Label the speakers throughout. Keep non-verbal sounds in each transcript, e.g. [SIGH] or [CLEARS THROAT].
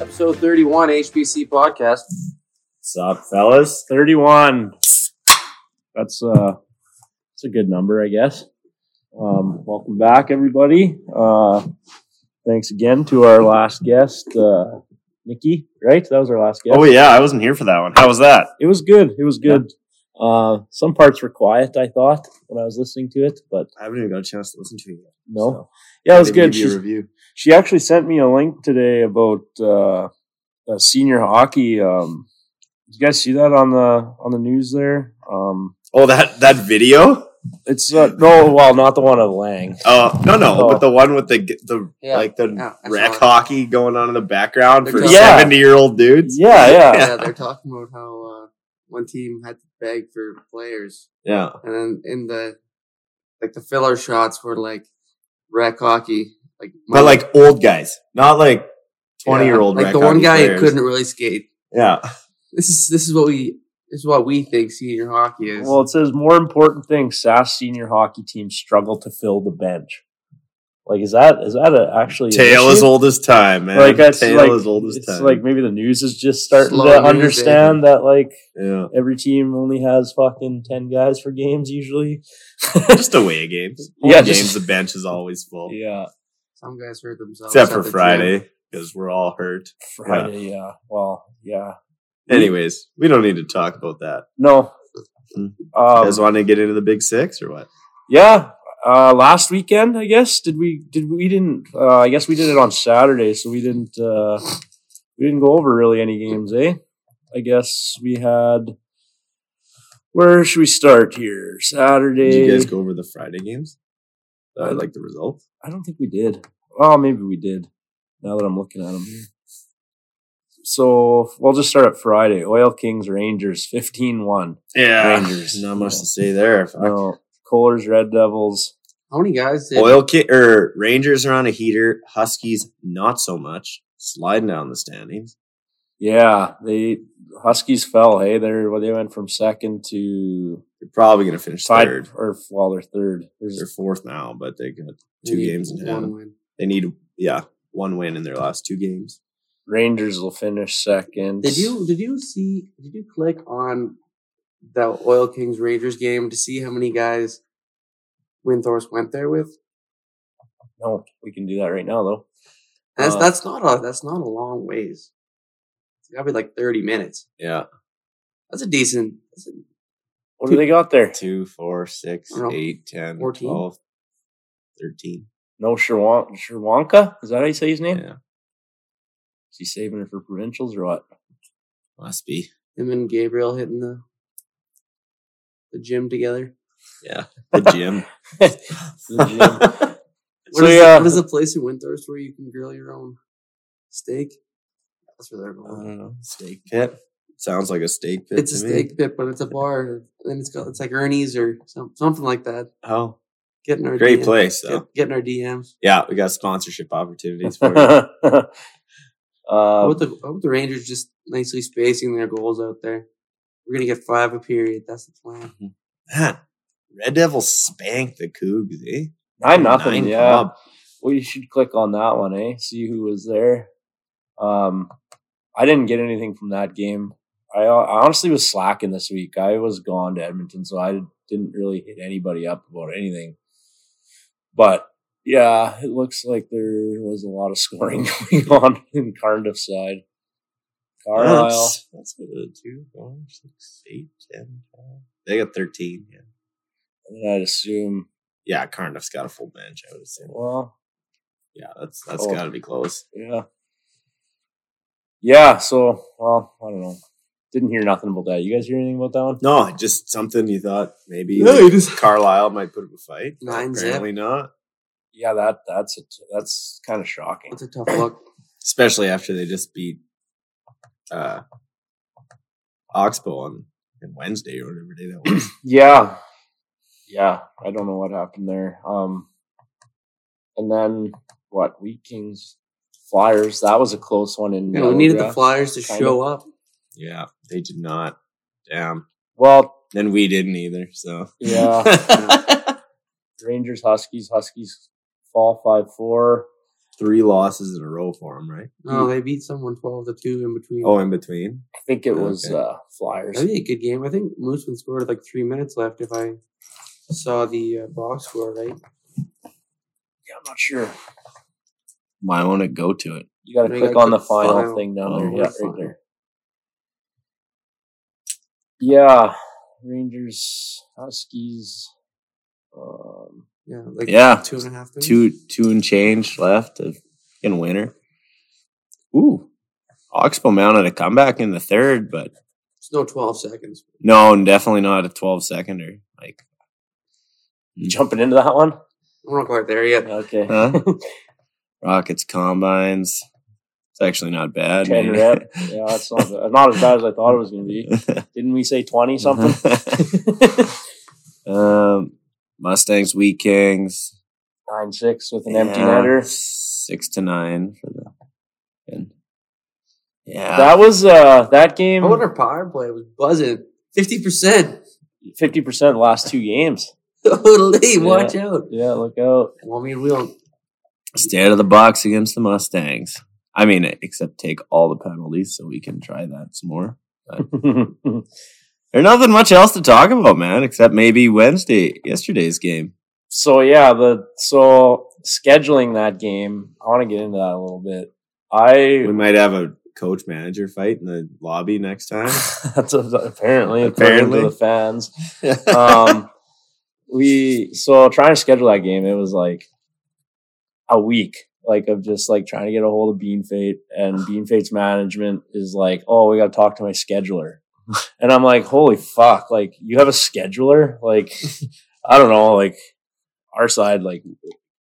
Speaker 1: episode 31 HBC podcast.
Speaker 2: What's up, fellas? 31. That's uh that's a good number, I guess. Um, welcome back, everybody. Uh, thanks again to our last guest, uh, Nikki. Right, that was our last guest.
Speaker 3: Oh yeah, I wasn't here for that one. How was that?
Speaker 2: it was good. It was good. Uh, some parts were quiet. I thought when I was listening to it, but
Speaker 3: I haven't even got a chance to listen to it.
Speaker 2: no, yeah, it was good. She's-
Speaker 3: review.
Speaker 2: she actually sent me a link today about uh, uh, senior hockey. Um, did you guys see that on the on the news there? Um,
Speaker 3: Oh, that that video?
Speaker 2: it's uh, no, well, not the one of Lang.
Speaker 3: Oh no, no,
Speaker 2: Oh.
Speaker 3: but the one with the g- the
Speaker 1: Yeah.
Speaker 3: like the
Speaker 1: Yeah, I saw
Speaker 3: rec
Speaker 1: it.
Speaker 3: hockey going on in the background for
Speaker 1: Yeah.
Speaker 3: seventy year old dudes.
Speaker 2: [LAUGHS] Yeah, yeah,
Speaker 1: Yeah, they're talking about how uh, one team had to beg for players,
Speaker 3: Yeah,
Speaker 1: and then in the like the filler shots were like rec hockey, like
Speaker 3: but like old guys, not like twenty year old.
Speaker 1: Like the one guy couldn't really skate.
Speaker 3: Yeah,
Speaker 1: This is this is what we this is what we think senior hockey is.
Speaker 2: Well, it says more important things. SAS senior hockey team struggle to fill the bench. Like, is that is that a, actually an
Speaker 3: tale as
Speaker 2: issue?
Speaker 3: old as time, man.
Speaker 2: Like, that's
Speaker 3: tale
Speaker 2: like
Speaker 3: as old as
Speaker 2: it's
Speaker 3: time.
Speaker 2: like maybe the news is just starting
Speaker 1: Slow
Speaker 2: to
Speaker 1: news,
Speaker 2: understand that like [LAUGHS]
Speaker 3: yeah,
Speaker 2: every team only has fucking ten guys for games usually.
Speaker 3: just away games.
Speaker 2: Yeah,
Speaker 3: yeah,
Speaker 2: just-
Speaker 3: games. The bench is always full,
Speaker 2: Yeah,
Speaker 1: Some guys hurt themselves.
Speaker 3: except
Speaker 1: at
Speaker 3: for
Speaker 1: the gym.
Speaker 3: Friday because we're all hurt.
Speaker 2: Friday. Yeah. Well, yeah.
Speaker 3: Anyways, we don't need to talk about that.
Speaker 2: No.
Speaker 3: Hmm. You
Speaker 2: Um,
Speaker 3: guys want to get into the big six or what?
Speaker 2: yeah. Uh, last weekend, I guess did we did we didn't? Uh, I guess we did it on Saturday, so we didn't uh, we didn't go over really any games, eh? I guess we had. Where should we start here? Saturday.
Speaker 3: Did you guys go over the Friday games? Uh, like the results?
Speaker 2: I don't think we did. Oh, maybe we did. Now that I'm looking at them here. So we'll just start at Friday. Oil Kings Rangers 15 1.
Speaker 3: Yeah,
Speaker 2: Rangers.
Speaker 3: Not much to say there. Fuck.
Speaker 2: No, Kohler's Red Devils.
Speaker 1: How many guys did
Speaker 3: Oil kit or Rangers are on a heater. Huskies not so much. Sliding down the standings.
Speaker 2: Yeah, they Huskies fell. Hey, they're well, they went from second to
Speaker 3: They're probably going to finish
Speaker 2: tied-
Speaker 3: third.
Speaker 2: or well, they're third. There's-
Speaker 3: They're fourth now, but they got
Speaker 1: They
Speaker 3: two
Speaker 1: need
Speaker 3: games
Speaker 1: one
Speaker 3: in hand.
Speaker 1: win.
Speaker 3: They need yeah one win in their last two games.
Speaker 2: Rangers will finish second.
Speaker 1: Did you did you see did you click on the Oil Kings Rangers game to see how many guys Winthorst went there with?
Speaker 2: No, we can do that right now though.
Speaker 1: That's
Speaker 2: Uh,
Speaker 1: that's not a that's not a long ways. It's gotta be like thirty minutes.
Speaker 3: Yeah,
Speaker 1: That's a decent. That's a,
Speaker 2: What do they got there?
Speaker 3: two, four, six,
Speaker 1: I don't know.
Speaker 3: eight, ten,
Speaker 1: 14?
Speaker 3: twelve, thirteen.
Speaker 2: No Sherwan- Sherwanka? Is that how you say his name?
Speaker 3: Yeah,
Speaker 2: Is he saving it for provincials or what?
Speaker 3: must be.
Speaker 1: him and Gabriel hitting the the gym together.
Speaker 3: Yeah, [LAUGHS] the
Speaker 1: [LAUGHS]
Speaker 3: gym.
Speaker 2: The
Speaker 3: [LAUGHS]
Speaker 2: gym.
Speaker 1: What
Speaker 2: So,
Speaker 1: is the-
Speaker 2: yeah.
Speaker 1: what is the place in Winthorst where you can grill your own steak? That's where they're
Speaker 3: I
Speaker 1: going.
Speaker 3: don't
Speaker 2: [LAUGHS]
Speaker 3: know. Steak pit. Sounds like a steak pit.
Speaker 1: it's a
Speaker 3: to Me.
Speaker 1: steak pit, but it's a bar, and it's got it's like Ernie's or some, something like that.
Speaker 3: Oh,
Speaker 1: Getting our
Speaker 3: great
Speaker 1: DM
Speaker 3: place though.
Speaker 1: Get, getting our DMs.
Speaker 3: Yeah, we got sponsorship opportunities for
Speaker 1: [LAUGHS]
Speaker 3: it.
Speaker 2: uh,
Speaker 1: How about, the, how about the Rangers just nicely spacing their goals out there? We're gonna get five a period. That's the plan.
Speaker 3: Man, Red Devils spanked the Cougs, eh?
Speaker 2: nine nothing.
Speaker 3: Nine
Speaker 2: yeah,
Speaker 3: pub.
Speaker 2: well, you should click on that one, eh? See who was there. Um, I didn't get anything from that game. I, uh, I honestly was slacking this week. I was gone to Edmonton, so I didn't really hit anybody up about anything. But yeah, it looks like there was a lot of [LAUGHS] scoring going on in Cardiff's side. Carlisle.
Speaker 3: That's, that's good. Two, four, six, eight, ten, twelve. They got 13. Yeah.
Speaker 2: And I'd assume,
Speaker 3: Yeah, Cardiff's got a full bench, I would assume.
Speaker 2: well,
Speaker 3: Yeah, that's that's
Speaker 2: Oh.
Speaker 3: got to be close.
Speaker 2: Yeah. Yeah. So, well, I don't know. Didn't hear nothing about that. You guys hear anything about that one?
Speaker 3: No, just something you thought maybe
Speaker 1: No,
Speaker 3: like,
Speaker 1: you just-
Speaker 3: Carlisle might put up a fight. but
Speaker 1: Nine zip.
Speaker 3: Apparently not.
Speaker 2: Yeah, that that's it. That's kind of shocking.
Speaker 1: That's a tough look.
Speaker 3: [CLEARS THROAT] Especially after they just beat uh, Oxbow on, on Wednesday or whatever day that [CLEARS THROAT] was.
Speaker 2: Yeah. Yeah. I don't know what happened there. Um, and then what? Wheat Kings, Flyers. That was a close one. In
Speaker 1: You know, we needed the
Speaker 2: Yellowgrass.
Speaker 1: Flyers to
Speaker 2: Kind
Speaker 1: show up.
Speaker 3: yeah, they did not. Damn.
Speaker 2: Well,
Speaker 3: Then we didn't either. So
Speaker 1: [LAUGHS]
Speaker 2: [LAUGHS] yeah. Rangers, Huskies, Huskies fall five four.
Speaker 3: three losses in a row for him, right?
Speaker 1: No, Oh, they beat someone twelve to two in between.
Speaker 3: Oh, in between.
Speaker 2: I think it was
Speaker 3: Okay.
Speaker 2: uh, Flyers.
Speaker 1: that'd be a good game. I think Mooseman scored with like three minutes left. If I saw the uh, box score right,
Speaker 2: Yeah, I'm not sure.
Speaker 3: Why won't it go to it?
Speaker 2: You got to
Speaker 1: They
Speaker 2: click
Speaker 1: gotta
Speaker 2: on the
Speaker 1: click
Speaker 2: final,
Speaker 1: final.
Speaker 2: thing down
Speaker 3: Oh,
Speaker 2: there.
Speaker 3: the
Speaker 2: Yeah, right
Speaker 3: final.
Speaker 2: there. Yeah, Rangers, Huskies. Um,
Speaker 1: yeah, like
Speaker 3: Yeah.
Speaker 1: two and a half minutes.
Speaker 3: Two two and change left of- in winter. Ooh. Oxbow mounted a comeback in the third, but
Speaker 1: It's no twelve seconds.
Speaker 3: no, definitely not a 12 seconder. Like, Hmm.
Speaker 2: you jumping into that one?
Speaker 1: We're not quite there yet.
Speaker 2: Okay.
Speaker 3: huh? [LAUGHS] Rockets combines. It's actually not bad.
Speaker 2: 10
Speaker 3: maybe.
Speaker 2: rep. Yeah, that's not, bad. not as bad as I thought it was going
Speaker 3: [LAUGHS]
Speaker 2: to be. Didn't we say
Speaker 3: Uh-huh.
Speaker 2: 20 something?
Speaker 3: um, Mustangs, Wheat Kings.
Speaker 2: 9 6 with an empty
Speaker 3: Yeah,
Speaker 2: netter.
Speaker 3: Six to nine for the. and- yeah.
Speaker 2: That was uh that game
Speaker 1: I wonder if power play was buzzing fifty percent. [LAUGHS]
Speaker 2: 50% last two games.
Speaker 1: Totally, watch out.
Speaker 2: Yeah, look out. [LAUGHS]
Speaker 1: Well, I mean, we don't.
Speaker 3: Stay out of the box against the Mustangs. I mean, except take all the penalties so we can try that some more. There's nothing much else to talk about, man, except maybe Wednesday, yesterday's game.
Speaker 2: so yeah, the so scheduling that game, I want to get into that a little bit. I
Speaker 3: We might have a coach manager fight in the lobby next [LAUGHS] time.
Speaker 2: [LAUGHS] that's apparently according
Speaker 3: Apparently.
Speaker 2: to the fans. um, [LAUGHS] we so trying to schedule that game. It was like a week, like of just like trying to get a hold of Bean Fate, and Bean Fate's management is like, "Oh, we got to talk to my scheduler," and I'm like, "Holy fuck! Like, you have a scheduler? Like, I don't know. Like, our side, like,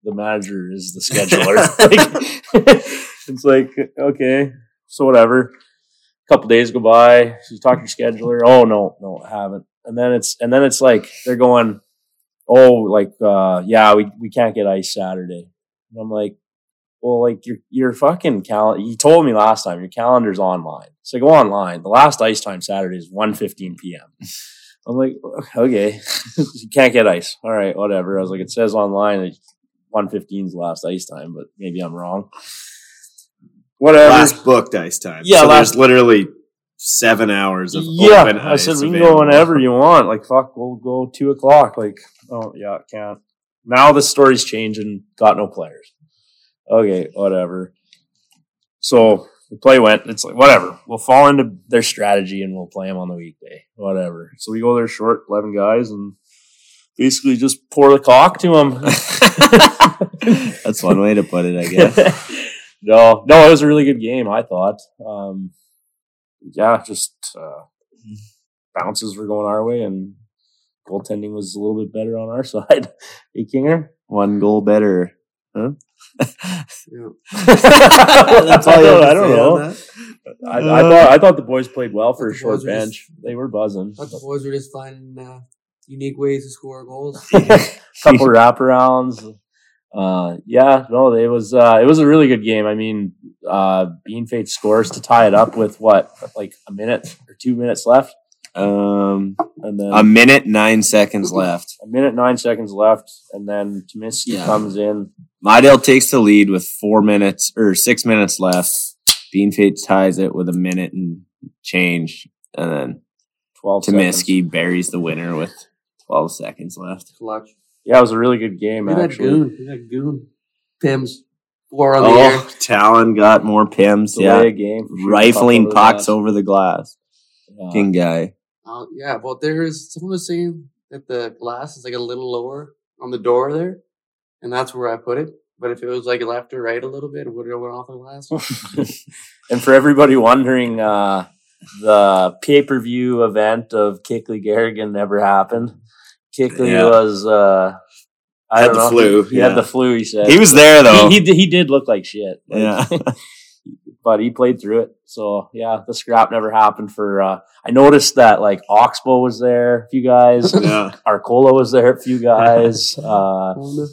Speaker 2: the manager is the scheduler. like, [LAUGHS] it's like okay, so whatever." couple days go by. You talk to your scheduler. Oh no, no, I haven't. And then it's and then it's like they're going, oh, like uh, yeah, we we can't get ice Saturday. And I'm like, well, like your your fucking calendar. You told me last time your calendar's online, so go online. The last ice time Saturday is 1.15 p.m. [LAUGHS] I'm like, "Oh, okay, [LAUGHS] you can't get ice. All right, whatever. I was like, it says online that 1.15 is the last ice time, but maybe I'm wrong. Whatever.
Speaker 3: last booked ice time.
Speaker 2: Yeah,
Speaker 3: so
Speaker 2: last-
Speaker 3: there's literally seven hours of
Speaker 2: yeah,
Speaker 3: open
Speaker 2: I said
Speaker 3: ice
Speaker 2: we can
Speaker 3: available.
Speaker 2: go whenever you want. Like fuck, we'll go two o'clock. Like oh yeah, can't. Now the story's changing. Got no players. Okay, whatever. So the play went. It's like whatever. We'll fall into their strategy and we'll play them on the weekday. Whatever. So we go there short, eleven guys, and basically just pour the cock to
Speaker 3: [LAUGHS]
Speaker 2: [LAUGHS] them.
Speaker 3: That's one way to put
Speaker 2: [LAUGHS]
Speaker 3: it, I guess. [LAUGHS]
Speaker 2: no, no, it was a really good game. I thought. Um, yeah, just uh, bounces were going our way, and goaltending was a little bit better on our [LAUGHS] side. Hey, Kinger.
Speaker 3: one goal better.
Speaker 1: You know,
Speaker 3: [LAUGHS] That's
Speaker 2: I
Speaker 3: all you have to
Speaker 2: don't, [LAUGHS] I
Speaker 3: say
Speaker 2: don't
Speaker 3: on
Speaker 2: know.
Speaker 3: that? Uh,
Speaker 2: I, I thought I thought the boys played well for a
Speaker 1: The
Speaker 2: short
Speaker 1: boys were just-
Speaker 2: bench. They were buzzing.
Speaker 1: but the boys were just finding uh, unique ways to score goals.
Speaker 2: couple wraparounds. Uh, yeah, no, it was uh, it was a really good game. I mean, uh, Bean Fate scores to tie it up with what like a minute or two minutes left,
Speaker 3: Um,
Speaker 2: and then
Speaker 3: a minute nine seconds left.
Speaker 2: a minute nine seconds left, and then Tominski
Speaker 3: Yeah.
Speaker 2: comes in.
Speaker 3: Mydale takes the lead with four minutes or six minutes left. Bean Fate ties it with a minute and change, and then
Speaker 2: Twelve. seconds.
Speaker 3: Tomiski buries the winner with twelve seconds left.
Speaker 1: Clutch.
Speaker 2: Yeah, it was a really good game.
Speaker 1: Look at that
Speaker 2: actually,
Speaker 1: goon. Look at that goon. Pims. Four on the air.
Speaker 3: Oh, Talon got more pims.
Speaker 2: Delay
Speaker 3: Yeah,
Speaker 2: a game, for sure.
Speaker 3: rifling
Speaker 2: Puck over the
Speaker 3: pucks
Speaker 2: glass.
Speaker 3: over the glass.
Speaker 2: Yeah.
Speaker 3: King guy.
Speaker 1: Uh, yeah, well, there is someone was saying that the glass is like a little lower on the door there, and that's where I put it. But if it was like left or right a little bit, it would have went off the glass.
Speaker 2: [LAUGHS] and for everybody wondering, uh, the pay per view event of Kickley Garrigan never happened. Kickley
Speaker 3: Yeah.
Speaker 2: was uh, I
Speaker 3: Had
Speaker 2: don't
Speaker 3: the
Speaker 2: know.
Speaker 3: flu,
Speaker 2: He
Speaker 3: yeah.
Speaker 2: had the flu. He said
Speaker 3: He was there though.
Speaker 2: He, he, did- he did look like shit. Like,
Speaker 3: yeah.
Speaker 2: [LAUGHS] but he played through it. So yeah, the scrap never happened. For uh, I noticed that like Oxbow was there, a
Speaker 3: [LAUGHS]
Speaker 2: few guys.
Speaker 3: yeah.
Speaker 2: Arcola was there, a few guys. Uh,
Speaker 1: Oh, no.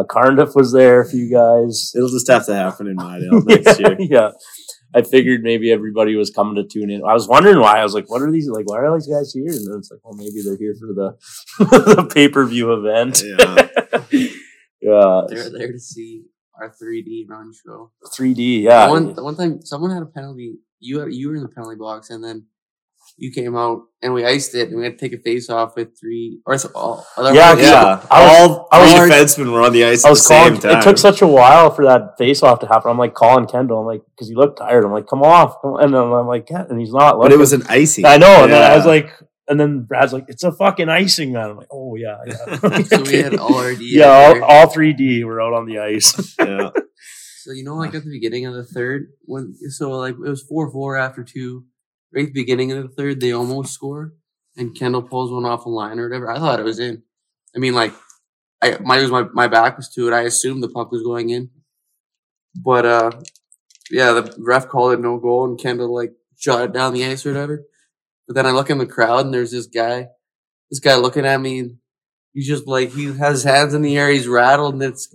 Speaker 2: uh, Carndiff was there, a few
Speaker 3: [LAUGHS]
Speaker 2: guys.
Speaker 3: It'll just have to happen in
Speaker 2: [LAUGHS]
Speaker 3: Mydale next year.
Speaker 2: yeah. I figured maybe everybody was coming to tune in. I was wondering why. I was like, what are these like why are these guys here? And then it's like, well maybe they're here for [LAUGHS] the the pay-per-view event.
Speaker 3: Yeah.
Speaker 2: Yeah.
Speaker 1: They're there to see our 3D run show.
Speaker 2: 3D, yeah.
Speaker 1: One one time, someone had a penalty. You had, you were in the penalty box, and then you came out, and we iced it, and we had to take a face off with three or so, all, other
Speaker 2: Yeah,
Speaker 1: ones.
Speaker 3: Yeah,
Speaker 2: I was-
Speaker 3: all
Speaker 2: I was-
Speaker 3: three defensemen were on the ice
Speaker 2: I
Speaker 3: at the
Speaker 2: was calling.
Speaker 3: same time.
Speaker 2: It took such a while for that face off to happen. I'm like calling Kendall. I'm like because he looked tired. I'm like, come off, come on. and then I'm like, yeah, and he's not.
Speaker 3: but it
Speaker 2: looking.
Speaker 3: was an icy.
Speaker 2: I know. And then I
Speaker 3: Yeah.
Speaker 2: was like, and then Brad's like, it's a fucking icing man. I'm like, oh yeah, [LAUGHS] yeah.
Speaker 1: [LAUGHS] [LAUGHS] So we had all our D.
Speaker 2: [LAUGHS] yeah,
Speaker 1: out
Speaker 2: all,
Speaker 1: there.
Speaker 2: all 3D were out on the ice.
Speaker 3: yeah.
Speaker 2: [LAUGHS]
Speaker 1: So you know, like at the beginning of the third, when so like it was four four after two, right at the beginning of the third, they almost score, and Kendall pulls one off a line or whatever. I thought it was in. I mean, like, I my it was my my back was to it. I assumed the puck was going in, but uh, yeah, the ref called it no goal, and Kendall like shot it down the ice or whatever. But then I look in the crowd, and there's this guy, this guy looking at me. and He's just like he has his hands in the air. He's rattled, and it's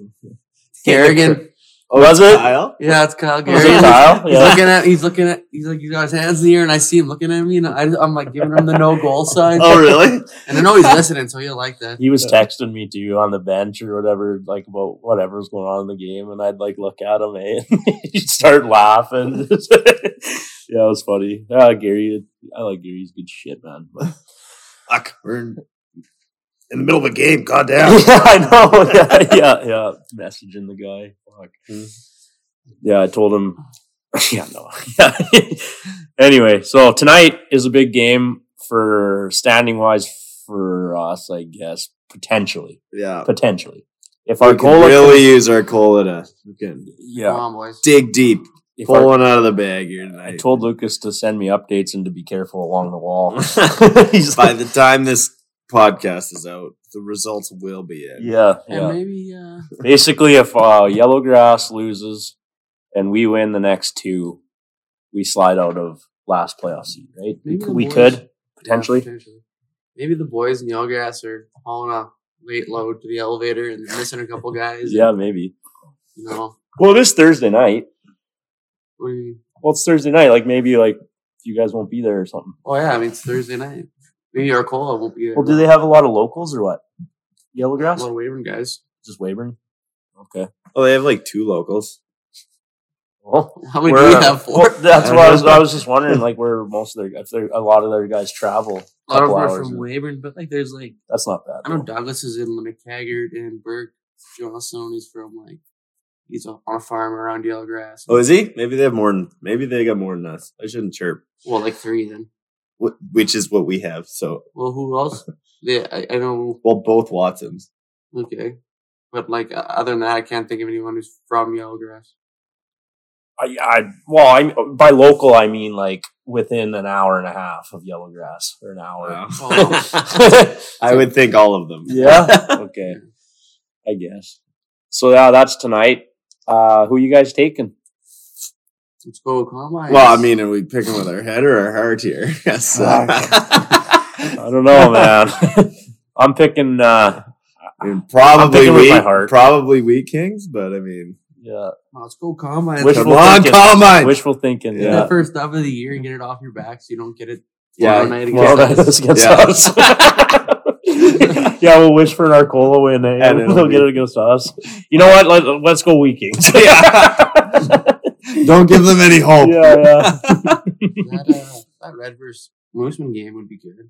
Speaker 1: Kerrigan.
Speaker 3: Oh,
Speaker 2: Was it?
Speaker 3: Kyle?
Speaker 1: Yeah, [LAUGHS] it's Kyle
Speaker 2: Was
Speaker 1: Gary.
Speaker 2: it Kyle?
Speaker 1: He's
Speaker 2: Yeah.
Speaker 1: looking at. He's looking at. He's like, he's got his hands in the air, and I see him looking at me, and I, I'm like giving him the no
Speaker 2: [LAUGHS]
Speaker 1: goal sign.
Speaker 3: Oh, really?
Speaker 1: And I know he's listening, so he'll like that.
Speaker 2: He was texting me too on the bench or whatever, like about whatever's going on in the game, and I'd like look at him, [LAUGHS] eh? and he'd start laughing. [LAUGHS] yeah, it was funny. Yeah, Gary, I like Gary. He's good shit, man. But- [LAUGHS]
Speaker 3: Fuck, we're in, in the middle of a game.
Speaker 2: Yeah, [LAUGHS]
Speaker 3: Goddamn.
Speaker 2: I know. Yeah, yeah, yeah. Messaging the guy. Fuck.
Speaker 3: Hmm.
Speaker 2: Yeah, I told him. [LAUGHS] Yeah, no. [LAUGHS] Yeah. anyway, so tonight is a big game for standing wise for us, I guess. Potentially,
Speaker 3: yeah.
Speaker 2: potentially. If
Speaker 3: We
Speaker 2: our
Speaker 3: can
Speaker 2: goal,
Speaker 3: really use our cola to we can
Speaker 1: Come
Speaker 2: yeah.
Speaker 1: on, boys.
Speaker 3: dig deep.
Speaker 2: If
Speaker 3: Pull
Speaker 2: our,
Speaker 3: one out of the bag here
Speaker 2: I
Speaker 3: tonight.
Speaker 2: told Lucas to send me updates and to be careful along the [LAUGHS] wall.
Speaker 3: [LAUGHS]
Speaker 2: He's
Speaker 3: By
Speaker 2: like,
Speaker 3: the time this podcast is out, the results will be in.
Speaker 2: yeah,
Speaker 1: And
Speaker 2: yeah.
Speaker 1: maybe uh,
Speaker 2: Basically, if uh, Yellow Grass loses and we win the next two, we slide out of last playoff seed, right? We,
Speaker 1: Maybe
Speaker 2: c-
Speaker 1: the
Speaker 2: we
Speaker 1: boys-
Speaker 2: could potentially.
Speaker 1: yeah, potentially. Maybe the boys in Yellowgrass are hauling a weight load to the elevator and missing a couple guys.
Speaker 2: Yeah, maybe.
Speaker 1: You know
Speaker 2: Well, this Thursday night.
Speaker 1: what do you mean?
Speaker 2: Well, it's Thursday night. Like maybe like you guys won't be there or something.
Speaker 1: Oh yeah, I mean it's Thursday night. Maybe Arcola won't be there.
Speaker 2: Well, do they have a lot of locals or what? Yellow
Speaker 1: A
Speaker 2: Grass,
Speaker 1: lot of wavering guys.
Speaker 2: just Weyburn. Okay.
Speaker 3: Oh, they have like two locals.
Speaker 2: Well,
Speaker 1: How many
Speaker 2: we're-
Speaker 1: do you have? Four.
Speaker 2: uh, well, that's what I was. I was just wondering, like, where most of their, if there, a lot of their guys
Speaker 1: A
Speaker 2: travel.
Speaker 1: lot of them
Speaker 2: couple
Speaker 1: are
Speaker 2: hours
Speaker 1: from
Speaker 2: in.
Speaker 1: Wavering, but like there's like
Speaker 2: That's not bad.
Speaker 1: I know
Speaker 2: though.
Speaker 1: Douglas is in McTaggart and Burke Johnson is from like he's on a farm around Yellowgrass.
Speaker 3: Oh, is he? Maybe they have more than maybe they got more than us. I shouldn't chirp.
Speaker 1: Well, like three then.
Speaker 3: Wh- Which is what we have. So
Speaker 1: Well, who
Speaker 3: [LAUGHS]
Speaker 1: else? yeah, I, I know.
Speaker 3: well both Watsons.
Speaker 1: Okay, but like uh, other than that, I can't think of anyone who's from Yellowgrass.
Speaker 2: I, I well, I by local I mean like within an hour and a half of yellow grass or an hour.
Speaker 3: [LAUGHS] I would think all of them.
Speaker 2: yeah. Okay. I guess. So yeah, that's tonight. Uh who you guys taking?
Speaker 1: Let's go combine.
Speaker 3: Well, I mean, are we picking with our head or our heart here? [LAUGHS]
Speaker 2: [LAUGHS]
Speaker 3: Yes.
Speaker 2: Ah, I don't know, man.
Speaker 1: [LAUGHS]
Speaker 2: [LAUGHS] I'm picking uh
Speaker 3: [LAUGHS] I mean, probably
Speaker 2: picking with
Speaker 3: we,
Speaker 2: my heart.
Speaker 3: probably we kings, but I mean,
Speaker 2: yeah,
Speaker 1: let's go Oh, combine.
Speaker 2: Which
Speaker 1: Let's
Speaker 3: come
Speaker 2: Wishful
Speaker 3: on,
Speaker 2: thinking.
Speaker 3: Combine.
Speaker 2: wishful thinking.
Speaker 1: get
Speaker 2: Yeah.
Speaker 1: [LAUGHS] the first stop of the year and get it off your back so you don't get it.
Speaker 3: yeah,
Speaker 1: tomorrow
Speaker 3: [LAUGHS]
Speaker 1: night against
Speaker 2: Tomorrow night
Speaker 1: us.
Speaker 2: is against
Speaker 3: Yeah.
Speaker 2: us.
Speaker 3: [LAUGHS]
Speaker 2: yeah, we'll wish for an Arcola win. Eh?
Speaker 3: And it'll
Speaker 2: [LAUGHS] They'll get
Speaker 3: be-
Speaker 2: it against us. You know what? Let, let's
Speaker 3: [LAUGHS]
Speaker 2: go Oh. weekings.
Speaker 3: [LAUGHS]
Speaker 2: [LAUGHS]
Speaker 3: Yeah. don't give them any hope.
Speaker 2: yeah, yeah.
Speaker 1: That, uh, that Red versus Mooseman game would be good.
Speaker 3: Oh,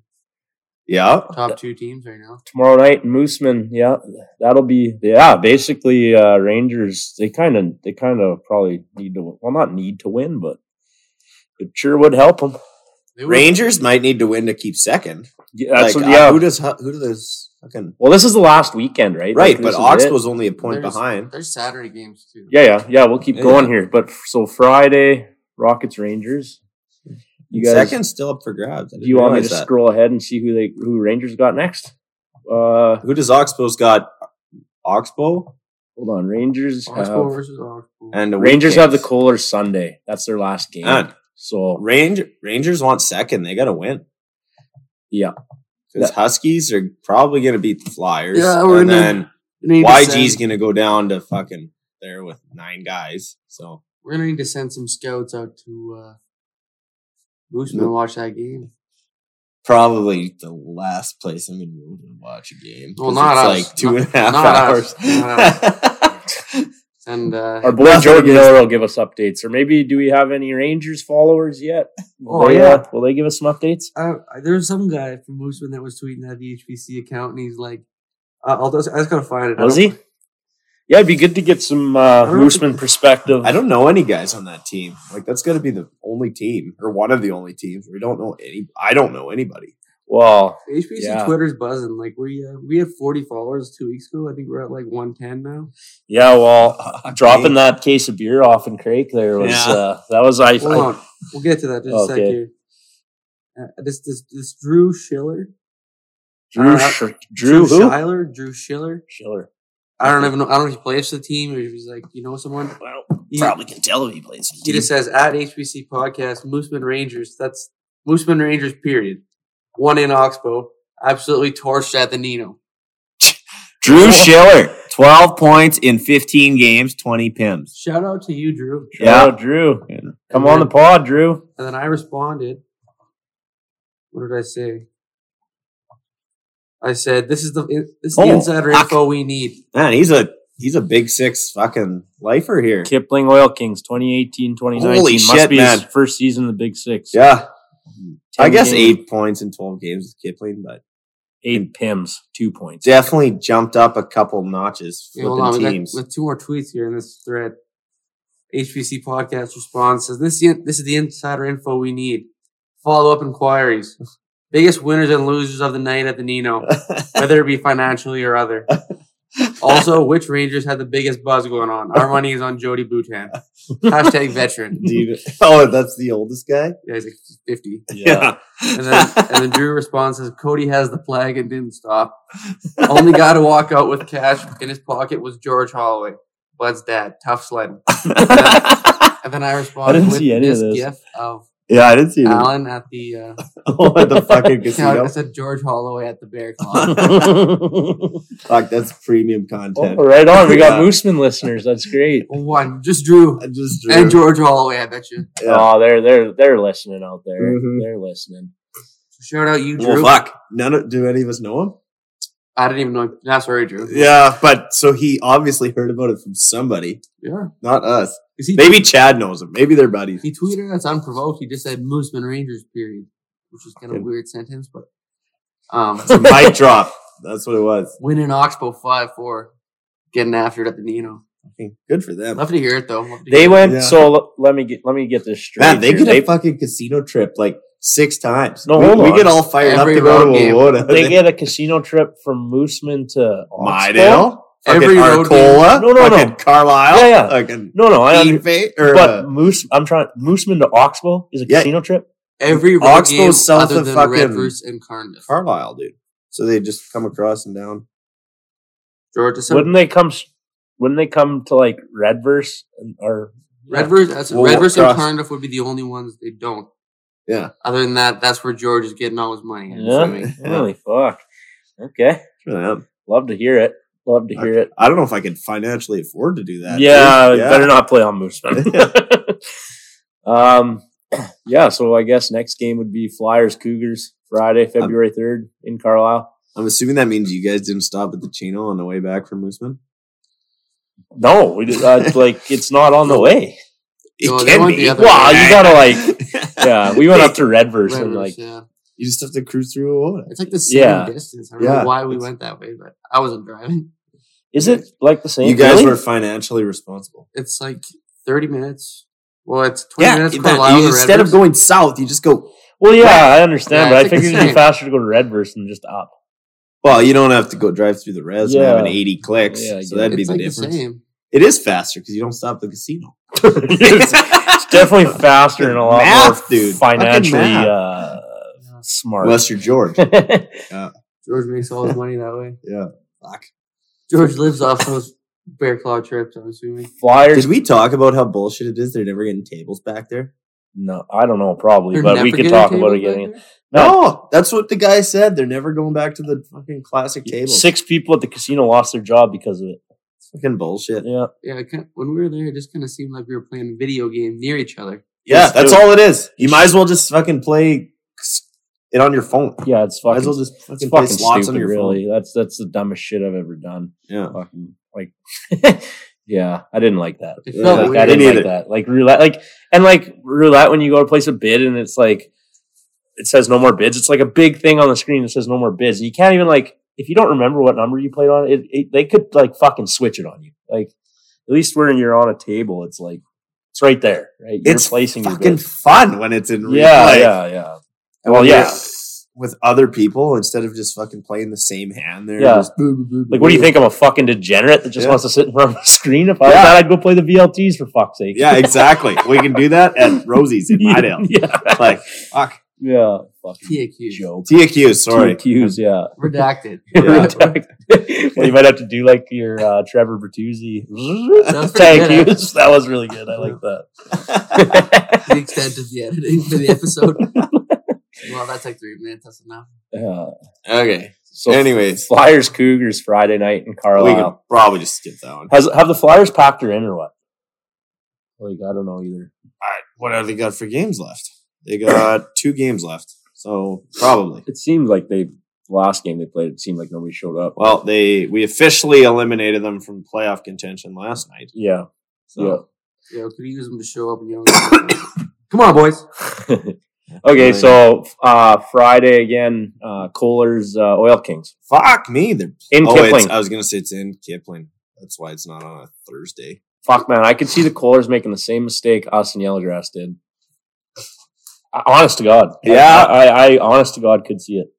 Speaker 3: Yeah.
Speaker 1: Top two teams right now.
Speaker 2: tomorrow night in Mooseman. Yeah, that'll be yeah. Basically, uh, Rangers they kind of they kind of probably need to well not need to win, but it sure would help them.
Speaker 1: They would-
Speaker 3: Rangers might need to win to keep second.
Speaker 2: Yeah, that's
Speaker 3: like,
Speaker 2: what-
Speaker 3: uh,
Speaker 2: yeah.
Speaker 3: who does hu- who does fucking
Speaker 2: well, this is the last weekend, right?
Speaker 3: right?
Speaker 2: Like,
Speaker 3: But
Speaker 2: this is
Speaker 3: Ox
Speaker 2: it.
Speaker 3: was only a point
Speaker 1: There's-
Speaker 3: behind.
Speaker 1: There's Saturday games too.
Speaker 2: Yeah, yeah, yeah. We'll keep
Speaker 3: Yeah.
Speaker 2: going here. But f- so Friday, Rockets Rangers. You guys,
Speaker 3: Second's still up for grabs. I
Speaker 2: do
Speaker 3: didn't
Speaker 2: you want me to
Speaker 3: realize that.
Speaker 2: scroll ahead and see who they who Rangers got next? Uh,
Speaker 3: Who does Oxbow's got? Oxbow
Speaker 2: hold on, Rangers.
Speaker 3: Uh,
Speaker 1: Oxbow
Speaker 2: Have,
Speaker 1: versus Oxbow.
Speaker 3: and the
Speaker 2: Rangers
Speaker 3: Wheat
Speaker 2: have the
Speaker 3: Kings.
Speaker 2: Kohler Sunday. That's their last game.
Speaker 3: And
Speaker 2: so
Speaker 3: Range Rangers want second. They got to win.
Speaker 2: Yeah.
Speaker 3: because Huskies are probably going to beat the Flyers.
Speaker 1: Yeah, we're
Speaker 3: and
Speaker 1: gonna-
Speaker 3: then
Speaker 1: We need to
Speaker 3: YG's
Speaker 1: send-
Speaker 3: going to go down to fucking there with nine guys. So
Speaker 1: We're gonna need to send some scouts out to uh, Mooseman
Speaker 3: No.
Speaker 1: and watch that game.
Speaker 3: probably the last place I'm going to go to watch a game.
Speaker 1: Well,
Speaker 3: 'cause
Speaker 1: not us.
Speaker 3: it's like two and a half
Speaker 2: [LAUGHS]
Speaker 1: not us.
Speaker 3: hours.
Speaker 1: Not And uh,
Speaker 2: Our boy
Speaker 3: Nothing
Speaker 2: Jordan
Speaker 3: against-
Speaker 2: Miller will give us updates, or maybe do we have any Rangers followers yet? Will
Speaker 1: Oh,
Speaker 2: they, uh,
Speaker 1: yeah.
Speaker 2: will they give us some updates?
Speaker 1: uh, there was some guy from Mooseman that was tweeting at the HBC account, and he's like, uh, "I'll just, I just gotta find it." I
Speaker 2: Was
Speaker 1: don't-
Speaker 2: he? Yeah, it'd be good to get some uh,
Speaker 1: I don't think-
Speaker 2: Mooseman
Speaker 3: [LAUGHS]
Speaker 2: perspective.
Speaker 3: I don't know any guys on that team. Like that's got to be the only team or one of the only teams we don't know any. I don't know anybody.
Speaker 2: Well,
Speaker 1: HBC
Speaker 2: Yeah.
Speaker 1: Twitter's buzzing. Like we uh, we had 40 followers two weeks ago. I think we're at like 110 now.
Speaker 2: yeah, well, dropping that case of beer off in Craig there was
Speaker 3: Uh, Yeah.
Speaker 2: uh, that was I,
Speaker 1: Hold
Speaker 2: I
Speaker 1: on, we'll get to that just a
Speaker 2: Okay.
Speaker 1: sec here. Uh, this this this Drew Schiller,
Speaker 2: Drew
Speaker 1: Uh,
Speaker 2: Sh- Drew who
Speaker 1: Schiller, Drew Schiller.
Speaker 2: Schiller.
Speaker 1: I don't even know. I don't know if he plays for the team or if he's like you know someone.
Speaker 2: Well,
Speaker 1: He,
Speaker 2: can tell if he plays.
Speaker 1: he just says at HBC podcast Mooseman Rangers. That's Mooseman Rangers. Period. One in Oxbow. Absolutely torched at the Nino.
Speaker 4: Drew Schiller, 12 points in 15 games, 20 pims.
Speaker 1: Shout out to you, Drew.
Speaker 4: Yeah.
Speaker 2: Yeah, Drew,
Speaker 4: Yeah.
Speaker 2: come
Speaker 1: And
Speaker 2: on
Speaker 1: then-
Speaker 2: the pod, Drew.
Speaker 1: And then I responded, what did I say? I said, this is the this is the
Speaker 4: Oh,
Speaker 1: insider
Speaker 4: fuck.
Speaker 1: info we need.
Speaker 3: Man, he's a he's a big six fucking lifer here.
Speaker 2: Kipling Oil Kings 2018 2019
Speaker 3: Holy
Speaker 2: must
Speaker 3: shit,
Speaker 2: be his
Speaker 3: man.
Speaker 2: first season in the Big 6.
Speaker 3: Yeah,
Speaker 2: 10
Speaker 3: I guess
Speaker 2: games,
Speaker 3: eight points in twelve games with Kipling, but
Speaker 2: 8 pims,
Speaker 3: [LAUGHS]
Speaker 2: 2 points. [LAUGHS]
Speaker 3: definitely jumped up a couple notches
Speaker 1: Okay, hold on,
Speaker 3: flipping
Speaker 1: we got,
Speaker 3: teams.
Speaker 1: we got two more tweets here in this thread. HPC podcast response says this: the- this is the insider info we need. Follow up
Speaker 3: [LAUGHS]
Speaker 1: inquiries, biggest winners and losers of the night at the Nino, whether it be financially or
Speaker 3: [LAUGHS]
Speaker 1: other. Also, which Rangers had the biggest buzz going on? Our money is on Jody
Speaker 3: [LAUGHS]
Speaker 1: Boutan. Hashtag veteran.
Speaker 3: Dude, oh, that's the oldest guy.
Speaker 1: Yeah, he's like fifty.
Speaker 2: Yeah.
Speaker 1: And then, and then Drew responds says, Cody has the flag and didn't stop. Only guy to walk out with cash in his pocket was George Holloway, Bud's dad. Tough sledding. And then I respond
Speaker 2: didn't
Speaker 1: with
Speaker 2: see any of
Speaker 1: this,
Speaker 2: this.
Speaker 1: gif of
Speaker 3: [LAUGHS] yeah, I didn't see that.
Speaker 1: Alan at the, uh,
Speaker 3: [LAUGHS] Oh, at
Speaker 1: [LAUGHS]
Speaker 3: the fucking
Speaker 1: I
Speaker 3: casino.
Speaker 1: said George Holloway at the bear
Speaker 2: [LAUGHS]
Speaker 1: club.
Speaker 2: oh,
Speaker 3: Fuck, that's premium content.
Speaker 1: Oh.
Speaker 2: right on. We got
Speaker 3: Yeah.
Speaker 2: Mooseman listeners. That's great.
Speaker 1: One, just Drew
Speaker 3: I just
Speaker 1: and George Holloway, I bet you.
Speaker 3: Yeah.
Speaker 2: Oh, they're they're they're listening out there.
Speaker 3: Mhm.
Speaker 2: They're listening.
Speaker 1: Shout out you,
Speaker 3: Well,
Speaker 1: Drew.
Speaker 3: fuck. None of, do any of us know him?
Speaker 1: I didn't even know. Nah, sorry, Drew.
Speaker 3: Yeah, but so he obviously heard about it from somebody,
Speaker 1: Yeah.
Speaker 3: not us.
Speaker 1: 'Cause He,
Speaker 3: [LAUGHS] Maybe Chad knows him. Maybe they're buddies.
Speaker 1: he tweeted us unprovoked. He just said Mooseman Rangers, period, which is kind of a
Speaker 3: Good.
Speaker 1: weird sentence, but. Um,
Speaker 3: It's
Speaker 1: [LAUGHS]
Speaker 3: a mic drop. That's what it was.
Speaker 1: winning Oxbow five four, getting after it at the Nino.
Speaker 3: Fucking Good for them.
Speaker 1: Love to hear it though. Love to
Speaker 2: They
Speaker 1: hear
Speaker 2: went
Speaker 3: Yeah.
Speaker 2: so l- let me get let me get this straight.
Speaker 3: Man, they
Speaker 2: here.
Speaker 3: get
Speaker 2: they,
Speaker 3: a fucking casino trip like six times.
Speaker 2: No,
Speaker 3: we,
Speaker 2: hold
Speaker 3: we
Speaker 2: on.
Speaker 3: get all fired
Speaker 1: Every
Speaker 3: up to go
Speaker 1: road
Speaker 3: to
Speaker 1: game.
Speaker 3: Wawona. [LAUGHS]
Speaker 2: they get a casino trip from Mooseman to Oxbow?
Speaker 3: Midale, fucking
Speaker 1: Every road game.
Speaker 3: Arcola,
Speaker 2: No, no, no.
Speaker 3: fucking Carlisle,
Speaker 2: Yeah, yeah.
Speaker 3: fucking
Speaker 2: No, no, I under,
Speaker 3: Keefe, or, uh,
Speaker 2: but Moose. I'm trying Mooseman to Oxbow is a
Speaker 3: Yeah.
Speaker 2: casino trip.
Speaker 1: every road
Speaker 3: Oxbow's
Speaker 1: game
Speaker 3: south
Speaker 1: other
Speaker 3: of
Speaker 1: than
Speaker 3: fucking-
Speaker 1: Red Roost and Cardiff.
Speaker 3: Carlisle, dude. So they just come across and down.
Speaker 1: Georgia so
Speaker 2: wouldn't they come? s- Wouldn't they come to like Redverse and- or
Speaker 1: Red Roost, that's,
Speaker 3: Well,
Speaker 1: Red Roost and
Speaker 3: across-
Speaker 1: Cardiff would be the only ones they don't.
Speaker 3: Yeah.
Speaker 1: Other than that, that's where George is getting all his money. I'm
Speaker 2: Yeah.
Speaker 1: assuming.
Speaker 3: Yeah.
Speaker 2: [LAUGHS] Holy fuck! Okay,
Speaker 3: Sure they am.
Speaker 2: love to hear it. Love to hear it.
Speaker 3: I don't know if I can financially afford to do that.
Speaker 2: yeah,
Speaker 3: dude.
Speaker 2: better not play on Mooseman.
Speaker 3: [LAUGHS]
Speaker 2: [LAUGHS] um, [CLEARS THROAT] yeah. So I guess next game would be Flyers Cougars Friday, February third in Carlisle.
Speaker 3: I'm assuming that means you guys didn't stop at the Chino on the way back from Mooseman.
Speaker 2: No, we just,
Speaker 3: [LAUGHS]
Speaker 2: uh, like it's not on the way.
Speaker 3: It
Speaker 1: No, they
Speaker 3: can
Speaker 1: went
Speaker 3: be.
Speaker 1: the
Speaker 3: [LAUGHS]
Speaker 1: other
Speaker 2: Wow, you gotta like.
Speaker 3: gotta
Speaker 2: Yeah, we went up to Redverse
Speaker 1: Red
Speaker 2: and
Speaker 1: Roost,
Speaker 2: like.
Speaker 1: yeah.
Speaker 3: You just have to cruise through Wawona.
Speaker 1: It's like the same
Speaker 2: Yeah.
Speaker 1: distance. I don't
Speaker 3: Yeah.
Speaker 1: know why we went that way, but I wasn't driving. [LAUGHS]
Speaker 2: Is it like the same?
Speaker 3: You guys
Speaker 2: really?
Speaker 3: were financially responsible.
Speaker 1: It's like 30 minutes. Well, it's 20 minutes.
Speaker 3: you-
Speaker 1: Carlisle to
Speaker 3: you-
Speaker 1: Red
Speaker 3: instead of
Speaker 1: Roost.
Speaker 3: going south, you just go.
Speaker 2: Well, yeah, I
Speaker 1: Yeah,
Speaker 2: understand,
Speaker 1: it's
Speaker 2: but I
Speaker 1: like the
Speaker 2: figured it'd be
Speaker 1: same.
Speaker 2: faster to go to Redverse than just up. [LAUGHS]
Speaker 3: Well, you don't have to go drive through the res and have an
Speaker 2: Yeah.
Speaker 3: 80 clicks.
Speaker 2: Yeah, I
Speaker 3: so
Speaker 2: get
Speaker 3: that'd
Speaker 2: it.
Speaker 3: be
Speaker 1: it's
Speaker 3: the
Speaker 1: like
Speaker 3: difference.
Speaker 1: the same.
Speaker 3: It is faster because you don't stop at the casino. [LAUGHS]
Speaker 2: it's, [LAUGHS] it's definitely faster and a lot
Speaker 3: Math,
Speaker 2: more
Speaker 3: dude. Fucking
Speaker 2: financially
Speaker 3: math.
Speaker 2: uh, smart.
Speaker 3: [LAUGHS] Unless you're George.
Speaker 1: George makes all his money that way.
Speaker 3: yeah. Fuck.
Speaker 1: George lives off those bear claw trips, I'm assuming.
Speaker 2: [LAUGHS] Flyers?
Speaker 3: Did we talk about how bullshit it is? They're never getting tables back there.
Speaker 2: No, I don't know, probably,
Speaker 1: They're
Speaker 2: but
Speaker 1: never
Speaker 2: we could
Speaker 1: getting
Speaker 2: talk about
Speaker 1: tables
Speaker 2: it getting
Speaker 1: back
Speaker 2: No.
Speaker 3: No, that's what the guy said. They're never going back to the fucking classic tables.
Speaker 2: Six people at the casino lost their job because of it.
Speaker 3: Fucking bullshit.
Speaker 2: Yeah,
Speaker 1: there? Yeah, it kind when we were there, it just kind of seemed like we were playing a video game near each other.
Speaker 3: Yeah,
Speaker 2: Let's
Speaker 3: that's
Speaker 2: do it.
Speaker 3: all it is. You might as well just fucking play it on your phone.
Speaker 2: yeah, it's
Speaker 3: Might as
Speaker 2: fucking,
Speaker 3: well just
Speaker 2: it's
Speaker 3: fucking play
Speaker 2: fucking
Speaker 3: slots
Speaker 2: stupid.
Speaker 3: on your
Speaker 2: Really, that's that's the dumbest shit I've ever done.
Speaker 3: phone.
Speaker 2: Fucking like, [LAUGHS] Yeah, I didn't like that.
Speaker 1: It
Speaker 3: Yeah,
Speaker 1: felt
Speaker 3: that-
Speaker 1: weird.
Speaker 2: I
Speaker 3: Me
Speaker 2: didn't like
Speaker 3: neither.
Speaker 2: that. Like roulette, like and like roulette when you go to place a bid and it's like it says no more bids. It's like a big thing on the screen that says no more bids, and you can't even like if you don't remember what number you played on, it, it they could like fucking switch it on you. Like at least when you're on a table, it's like it's right there, right? You're
Speaker 3: it's
Speaker 2: placing your
Speaker 3: fucking Oh,
Speaker 2: bids.
Speaker 3: fun when it's in real
Speaker 2: Yeah,
Speaker 3: life.
Speaker 2: yeah, yeah.
Speaker 3: And
Speaker 2: Well,
Speaker 3: when
Speaker 2: yeah.
Speaker 3: you're With other people instead of just fucking playing the same hand there.
Speaker 2: Yeah.
Speaker 3: just
Speaker 2: Like, what do you think? I'm a fucking degenerate that just
Speaker 3: Yeah.
Speaker 2: wants to sit in front of a screen. If I
Speaker 3: Yeah.
Speaker 2: was that, I'd go play the VLTs for fuck's sake.
Speaker 3: Yeah, exactly. we can do that
Speaker 2: [LAUGHS]
Speaker 3: at Rosie's in
Speaker 2: yeah,
Speaker 3: Idale.
Speaker 2: yeah,
Speaker 3: [LAUGHS] Like, fuck.
Speaker 2: yeah. Fucking
Speaker 1: TAQ.
Speaker 2: joke.
Speaker 3: TAQ, sorry.
Speaker 2: TQs, yeah. [LAUGHS]
Speaker 1: Redacted.
Speaker 3: Yeah. [LAUGHS]
Speaker 2: well, you might have to do like your uh, Trevor Bertuzzi.
Speaker 1: was pretty
Speaker 2: Thank you.
Speaker 1: good,
Speaker 2: That was really good. I like
Speaker 3: yeah,
Speaker 1: [LAUGHS]
Speaker 2: that.
Speaker 1: the extent of the editing for the
Speaker 2: [LAUGHS]
Speaker 1: episode. well, that's like three minutes. That's enough.
Speaker 2: yeah.
Speaker 3: okay.
Speaker 2: So
Speaker 3: Anyways,
Speaker 2: Flyers Cougars Friday night in
Speaker 3: we can
Speaker 2: Carlisle.
Speaker 3: probably just skip that one.
Speaker 2: Has have the Flyers packed her in or what? Like I don't know either.
Speaker 3: All right, what have they got for games left? They got two games left. So probably.
Speaker 2: It seemed like they last game they played. It seemed like nobody showed up.
Speaker 3: Well, they we officially eliminated them from playoff contention last night.
Speaker 2: Yeah.
Speaker 3: [LAUGHS] So
Speaker 1: Yeah, could use them to show up and yell. [COUGHS] Come on, boys.
Speaker 2: Okay,
Speaker 3: Really-
Speaker 2: so uh, Friday again, uh, Kohler's uh, Oil Kings
Speaker 3: fuck me. They're
Speaker 2: in
Speaker 3: oh, it's,
Speaker 2: Kipling.
Speaker 3: I was gonna say it's in Kipling. That's why it's not on a Thursday.
Speaker 2: Fuck, man, I could see the Kohlers making the same mistake Austin Yellowgrass did. I- Honest to God, I-
Speaker 3: Yeah.
Speaker 2: I, I, I honest to God could see it.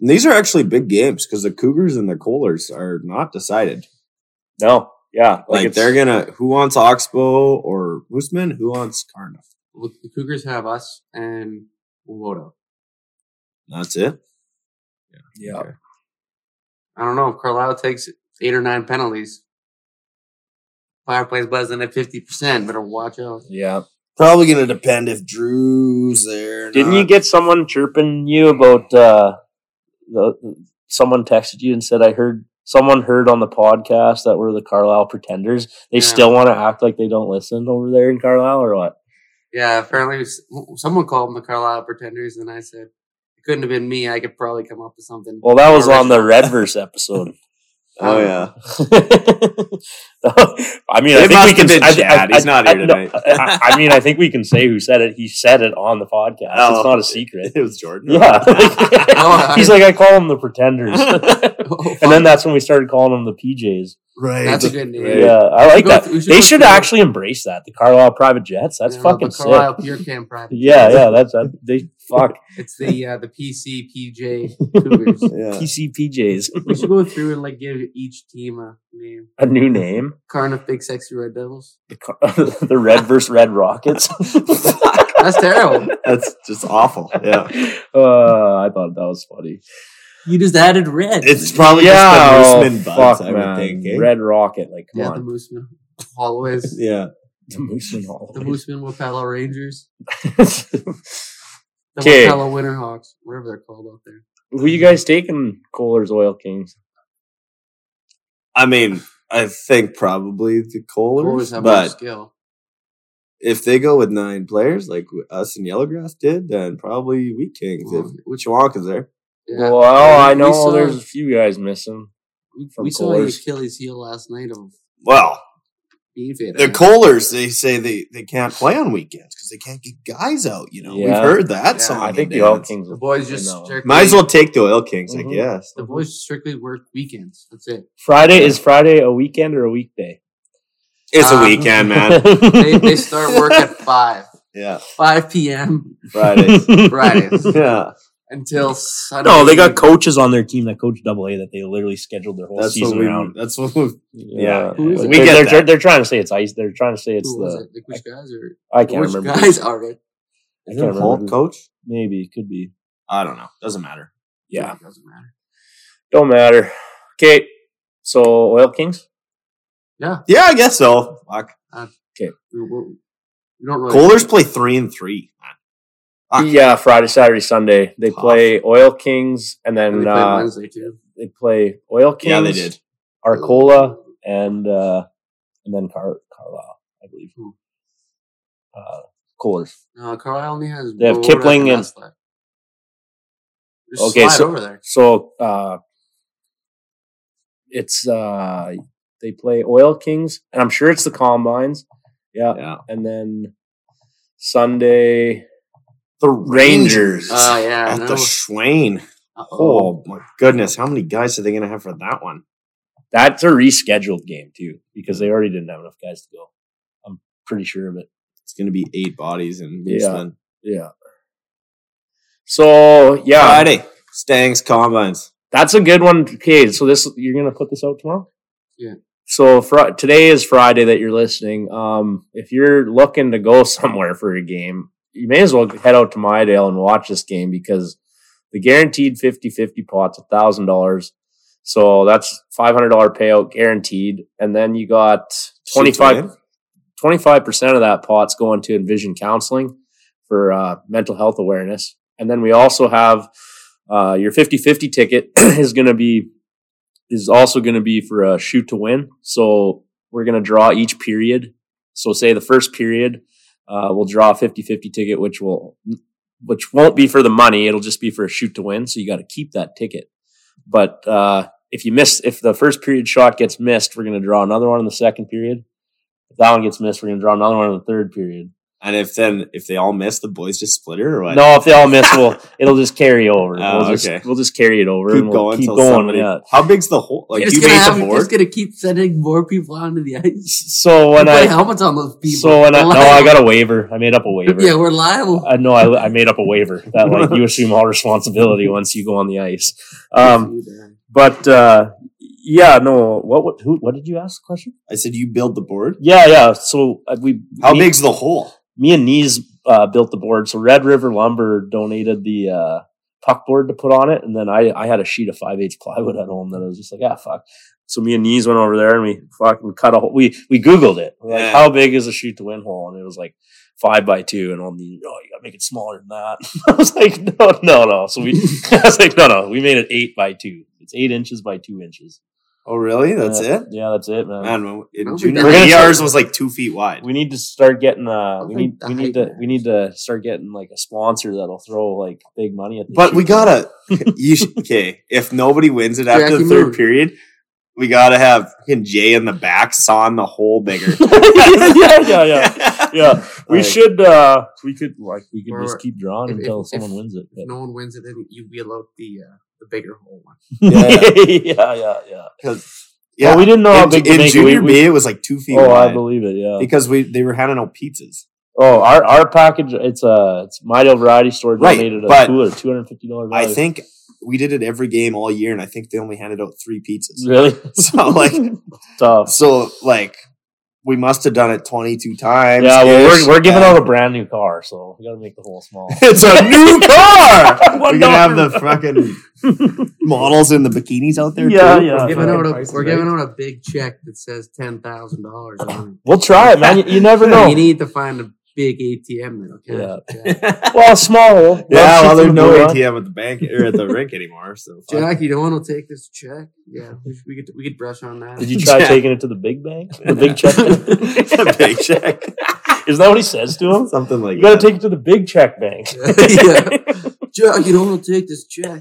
Speaker 3: And these are actually big games because the Cougars and the Kohlers are not decided.
Speaker 2: No, yeah,
Speaker 3: Like,
Speaker 2: it's-
Speaker 3: they're gonna who wants Oxbow or Mooseman? Who wants Carnif?
Speaker 1: Look, the Cougars have us and we'll vote out.
Speaker 3: That's it.
Speaker 2: yeah,
Speaker 1: I don't know if Carlisle takes eight or nine penalties. Fireplace buzzing at fifty percent. Better watch out.
Speaker 2: yeah.
Speaker 3: Probably gonna depend if Drew's there. or
Speaker 2: Didn't
Speaker 3: not.
Speaker 2: you get someone chirping you about uh, the? Someone texted you and said, "I heard someone heard on the podcast that we're the Carlisle Pretenders. They
Speaker 1: Yeah.
Speaker 2: still want to act like they don't listen over there in Carlisle, or what?"
Speaker 1: Yeah, apparently s- someone called them the Carlisle Pretenders, and I said it couldn't have been me. I could probably come up with something. [LAUGHS]
Speaker 2: Well, that was on the Redverse episode. [LAUGHS]
Speaker 3: [LAUGHS] Oh yeah.
Speaker 2: I mean, I
Speaker 3: It must
Speaker 2: think we
Speaker 3: have
Speaker 2: can.
Speaker 3: been
Speaker 2: I- I-
Speaker 3: Chad. He's
Speaker 2: I-
Speaker 3: not
Speaker 2: I-
Speaker 3: here
Speaker 2: no,
Speaker 3: tonight. [LAUGHS]
Speaker 2: [LAUGHS] I, I mean, I think we can say who said it. He said it on the podcast.
Speaker 3: Oh.
Speaker 2: It's not
Speaker 3: [LAUGHS]
Speaker 2: a secret. [LAUGHS]
Speaker 3: It was Jordan.
Speaker 2: Yeah, he's like I call them the
Speaker 3: [LAUGHS]
Speaker 1: [LAUGHS]
Speaker 2: Pretenders, [LAUGHS]
Speaker 1: Oh,
Speaker 2: and
Speaker 1: fuck.
Speaker 2: then that's when we started calling them the PJs.
Speaker 3: right.
Speaker 1: that's a good name.
Speaker 3: Right.
Speaker 2: Yeah, I like
Speaker 1: go
Speaker 2: that.
Speaker 1: th- we should
Speaker 2: they
Speaker 1: go
Speaker 2: should
Speaker 1: through-
Speaker 2: actually embrace that. The Carlisle Private Jets. That's
Speaker 1: Yeah, no,
Speaker 2: fucking
Speaker 1: the
Speaker 2: sick.
Speaker 1: Carlisle Pure
Speaker 2: [LAUGHS]
Speaker 1: Camp Private.
Speaker 2: Yeah, yeah. That's that. They fuck
Speaker 1: It's the uh, the PC
Speaker 2: [LAUGHS]
Speaker 1: PJ Cougars.
Speaker 3: Yeah.
Speaker 2: PC PJs.
Speaker 1: we should go through and like give each team a name.
Speaker 2: [LAUGHS] A new name.
Speaker 1: Carniff Big Sexy Red Devils.
Speaker 2: The, Car- [LAUGHS] the Red versus Red Rockets. [LAUGHS]
Speaker 1: That's terrible.
Speaker 3: That's just awful. Yeah.
Speaker 2: Uh, I thought that was funny.
Speaker 1: You just added red.
Speaker 3: It's probably just the Mooseman buds, I would think. eh?
Speaker 2: oh, Red Rocket, like come
Speaker 1: yeah, the
Speaker 2: on,
Speaker 1: Mooseman
Speaker 2: [LAUGHS]
Speaker 1: Hallways.
Speaker 3: Yeah.
Speaker 2: the Mooseman Hall.
Speaker 1: The Mooseman Wapello Rangers. The
Speaker 2: Okay.
Speaker 1: Wapello Winterhawks, whatever they're called out there.
Speaker 2: [LAUGHS] Who you guys taking? Kohler's Oil Kings.
Speaker 3: I mean, I think probably the
Speaker 1: Always
Speaker 3: Kohlers,
Speaker 1: have more
Speaker 3: but
Speaker 1: skill.
Speaker 3: if they go with nine players like us and Yellowgrass did, then probably Wheat Kings. If
Speaker 2: Mm-hmm.
Speaker 3: Chihuahuaca's there,
Speaker 1: Um, Yeah.
Speaker 2: Well, oh, I
Speaker 1: We
Speaker 2: know
Speaker 1: saw-
Speaker 2: there's a few guys missing.
Speaker 1: We,
Speaker 2: from
Speaker 1: we saw the
Speaker 2: Kohlers.
Speaker 1: Achilles heel last night of
Speaker 3: well,
Speaker 1: Beanfit.
Speaker 3: the Kohlers they say they they can't play on weekends because they can't get guys out. You know,
Speaker 2: Yeah.
Speaker 3: we've heard that
Speaker 1: Yeah,
Speaker 3: song.
Speaker 2: I think
Speaker 3: and
Speaker 2: the Oil
Speaker 3: dance.
Speaker 2: Kings.
Speaker 1: The
Speaker 2: will
Speaker 1: boys
Speaker 2: win
Speaker 1: just
Speaker 2: that one.
Speaker 1: strictly,
Speaker 3: Might as well take the Oil Kings,
Speaker 2: Mhm.
Speaker 3: I guess.
Speaker 1: The boys strictly work weekends. That's it.
Speaker 2: Friday is Friday a weekend or a [LAUGHS] weekday?
Speaker 3: It's a
Speaker 1: Uh,
Speaker 3: weekend,
Speaker 2: [LAUGHS]
Speaker 3: man.
Speaker 1: They, they start work at five,
Speaker 3: yeah,
Speaker 1: five p.m.
Speaker 3: Friday.
Speaker 2: [LAUGHS]
Speaker 1: Fridays
Speaker 3: yeah,
Speaker 1: until Sunday.
Speaker 2: No, they got coaches on their team that coach double A that they literally scheduled their whole
Speaker 3: that's what
Speaker 2: season
Speaker 3: we.
Speaker 2: around.
Speaker 3: That's what we. Yeah,
Speaker 1: Who is
Speaker 2: Like,
Speaker 1: it?
Speaker 3: we
Speaker 2: they're,
Speaker 3: get
Speaker 2: they're,
Speaker 3: that.
Speaker 2: they're trying to say it's ice. They're trying to say it's
Speaker 1: Who
Speaker 2: the.
Speaker 1: was it? Like which guys are?
Speaker 2: I can't
Speaker 1: which
Speaker 2: remember.
Speaker 1: guys are it?
Speaker 2: I
Speaker 3: Is
Speaker 2: can't
Speaker 3: it
Speaker 2: remember
Speaker 3: Holt
Speaker 2: who-
Speaker 3: coach?
Speaker 2: Maybe it could be.
Speaker 3: I don't know. Doesn't matter.
Speaker 2: Yeah,
Speaker 1: it doesn't matter.
Speaker 2: don't matter. Okay, so Oil Kings.
Speaker 3: Yeah, I guess so. Fuck.
Speaker 1: We, we- we don't really.
Speaker 3: Kohlers play three and three. Ah.
Speaker 2: Yeah, Friday, Saturday, Sunday they
Speaker 3: Tough.
Speaker 2: play Oil Kings, and
Speaker 1: And
Speaker 2: then
Speaker 1: they play
Speaker 2: uh,
Speaker 1: Wednesday too.
Speaker 2: they play Oil Kings.
Speaker 3: Yeah, they did.
Speaker 2: Arcola and uh, and then Car- Carlisle, I believe.
Speaker 1: Hmm.
Speaker 2: Uh, Kohler.
Speaker 1: No, Carlisle only has.
Speaker 2: They have
Speaker 1: Baroda
Speaker 2: Kipling and-
Speaker 1: Westlake. Just
Speaker 2: Okay,
Speaker 1: slide
Speaker 2: so-
Speaker 1: over there.
Speaker 2: So uh, it's uh, They play Oil Kings, and I'm sure it's the Combines. Yeah,
Speaker 3: Yeah.
Speaker 2: and then Sunday.
Speaker 3: The
Speaker 1: Rangers.
Speaker 2: Uh, [LAUGHS]
Speaker 1: Ah, yeah,
Speaker 3: At
Speaker 1: no.
Speaker 3: the Schwain.
Speaker 1: Uh-oh.
Speaker 3: Oh my goodness. How many guys are they gonna have for that one?
Speaker 2: That's a rescheduled game too, because they already didn't have enough guys to go. I'm pretty sure of it.
Speaker 3: It's gonna be eight bodies in
Speaker 2: Yeah.
Speaker 3: Mooseland.
Speaker 2: Yeah. So yeah,
Speaker 3: Friday. Stangs combines.
Speaker 2: That's a good one. Okay, so this you're gonna put this out tomorrow.
Speaker 1: Yeah.
Speaker 2: So fr- today is Friday that you're listening. Um, if you're looking to go [LAUGHS] somewhere for a game, you may as well head out to Mydale and watch this game because the guaranteed 50-50 pot's a thousand dollars. So that's five hundred dollar payout guaranteed, and then you got
Speaker 3: Shoot to
Speaker 2: 25
Speaker 3: win.
Speaker 2: 25 percent of that pot's going to Envision Counseling for uh, mental health awareness, and then we also have uh, your 50-50 ticket [CLEARS THROAT] is going to be is also going to be for a shoot to win. So we're going to draw each period. So say the first period, uh, we'll draw a 50-50 ticket, which will which won't be for the money. It'll just be for a shoot to win. So you got to keep that ticket. But uh, if you miss, if the first period shot gets missed, we're going to draw another one in the second period. If that one gets missed, we're going to draw another one in the third period.
Speaker 3: And if then if they all miss, the boys just split her or what?
Speaker 2: No, if they all miss,
Speaker 3: [LAUGHS]
Speaker 2: we'll it'll just carry over.
Speaker 3: Oh,
Speaker 2: we'll just
Speaker 3: okay.
Speaker 2: we'll just carry it over.
Speaker 3: Keep
Speaker 2: and we'll
Speaker 3: going
Speaker 2: keep
Speaker 3: till
Speaker 2: going.
Speaker 3: somebody.
Speaker 2: yeah.
Speaker 3: How big's the hole? Like
Speaker 1: You're
Speaker 3: you
Speaker 1: just, gonna
Speaker 3: made
Speaker 1: have,
Speaker 3: the
Speaker 1: you're
Speaker 3: board.
Speaker 1: just gonna keep sending more people onto the ice. [LAUGHS]
Speaker 2: So when
Speaker 1: You put
Speaker 2: I
Speaker 1: helmets on those people.
Speaker 2: so when I
Speaker 1: We're
Speaker 2: no, I
Speaker 1: liable.
Speaker 2: got a waiver. I made up a
Speaker 1: [LAUGHS]
Speaker 2: waiver.
Speaker 1: Yeah, we're liable.
Speaker 2: I know I, I made up a waiver that
Speaker 3: [LAUGHS]
Speaker 2: like you assume all responsibility once you go on the ice. Um, but uh, yeah, no. What what who what did you ask the question?
Speaker 3: I said you build the board.
Speaker 2: Yeah, yeah. So uh, we
Speaker 3: How
Speaker 2: me,
Speaker 3: big's the hole?
Speaker 2: me and Knees uh, built the board. So Red River Lumber donated the uh, puck board to put on it, and then I I had a sheet of five eighths plywood at home that I was just like ah fuck. So me and Knees went over there and we fucking cut a hole. We we googled it. We're like,
Speaker 3: Yeah.
Speaker 2: how big is a shoot to win hole? And it was like five by two, and on the oh you gotta make it smaller than that. [LAUGHS] I was like no no no.
Speaker 3: [LAUGHS]
Speaker 2: So we [LAUGHS] I was like no no we made it eight by two. It's eight inches by two inches.
Speaker 3: Oh really? That's
Speaker 2: Yeah.
Speaker 3: it?
Speaker 2: Yeah, that's it, man.
Speaker 3: Man, when-
Speaker 1: I
Speaker 3: in
Speaker 1: don't
Speaker 3: junior
Speaker 1: think
Speaker 2: that-
Speaker 3: high, ours was like two feet wide.
Speaker 2: we need to start getting uh
Speaker 1: don't
Speaker 2: we need
Speaker 1: think the
Speaker 2: we need
Speaker 1: hype
Speaker 2: to
Speaker 1: matters.
Speaker 2: we need to start getting like a sponsor that'll throw like big money at the
Speaker 3: But we gotta. you sh- okay? If nobody wins it after
Speaker 1: Jackie
Speaker 3: the third
Speaker 1: Moon.
Speaker 3: period, we gotta have fucking Jay in the back sawing the hole bigger.
Speaker 2: [LAUGHS] yeah, [LAUGHS] yeah, yeah,
Speaker 3: [LAUGHS]
Speaker 2: yeah. Yeah. We
Speaker 3: Like-
Speaker 2: should uh we could like we could
Speaker 1: Or
Speaker 2: just keep drawing
Speaker 1: if-
Speaker 2: until
Speaker 1: if-
Speaker 2: someone
Speaker 1: if-
Speaker 2: wins it.
Speaker 1: If [LAUGHS]
Speaker 2: but-
Speaker 1: no one wins it, then you'd be allowed the uh, the bigger hole one.
Speaker 3: Yeah.
Speaker 2: [LAUGHS] yeah, yeah, yeah.
Speaker 3: Yeah,
Speaker 2: Well, we didn't know how
Speaker 3: in,
Speaker 2: big
Speaker 3: in
Speaker 2: to make it. We,
Speaker 3: junior
Speaker 2: we-
Speaker 3: B, it was like two feet
Speaker 2: oh, I
Speaker 3: wide
Speaker 2: believe it, yeah.
Speaker 3: because we they were handing out pizzas.
Speaker 2: oh, our our package it's uh it's Mydale Variety Store
Speaker 3: Right,
Speaker 2: donated a
Speaker 3: but
Speaker 2: cooler, two hundred and fifty dollars.
Speaker 3: I think we did it every game all year, and I think they only handed out three pizzas.
Speaker 2: really
Speaker 3: [LAUGHS] so like,
Speaker 2: [LAUGHS] tough.
Speaker 3: so like, we must have done it twenty two times.
Speaker 2: Yeah, well
Speaker 3: ish.
Speaker 2: we're we're giving
Speaker 3: Yeah.
Speaker 2: out a brand new car, so we gotta make the hole small.
Speaker 3: It's a
Speaker 2: [LAUGHS]
Speaker 3: new car.
Speaker 2: One
Speaker 3: We're gonna have
Speaker 2: dollar.
Speaker 3: the fucking
Speaker 2: [LAUGHS]
Speaker 3: models in the bikinis out there.
Speaker 2: Yeah,
Speaker 3: too.
Speaker 2: yeah.
Speaker 1: We're giving
Speaker 2: right.
Speaker 1: out a we're giving out a big check that says ten thousand dollars
Speaker 2: [LAUGHS]
Speaker 1: on
Speaker 2: We'll try it, man. You, you
Speaker 3: [LAUGHS]
Speaker 2: never
Speaker 1: it.
Speaker 2: know.
Speaker 1: You need to find a big ATM that'll cash it back.
Speaker 2: well, a small hole.
Speaker 3: yeah, well,
Speaker 2: Shoot
Speaker 3: there's
Speaker 2: from
Speaker 3: no
Speaker 2: the blue line.
Speaker 3: ATM at the bank or at the rink anymore. So fuck.
Speaker 1: [LAUGHS] Jack, you don't want to take this check? Yeah, we, should- we could we could brush on that.
Speaker 2: Did
Speaker 1: [LAUGHS]
Speaker 2: you
Speaker 3: [LAUGHS]
Speaker 2: try
Speaker 3: Yeah.
Speaker 2: taking it to the big bank? The big
Speaker 3: [LAUGHS]
Speaker 2: check?
Speaker 3: A big check,
Speaker 2: Is that what he says to him?
Speaker 3: something like
Speaker 2: You got
Speaker 3: that.
Speaker 2: to take it to the big check bank. [LAUGHS]
Speaker 1: Jack, you don't want to take this check.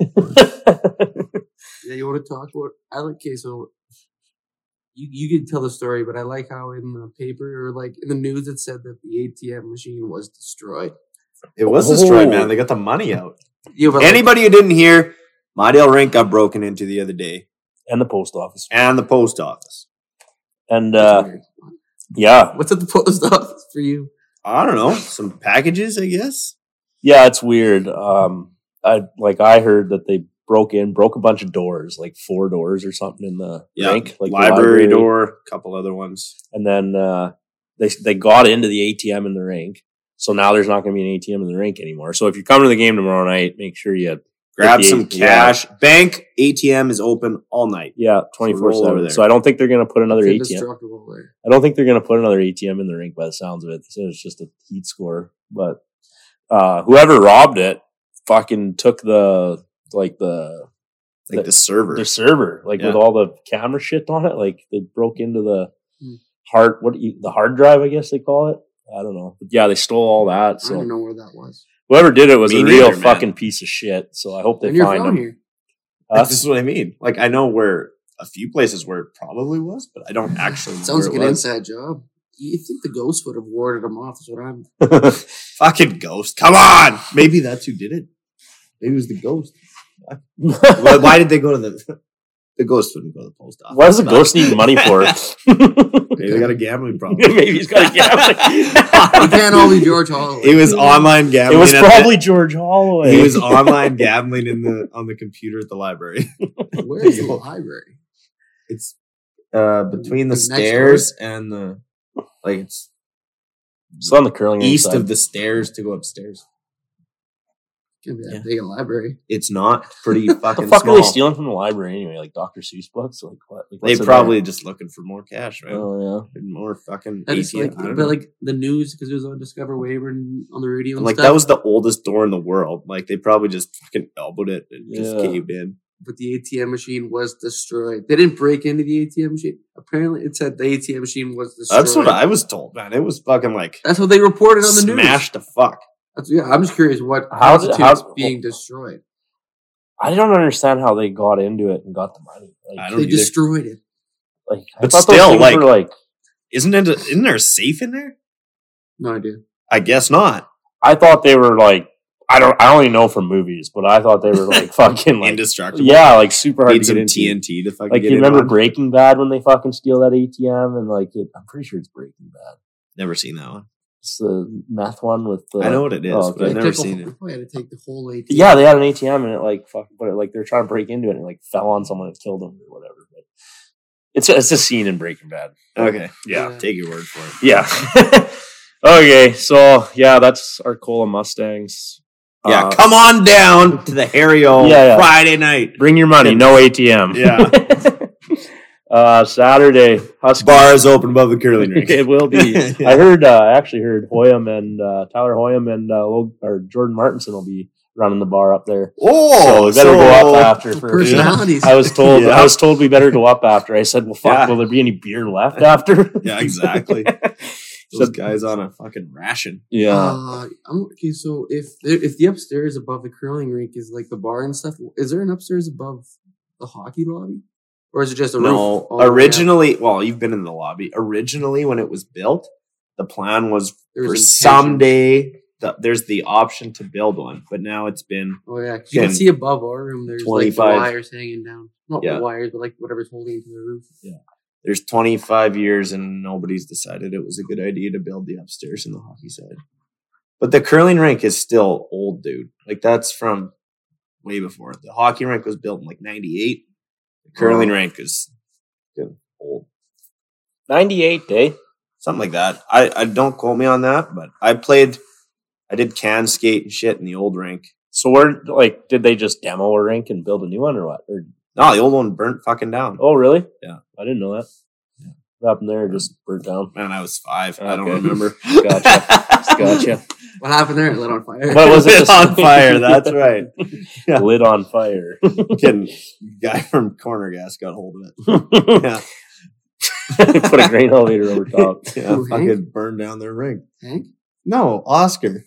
Speaker 1: Yeah, you want to talk about? I like. Okay, so you you can tell the story, but I like how in the paper or like in the news it said that the ATM machine was destroyed.
Speaker 3: it was destroyed,
Speaker 2: Oh.
Speaker 3: man. They got the money out.
Speaker 1: Yeah, but like,
Speaker 3: Anybody who didn't hear, Mydale Rink got broken into the other day,
Speaker 2: and the post office.
Speaker 3: and the post office.
Speaker 2: And [LAUGHS] uh, yeah,
Speaker 1: what's at the post [LAUGHS] office for you?
Speaker 3: I don't know, some packages, I guess.
Speaker 2: yeah, it's weird. Um, I like I heard that they broke in, broke a bunch of doors, like four doors or something in the
Speaker 3: Yeah,
Speaker 2: rink, like the
Speaker 3: library, door, couple other ones.
Speaker 2: and then uh, they they got into the ATM in the rink. So now there's not going to be an ATM in the rink anymore. So if you come to the game tomorrow night, make sure you
Speaker 3: Grab
Speaker 2: Fifty-
Speaker 3: some cash. Bank ATM is open all night.
Speaker 2: yeah twenty four
Speaker 3: roll over
Speaker 2: seven.
Speaker 3: there.
Speaker 2: So I don't think they're going to put another
Speaker 1: It's
Speaker 2: ATM.
Speaker 1: indestructible there.
Speaker 2: I don't think they're going to put another ATM in the rink by the sounds of it. They said it's just a heat score, but uh, whoever robbed it fucking took the like the
Speaker 3: Like the server.
Speaker 2: the server like with
Speaker 3: Yeah.
Speaker 2: all the camera shit on it. Like they broke into the
Speaker 1: Hmm.
Speaker 2: hard what do you- the hard drive I guess they call it. I don't know. But yeah, they stole all that.
Speaker 1: I
Speaker 2: So
Speaker 1: don't know where that was.
Speaker 2: Whoever did it was
Speaker 3: Me
Speaker 2: a real
Speaker 3: neither, man.
Speaker 2: fucking piece of shit. So I hope they
Speaker 1: and you're
Speaker 2: find
Speaker 1: from
Speaker 2: him.
Speaker 1: here.
Speaker 2: Huh?
Speaker 3: This is what I mean. Like I know where a few places where it probably was, but I
Speaker 2: [SIGHS]
Speaker 3: don't actually.
Speaker 1: Sounds
Speaker 3: where
Speaker 1: like
Speaker 3: it
Speaker 1: an
Speaker 3: was.
Speaker 1: inside job. You think the ghost would have warded him off? Is what I'm.
Speaker 3: [LAUGHS] Fucking ghost! Come on, maybe that's who did it.
Speaker 1: [LAUGHS]
Speaker 3: Maybe it was the ghost. [LAUGHS] why, why did they go to the? The ghost wouldn't go to the post office.
Speaker 2: [LAUGHS] What does a
Speaker 3: But
Speaker 2: ghost need
Speaker 3: [LAUGHS]
Speaker 2: money for? [LAUGHS]
Speaker 3: Maybe they got a gambling problem.
Speaker 2: Maybe he's got a
Speaker 1: We
Speaker 2: gambling.
Speaker 1: can't all be George
Speaker 2: [LAUGHS]
Speaker 1: Holloway.
Speaker 3: [LAUGHS] It was online
Speaker 2: it
Speaker 3: gambling.
Speaker 2: was
Speaker 3: at the-
Speaker 2: probably George Holloway.
Speaker 3: He was
Speaker 2: [LAUGHS]
Speaker 3: online gambling in the on the computer at the library. [LAUGHS]
Speaker 1: Where is the library?
Speaker 3: It's uh between the
Speaker 1: Next door.
Speaker 3: stairs and the like it's
Speaker 2: It's on the curling
Speaker 3: east
Speaker 2: side.
Speaker 3: of the stairs to go upstairs.
Speaker 1: Can't be that
Speaker 3: Yeah.
Speaker 1: big a library.
Speaker 3: It's not
Speaker 2: [LAUGHS]
Speaker 3: pretty
Speaker 2: What
Speaker 3: fucking
Speaker 2: the fuck
Speaker 3: small.
Speaker 2: are they stealing from the library anyway? Like Dr. Seuss books? Like what? Like,
Speaker 3: They
Speaker 2: what's in
Speaker 3: probably just looking for more cash,
Speaker 2: there?
Speaker 3: man.
Speaker 2: Oh
Speaker 3: And more fucking
Speaker 1: And it's
Speaker 3: ATM.
Speaker 1: like,
Speaker 3: I don't
Speaker 1: but
Speaker 3: know.
Speaker 1: like the news because it was on Discover Weyburn on the radio.
Speaker 3: And,
Speaker 1: And
Speaker 3: like
Speaker 1: stuff.
Speaker 3: that was the oldest door in the world. Like they probably just fucking elbowed it and just
Speaker 2: Yeah.
Speaker 3: caved in.
Speaker 1: but the ATM machine was destroyed. They didn't break into the ATM machine. Apparently, it said the ATM machine was destroyed.
Speaker 3: That's what I was told, man. It was fucking like
Speaker 1: That's what they reported on the news.
Speaker 3: smashed to fuck.
Speaker 1: That's, yeah, I'm just curious what
Speaker 2: How did-
Speaker 1: constitutes
Speaker 2: how-
Speaker 1: being destroyed.
Speaker 2: yeah. I don't understand how they got into it and got the money.
Speaker 3: I
Speaker 2: Like,
Speaker 3: don't
Speaker 1: They
Speaker 3: either.
Speaker 1: destroyed it.
Speaker 2: like I
Speaker 3: But
Speaker 2: thought
Speaker 3: still,
Speaker 2: those things
Speaker 3: like-
Speaker 2: were like
Speaker 3: Isn't it? Isn't there a safe in there?
Speaker 1: No idea.
Speaker 3: I guess not.
Speaker 2: I thought they were like I don't I only know from movies, but I thought they
Speaker 3: [LAUGHS]
Speaker 2: were like fucking like
Speaker 3: Indestructible.
Speaker 2: yeah, like super hard
Speaker 3: Need
Speaker 2: to
Speaker 3: some
Speaker 2: get into.
Speaker 3: TNT to fucking
Speaker 2: Like
Speaker 3: get
Speaker 2: you
Speaker 3: in
Speaker 2: remember
Speaker 3: on.
Speaker 2: Breaking Bad when they fucking steal that ATM and like it, I'm pretty sure it's Breaking Bad.
Speaker 3: Never seen that one.
Speaker 2: It's the meth one with the
Speaker 3: I know what it is,
Speaker 2: oh,
Speaker 3: but
Speaker 2: okay.
Speaker 3: I've
Speaker 1: They
Speaker 3: never
Speaker 1: took a-
Speaker 3: seen
Speaker 1: they
Speaker 3: it.
Speaker 1: Probably had to take the whole ATM.
Speaker 2: Yeah, they had an ATM and it like fuck, but it, like they're trying to break into it and it, like fell on someone and killed them or whatever. But it's a, it's a scene in Breaking Bad.
Speaker 3: Okay.
Speaker 1: Yeah.
Speaker 3: Take your word for it.
Speaker 2: Yeah. [LAUGHS] okay, so yeah, that's our Cola Mustangs.
Speaker 3: Yeah.
Speaker 2: Uh,
Speaker 3: come on down to the Harry O
Speaker 2: Yeah, yeah.
Speaker 3: Friday night.
Speaker 2: bring your money, no ATM. Yeah. [LAUGHS] uh, Saturday, Huskies.
Speaker 3: Bars open above the [LAUGHS] curling rink.
Speaker 2: [LAUGHS] it will be.
Speaker 3: Yeah.
Speaker 2: I heard. Uh, I actually heard Hoyam and uh, Tyler Hoyam and uh, Lo- or Jordan Martinson will be running the bar up there.
Speaker 3: Oh,
Speaker 2: we better
Speaker 3: so-
Speaker 2: go up after.
Speaker 1: The
Speaker 3: [LAUGHS]
Speaker 2: For,
Speaker 1: personalities.
Speaker 2: I was told.
Speaker 3: Yeah.
Speaker 2: I was told we better go up after. I said, "Well, fuck.
Speaker 3: Yeah.
Speaker 2: Will there be any
Speaker 3: [LAUGHS]
Speaker 2: beer left after?"
Speaker 3: Yeah, exactly.
Speaker 2: [LAUGHS]
Speaker 3: Those
Speaker 2: So-
Speaker 3: guys on a fucking ration.
Speaker 2: yeah.
Speaker 1: Uh, I'm, okay, so if there, if the upstairs above the curling rink is like the bar and stuff, is there an upstairs above the hockey lobby, or is it just a roof? Oh,
Speaker 3: No,
Speaker 1: all the way up?
Speaker 3: originally, well, you've been in the lobby. Originally, when it was built, the plan was
Speaker 1: There was
Speaker 3: for
Speaker 1: intention.
Speaker 3: someday the, there's the option to build one, but now it's been
Speaker 1: Oh yeah, 'cause you can
Speaker 3: Again,
Speaker 1: see above our room. There's like
Speaker 3: 25.
Speaker 1: the wires hanging down. Not
Speaker 3: Yeah.
Speaker 1: the wires, but like whatever's holding to the roof.
Speaker 3: there's 25 years and nobody's decided it was a good idea to build the upstairs in the hockey side. But the curling rink is still old, dude. Like that's from way before. The hockey rink was built in like 98. The
Speaker 2: Oh.
Speaker 3: curling rink is yeah, old.
Speaker 2: Ninety-eight eh? day.
Speaker 3: Something like that. I, I don't quote me on that, but I played I did can skate and shit in the old rink.
Speaker 2: So we're like, did they just demo a rink and build a new one or what? Or
Speaker 3: No, the old one burnt fucking down.
Speaker 2: oh, really?
Speaker 3: Yeah.
Speaker 2: I didn't know that. What happened there? Just
Speaker 3: [LAUGHS]
Speaker 2: burnt down.
Speaker 3: Man, I was five. I don't
Speaker 2: Okay.
Speaker 3: remember. [LAUGHS]
Speaker 2: Gotcha. Gotcha.
Speaker 1: What happened there? It lit on fire.
Speaker 2: What was it?
Speaker 3: Lit on
Speaker 2: [LAUGHS]
Speaker 3: fire, that's right. Yeah.
Speaker 2: Lit on fire.
Speaker 3: Kidding. Guy from Corner Gas got hold of it.
Speaker 2: Put [LAUGHS]
Speaker 3: Yeah. [LAUGHS]
Speaker 2: a grain elevator over top.
Speaker 3: Yeah,
Speaker 1: Who,
Speaker 3: fucking
Speaker 1: Hank?
Speaker 3: burn down their rink.
Speaker 1: Hank?
Speaker 3: No, Oscar.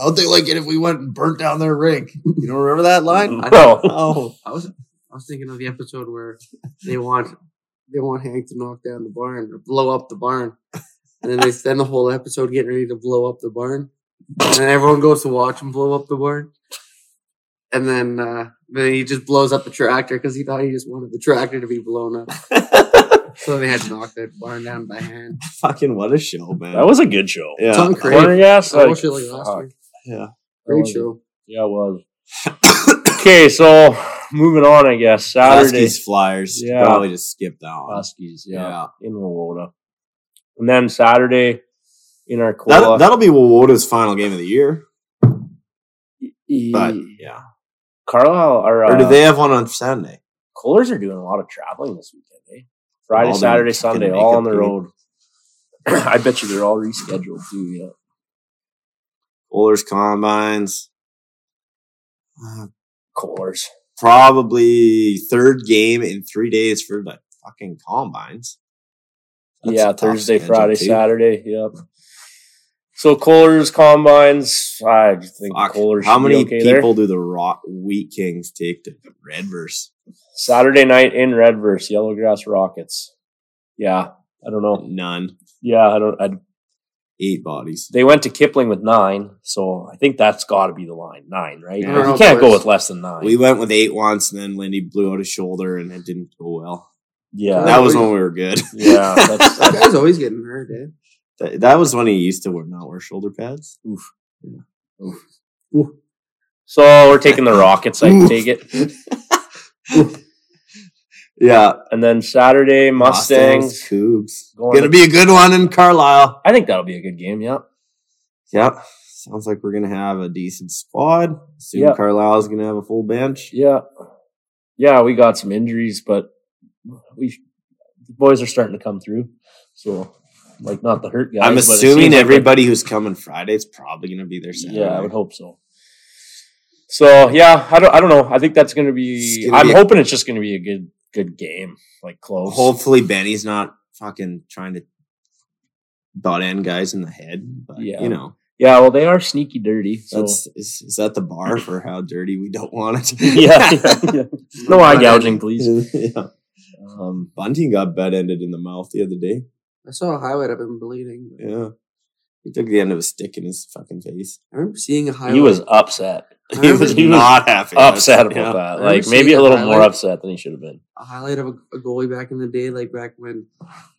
Speaker 3: How'd they like it if we went and burnt down their rink? You don't remember that line?
Speaker 2: No.
Speaker 3: Oh, [LAUGHS]
Speaker 1: I was I was thinking of the episode where they want they want Hank to knock down the barn or blow up the barn, and then they spend the whole episode getting ready to blow up the barn, and then everyone goes to watch him blow up the barn, and then uh, then he just blows up the tractor because he thought he just wanted the tractor to be blown up. So they had to knock that barn down by hand.
Speaker 3: fucking what a show, man.
Speaker 2: That was a good show.
Speaker 3: yeah.
Speaker 1: Tom Cruise.
Speaker 2: Corner gas?
Speaker 1: I
Speaker 2: Like,
Speaker 1: watched it like last
Speaker 2: fuck.
Speaker 1: week.
Speaker 3: yeah.
Speaker 1: Great
Speaker 2: was-
Speaker 1: show.
Speaker 2: Yeah, it was. okay, so moving on, I guess. Saturday.
Speaker 3: Huskies Flyers. You
Speaker 2: Yeah.
Speaker 3: Probably just skip that one.
Speaker 2: Huskies, yeah.
Speaker 3: yeah.
Speaker 2: In Wawota. And then Saturday in our
Speaker 3: That,
Speaker 2: Kola.
Speaker 3: that'll be Wawoda's final game of the year. But yeah.
Speaker 2: E Carlisle or, uh,
Speaker 3: or do they have one on Saturday?
Speaker 2: Kohlers are doing a lot of traveling this weekend, eh? Friday,
Speaker 3: All them
Speaker 2: Saturday,
Speaker 3: Oh, fucking
Speaker 2: Sunday,
Speaker 3: makeup
Speaker 2: all on the
Speaker 3: dude.
Speaker 2: road. [CLEARS THROAT] I bet you they're all rescheduled too, yeah.
Speaker 3: Oilers Combines. Uh,
Speaker 2: Kohlers.
Speaker 3: probably third game in three days for the fucking Combines. That's a
Speaker 2: yeah,
Speaker 3: tough
Speaker 2: Thursday,
Speaker 3: schedule,
Speaker 2: Friday,
Speaker 3: too.
Speaker 2: Saturday. Yep. So Kohlers combines. I think
Speaker 3: Fuck.
Speaker 2: Kohlers.
Speaker 3: How
Speaker 2: should be
Speaker 3: many
Speaker 2: okay there.
Speaker 3: people do the Rock Wheat Kings take to the Redverse?
Speaker 2: Saturday night in Red versus Yellowgrass Rockets. Yeah, I don't know.
Speaker 3: None.
Speaker 2: Yeah, I don't. I,
Speaker 3: Eight bodies.
Speaker 2: they went to Kipling with nine, so I think that's got to be the line. Nine, right?
Speaker 3: Yeah.
Speaker 2: You
Speaker 3: I don't
Speaker 1: know,
Speaker 2: can't go
Speaker 1: boys.
Speaker 2: with less than nine.
Speaker 3: We went with eight once, and then Lindy blew out his shoulder, and it didn't go well.
Speaker 2: yeah,
Speaker 3: That was when we were good. [LAUGHS]
Speaker 2: yeah. That's,
Speaker 1: That guy's always getting hurt, eh?
Speaker 3: That, that was when he used to wear not wear shoulder pads.
Speaker 2: so we're taking the Rockets. I
Speaker 3: Oof.
Speaker 2: take it,
Speaker 3: Yeah,
Speaker 2: and then Saturday Mustangs.
Speaker 3: Cougs.
Speaker 2: Going
Speaker 3: Gonna
Speaker 2: to-
Speaker 3: be a good one in Carlisle.
Speaker 2: I think that'll be a good game. Yeah.
Speaker 3: Yep. Sounds like we're gonna have a decent squad. Soon
Speaker 2: Yep.
Speaker 3: Carlisle's gonna have a full bench.
Speaker 2: Yeah. Yeah, we got some injuries, but we the boys are starting to come through. So like not the hurt guys.
Speaker 3: I'm
Speaker 2: but it seems
Speaker 3: assuming
Speaker 2: like
Speaker 3: everybody who's coming Friday is probably gonna be there
Speaker 2: the-
Speaker 3: Saturday.
Speaker 2: yeah, I would hope so. So yeah, I don't I don't know. I think that's gonna be
Speaker 3: It's gonna
Speaker 2: I'm
Speaker 3: be a-
Speaker 2: hoping it's just gonna be a good good game. Like close.
Speaker 3: Hopefully Benny's not fucking trying to butt end guys in the head. But
Speaker 2: Yeah.
Speaker 3: you know,
Speaker 2: yeah, well they are sneaky dirty. So
Speaker 3: that's is, is that the
Speaker 2: [CLEARS THROAT]
Speaker 3: bar for how dirty we don't want it?
Speaker 2: [LAUGHS]
Speaker 3: [LAUGHS]
Speaker 2: yeah, yeah, yeah. No eye gouging, please.
Speaker 3: yeah.
Speaker 2: Um
Speaker 3: Bunting got butt ended in the mouth the other day.
Speaker 1: I saw a highlight of him bleeding. but
Speaker 3: Yeah. He took the end of a stick in his fucking face.
Speaker 1: I remember seeing a highlight.
Speaker 2: he was upset.
Speaker 1: I
Speaker 2: [LAUGHS] He
Speaker 1: remember
Speaker 2: was, he
Speaker 1: seeing
Speaker 2: was
Speaker 3: happy.
Speaker 2: upset about
Speaker 3: Yeah.
Speaker 2: that.
Speaker 1: I
Speaker 2: Like
Speaker 1: remember
Speaker 2: maybe
Speaker 1: seeing
Speaker 2: a little
Speaker 1: that
Speaker 2: more
Speaker 1: highlight.
Speaker 2: upset than he should have been.
Speaker 1: a highlight of a, a goalie back in the day, like back when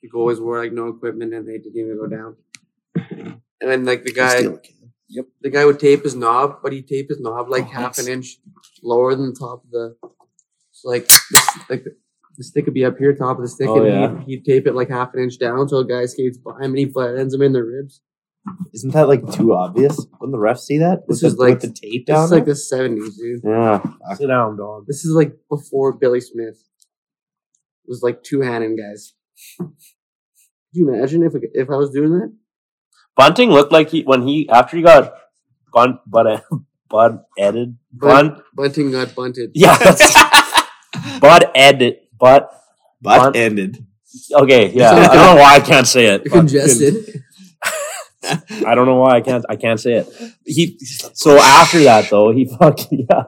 Speaker 1: the goalies wore like no equipment and they didn't even go down.
Speaker 3: [CLEARS THROAT]
Speaker 1: And then like the guy,
Speaker 3: Still can't.
Speaker 1: the guy would tape his knob, but he taped his knob like
Speaker 3: Oh,
Speaker 1: half
Speaker 3: that's-
Speaker 1: an inch lower than the top of the, so like this, like the, the stick would be up here, top of the stick,
Speaker 2: Oh,
Speaker 1: and
Speaker 2: yeah.
Speaker 1: he'd, he'd tape it like half an inch down, so a guy skates by him and he flat ends him in the ribs.
Speaker 3: Isn't that like too obvious? Wouldn't the refs see that?
Speaker 1: This
Speaker 3: with
Speaker 1: is
Speaker 3: the,
Speaker 1: like-
Speaker 3: with the tape
Speaker 1: This
Speaker 3: down.
Speaker 1: is like
Speaker 3: there?
Speaker 1: the seventies, dude.
Speaker 3: yeah. fuck.
Speaker 2: Sit down, dog.
Speaker 1: This is like before Billy Smith. It was like two Hannon guys. Could you imagine if if I was doing that?
Speaker 2: Bunting looked like he when he after he got bunt butt bud [LAUGHS] edited
Speaker 1: Bun-
Speaker 2: bunt
Speaker 1: Bunting got bunted. [LAUGHS]
Speaker 2: yeah that's, bud edit but
Speaker 3: Butt
Speaker 2: Bunt-
Speaker 3: ended.
Speaker 2: okay yeah
Speaker 1: sounds
Speaker 2: I don't know why I can't say
Speaker 1: [LAUGHS]
Speaker 2: it
Speaker 1: You're
Speaker 2: but-
Speaker 1: congested.
Speaker 2: I don't know why I can't I can't say it he so after that though he [LAUGHS] fucking yeah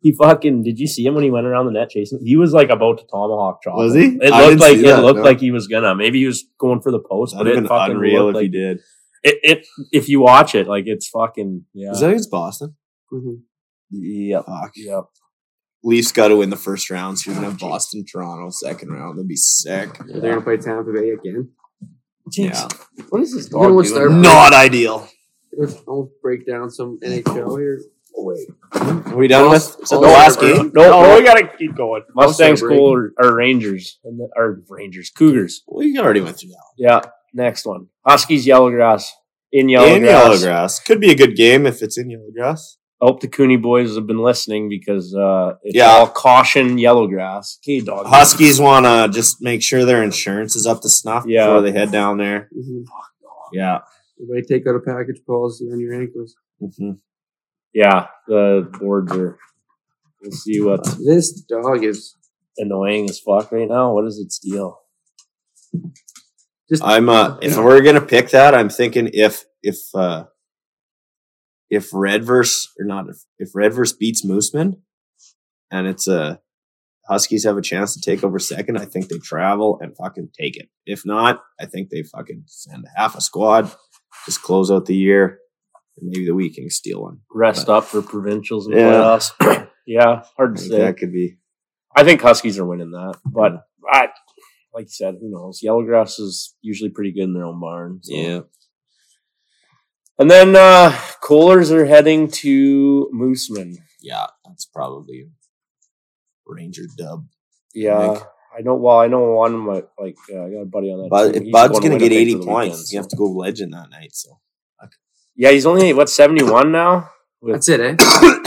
Speaker 2: he fucking did you see him when he went around the net chasing he was like about to tomahawk chop
Speaker 3: Was
Speaker 2: him.
Speaker 3: he?
Speaker 2: it
Speaker 3: I
Speaker 2: looked
Speaker 3: didn't
Speaker 2: like
Speaker 3: see
Speaker 2: it
Speaker 3: that,
Speaker 2: looked
Speaker 3: no.
Speaker 2: like he was gonna maybe he was going for the post
Speaker 3: That'd
Speaker 2: but
Speaker 3: have been
Speaker 2: it fucking
Speaker 3: unreal
Speaker 2: looked
Speaker 3: if
Speaker 2: like
Speaker 3: he did.
Speaker 2: it, it if you watch it like it's fucking yeah
Speaker 3: Is that against Boston? Mm-hmm.
Speaker 1: Mhm.
Speaker 2: yep
Speaker 3: Fuck.
Speaker 2: yep
Speaker 3: Leafs got to win the first round, so we can have Boston, Toronto second round. That'd be sick.
Speaker 1: They're gonna play Tampa Bay again.
Speaker 3: Yeah.
Speaker 2: What is this
Speaker 1: You know what's their-
Speaker 3: Not ideal.
Speaker 1: Let's I'll break down some NHL here. Oh wait,
Speaker 3: Are we done with
Speaker 1: Lost-
Speaker 3: is that the
Speaker 1: lost
Speaker 3: last
Speaker 1: their-
Speaker 3: game?
Speaker 2: No, we gotta keep going. Mustangs,
Speaker 1: Sorry, Brady.
Speaker 2: Cool, or, or Rangers, and the- or Rangers, Cougars.
Speaker 3: We already went through that.
Speaker 2: Yeah, next one. Huskies, Yellowgrass in Yellowgrass.
Speaker 3: In Yellowgrass. Could be a good game if it's in Yellowgrass.
Speaker 2: I hope the Cooney boys have been listening because uh, it's
Speaker 3: Yeah.
Speaker 2: all caution Yellowgrass. Okay, dog.
Speaker 3: Huskies want to just make sure their insurance is up to snuff
Speaker 2: Yeah.
Speaker 3: before they head down there.
Speaker 1: Mhm.
Speaker 3: Yeah.
Speaker 1: everybody take out a package policy on your ankles.
Speaker 3: hmm
Speaker 2: Yeah, the boards are. We'll see what's
Speaker 1: This dog is
Speaker 2: annoying as fuck right now. What is its deal?
Speaker 1: just
Speaker 3: I'm uh if we're gonna pick that, I'm thinking if if uh if Redverse or not if if Redverse beats Mooseman and it's uh, Huskies have a chance to take over second, I think they travel and fucking take it. If not, I think they fucking send half a squad, just close out the year, and maybe the weekend steal one.
Speaker 2: Rest up for provincials and
Speaker 3: Yeah.
Speaker 2: playoffs. [CLEARS THROAT] yeah,
Speaker 3: I
Speaker 2: hard to
Speaker 3: think
Speaker 2: say.
Speaker 3: that could be
Speaker 2: I think Huskies are winning that, but I, like you said, who knows? Yellowgrass is usually pretty good in their own barn. so. And then uh Kohlers are heading to Mooseman.
Speaker 3: yeah, that's probably Ranger dub.
Speaker 2: Yeah,
Speaker 3: Like-
Speaker 2: I know. Well, I know one. of My like, uh, I got a buddy on that.
Speaker 3: But
Speaker 2: team.
Speaker 3: if
Speaker 2: He's
Speaker 3: Bud's
Speaker 2: going
Speaker 3: gonna
Speaker 2: Winnipeg
Speaker 3: get eighty
Speaker 2: for the
Speaker 3: points,
Speaker 2: weekend,
Speaker 3: you have
Speaker 2: so-
Speaker 3: to go legend that night. So
Speaker 2: Yeah, he's only what seventy one now with
Speaker 1: that's it, eh?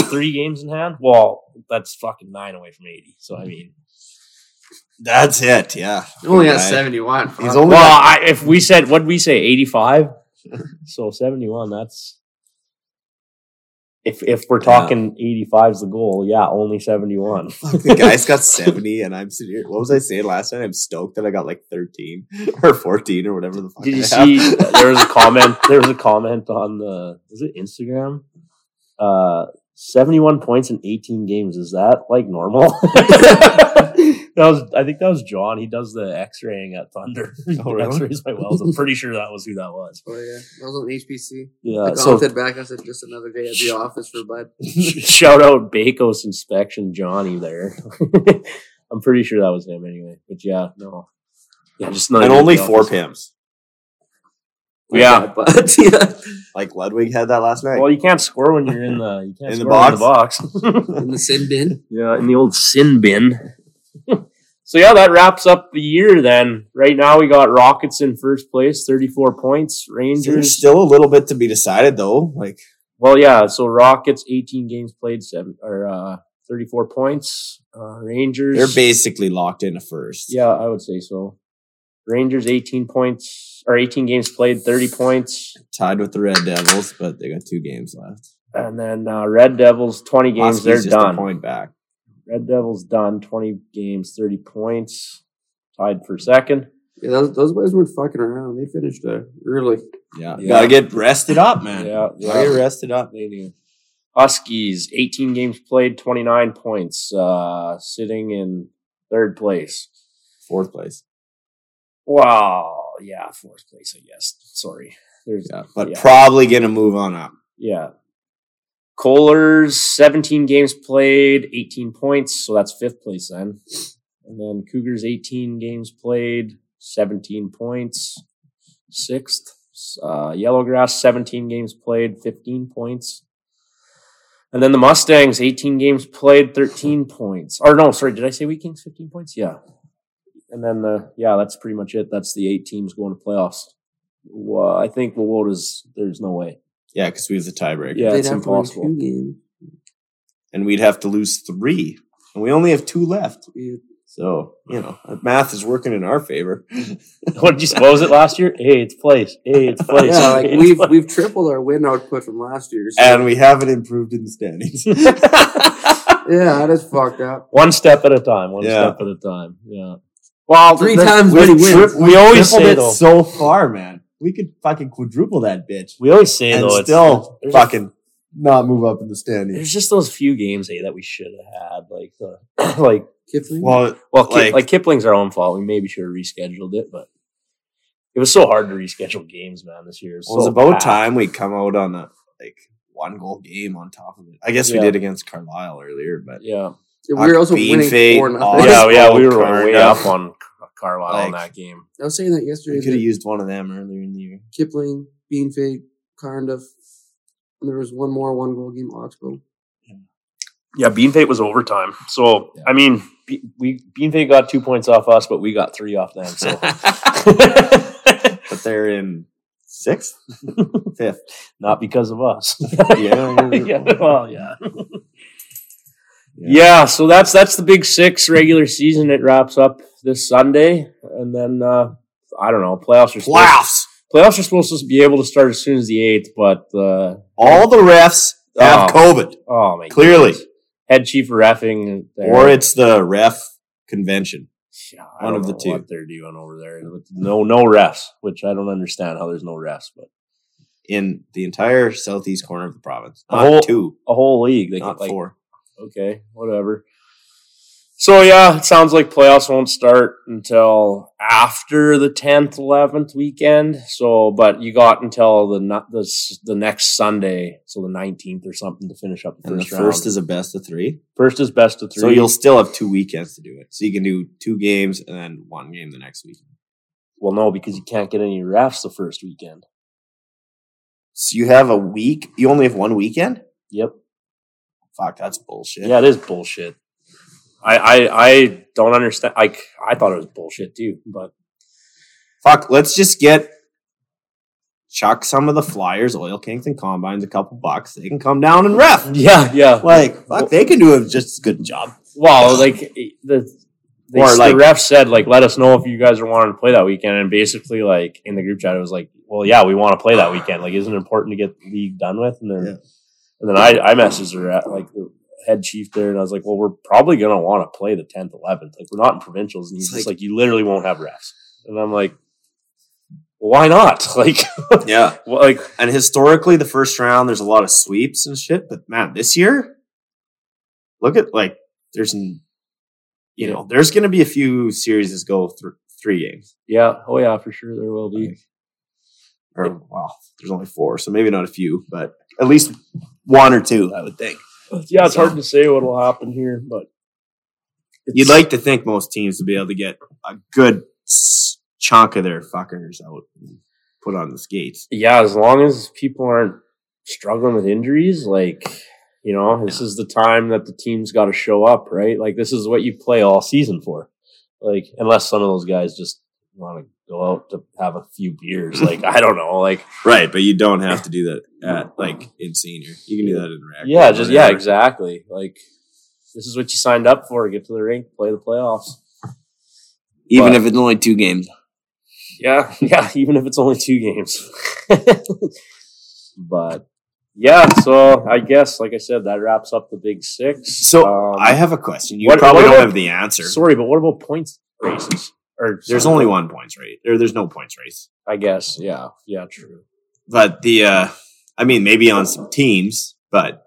Speaker 2: three games in hand. Well, that's fucking nine away from eighty. So I mean,
Speaker 3: that's it. Yeah,
Speaker 1: He only got
Speaker 3: Right.
Speaker 1: seventy one.
Speaker 3: He's only
Speaker 2: well, I, if we said what we say eighty five, so seventy one. That's if if we're talking eighty five's the goal. Yeah, only seventy one.
Speaker 3: Fuck, the guy's got 70 and I'm sitting here. What was I saying last night? I'm stoked that I got like 13 [LAUGHS] or 14 or whatever the fuck.
Speaker 2: Did
Speaker 3: I
Speaker 2: you
Speaker 3: have. [LAUGHS]
Speaker 2: see? There was a comment. There was a comment on the was it Instagram? Uh, 71 points in 18 games. Is that like normal? [LAUGHS] that was I think that was John. He does the x-raying at Thunder. [LAUGHS]
Speaker 3: Oh, really?
Speaker 2: X-rays by Wells. I'm pretty sure that was who that was.
Speaker 1: Oh yeah, I was on HBC. I
Speaker 3: Uh,
Speaker 2: Yeah. So
Speaker 1: commented back. I said, "Just another day at the office for Bud."
Speaker 2: [LAUGHS] shout out Bakos Inspection Johnny there. [LAUGHS] I'm pretty sure that was him anyway. But yeah, no. Yeah, just not
Speaker 3: and
Speaker 2: even
Speaker 3: only
Speaker 2: the
Speaker 3: four
Speaker 2: office.
Speaker 3: pims.
Speaker 4: Yeah.
Speaker 1: [LAUGHS] but
Speaker 3: [LAUGHS]
Speaker 1: yeah,
Speaker 3: Like Ludwig had that last night.
Speaker 2: Well, you can't score when you're in the you can't
Speaker 3: In the
Speaker 2: score when you're in the box. [LAUGHS]
Speaker 1: in the sin bin.
Speaker 2: Yeah, in the old sin bin. [LAUGHS] so yeah, that wraps up the year then. Right now we got Rockets in first place, 34 points.
Speaker 3: There's
Speaker 2: Rangers
Speaker 3: still a little bit to be decided though. Like
Speaker 2: Well, yeah, so Rockets 18 games played, 7 or uh 34 points. Uh Rangers
Speaker 3: they're basically locked in a first.
Speaker 2: Yeah, I would say so. Rangers 18 points or 18 games played, 30 points.
Speaker 3: Tied with the Red Devils, but they got two games left.
Speaker 2: And then uh, Red Devils 20 games,
Speaker 3: Hoskies
Speaker 2: they're
Speaker 3: just
Speaker 2: done.
Speaker 3: a point back.
Speaker 2: Red Devils done 20 games, 30 points, tied for second.
Speaker 1: Yeah, those, those boys weren't fucking around. They finished uh, early.
Speaker 3: Yeah.
Speaker 2: Yeah.
Speaker 3: Gotta get rested up, man.
Speaker 2: Yeah,
Speaker 3: Gotta
Speaker 2: yeah.
Speaker 3: get rested up.
Speaker 2: They do. Huskies, 18 games played, 29 points, uh, sitting in third place.
Speaker 3: Fourth place.
Speaker 2: Wow. Yeah, fourth place, I guess. Sorry. There's
Speaker 3: Yeah. But
Speaker 2: Yeah.
Speaker 3: probably gonna move on up.
Speaker 2: Yeah. Kohler's 17 games played, 18 points. So that's fifth place then. And then Cougars 18 games played, 17 points. Sixth. Uh, Yellowgrass 17 games played, 15 points. And then the Mustangs 18 games played, 13 points. Or no, sorry, did I say Wheat Kings 15 points? Yeah. And then the yeah, that's pretty much it. That's the eight teams going to playoffs. Well, I think Lawota's there's no way.
Speaker 3: Yeah, because we have the tiebreaker.
Speaker 2: Yeah,
Speaker 1: They'd
Speaker 2: it's
Speaker 1: have to win
Speaker 2: impossible.
Speaker 1: Two games.
Speaker 3: And we'd have to lose three. And we only have two left.
Speaker 1: Yeah.
Speaker 3: So, you know, that math is working in our
Speaker 2: [LAUGHS]
Speaker 3: favor.
Speaker 2: what did you suppose it last year? Hey, it's place. Hey, it's place.
Speaker 1: [LAUGHS] Yeah, like
Speaker 2: Hey, it's
Speaker 1: we've [LAUGHS]
Speaker 2: place.
Speaker 1: we've tripled our win output from last year. So
Speaker 3: and we haven't improved in the
Speaker 2: [LAUGHS]
Speaker 3: standings.
Speaker 1: yeah, that is fucked up.
Speaker 2: one step at a time. One
Speaker 3: Yeah.
Speaker 2: step at a time. Yeah. Well,
Speaker 1: Three
Speaker 2: the-
Speaker 1: times
Speaker 2: we,
Speaker 1: many
Speaker 2: tri-
Speaker 1: wins.
Speaker 2: we always
Speaker 3: Tripled
Speaker 2: say
Speaker 3: it
Speaker 2: though.
Speaker 3: so far, man. We could fucking quadruple that bitch.
Speaker 2: we always say
Speaker 3: and
Speaker 2: though. it's-
Speaker 3: still
Speaker 2: there's a-
Speaker 3: fucking not move up in the standings.
Speaker 2: there's just those few games hey, that we should have had. Like the [COUGHS] like
Speaker 1: Kipling.
Speaker 3: Well,
Speaker 2: well, Ki-
Speaker 3: Like-
Speaker 2: like, Kipling's our own fault. We maybe should have rescheduled it, but it was so hard to reschedule games, man. This year
Speaker 3: Well, it was
Speaker 2: so
Speaker 3: about
Speaker 2: packed.
Speaker 3: time we come out on a like one goal game on top of it. I guess we
Speaker 2: Yeah.
Speaker 3: did against Carlisle earlier, but
Speaker 2: Yeah,
Speaker 1: Yeah, we were also
Speaker 3: Bean
Speaker 1: winning
Speaker 3: fade,
Speaker 1: four
Speaker 3: Oh,
Speaker 1: nothing.
Speaker 2: yeah, yeah. We
Speaker 3: oh,
Speaker 2: were way
Speaker 3: Carlisle.
Speaker 2: up on Car- Carlisle in
Speaker 3: Like-
Speaker 2: that game.
Speaker 1: I was saying that
Speaker 3: we
Speaker 1: yesterday.
Speaker 3: could have
Speaker 1: That
Speaker 3: used one of them earlier in the
Speaker 2: [LAUGHS]
Speaker 3: year.
Speaker 1: Kipling, Bean Fake, kind of. And there was one more one goal game Oxbow.
Speaker 2: Yeah, Bean Fate was overtime. So I mean, Be- we Bean Fate got two points off us, but we got three off them. [LAUGHS] So
Speaker 3: But they're in sixth,
Speaker 2: [LAUGHS]
Speaker 3: fifth.
Speaker 2: not because of [LAUGHS] us.
Speaker 3: Yeah,
Speaker 2: yeah, well, yeah.
Speaker 3: Yeah.
Speaker 2: Yeah, so that's that's the big six regular season. It wraps up this Sunday, and then uh, I don't know playoffs are supposed,
Speaker 3: Playoffs.
Speaker 2: playoffs are supposed to be able to start as soon as the eighth. But uh,
Speaker 3: All the refs have
Speaker 2: Oh.
Speaker 3: COVID,
Speaker 2: oh my,
Speaker 3: Clearly.
Speaker 2: goodness. head chief of refing there.
Speaker 3: or it's the ref convention.
Speaker 2: Yeah, I
Speaker 3: One
Speaker 2: don't
Speaker 3: of the
Speaker 2: know
Speaker 3: two.
Speaker 2: What they're doing over there? With [LAUGHS] No, no refs, which I don't understand how there's no refs, but
Speaker 3: in the entire southeast corner of the province.
Speaker 2: The
Speaker 3: Not
Speaker 2: whole-
Speaker 3: two,
Speaker 2: a whole league they
Speaker 3: not
Speaker 2: can like
Speaker 3: four.
Speaker 2: okay, whatever. So yeah, it sounds like playoffs won't start until after the tenth, eleventh weekend. So, but you got until the nu- the s- the next Sunday, so the nineteenth or something, to finish up the
Speaker 3: And
Speaker 2: first
Speaker 3: the
Speaker 2: round.
Speaker 3: first is a best of three.
Speaker 2: first is best of three.
Speaker 3: So you'll still have two weekends to do it. So you can do two games and then one game the next weekend.
Speaker 2: well no because you can't get any refs the first weekend.
Speaker 3: So you have a week. You only have one weekend.
Speaker 2: Yep.
Speaker 3: Fuck, that's bullshit.
Speaker 2: Yeah, it is bullshit. I I, I don't understand. Like I thought it was bullshit too, but
Speaker 3: Fuck. Let's just get chuck some of the Flyers, Oil Kings, and Combines a couple bucks. They can come down and ref.
Speaker 2: yeah, yeah.
Speaker 3: Like fuck, they can do a just as good a job.
Speaker 2: Well, like the they,
Speaker 3: Or, like-
Speaker 2: the ref said, like let us know if you guys are wanting to play that weekend, and basically, like in the group chat, it was like, well, yeah, we want to play that weekend. Like, isn't it important to get the league done with? And then,
Speaker 3: Yeah.
Speaker 2: and then I I messaged her at like the head chief there, and I was like, well, we're probably gonna want to play the tenth, eleventh. Like, we're not in provincials, and he's
Speaker 3: It's
Speaker 2: just
Speaker 3: like-
Speaker 2: like, you literally won't have refs. And I'm like, why not? [LAUGHS] Like,
Speaker 3: Yeah.
Speaker 2: well, like
Speaker 3: And historically, the first round, there's a lot of sweeps and shit. But man, this year, look at like, there's, n- you know, there's going to be a few series that go through three games.
Speaker 2: yeah, oh yeah, for sure there will be.
Speaker 3: Or, well, there's only four. So maybe not a few, but at least one or two, I would think.
Speaker 2: Yeah, it's hard to say what will happen here, but
Speaker 3: You'd like to think most teams would be able to get a good s- chunk of their fuckers out and put on the skates.
Speaker 2: yeah, as long as people aren't struggling with injuries, like you know, this is the time that the team's got to show up, right? Like this is what you play all season for. Like unless some of those guys just want to go out to have a few beers, like I don't know,
Speaker 3: [LAUGHS]
Speaker 2: like
Speaker 3: Right, but you don't have to do that at like in senior. You can do that in rec.
Speaker 2: yeah,
Speaker 3: or
Speaker 2: just yeah,
Speaker 3: whatever.
Speaker 2: exactly. Like this is what you signed up for: get to the rink, play the playoffs.
Speaker 4: Even
Speaker 2: But-
Speaker 4: if it's only two games.
Speaker 2: Yeah, [LAUGHS] yeah, even if it's only two games. [LAUGHS] but yeah, so I guess, like I said, that wraps up the big six.
Speaker 3: So
Speaker 2: Um,
Speaker 3: I have a question. You
Speaker 2: what-
Speaker 3: probably
Speaker 2: what
Speaker 3: don't
Speaker 2: about-
Speaker 3: have the answer.
Speaker 2: sorry, but what about points races? Or
Speaker 3: There's only one points race. There, there's no points race.
Speaker 2: I guess. Yeah, yeah, true.
Speaker 3: But the, uh I mean, maybe on some teams, but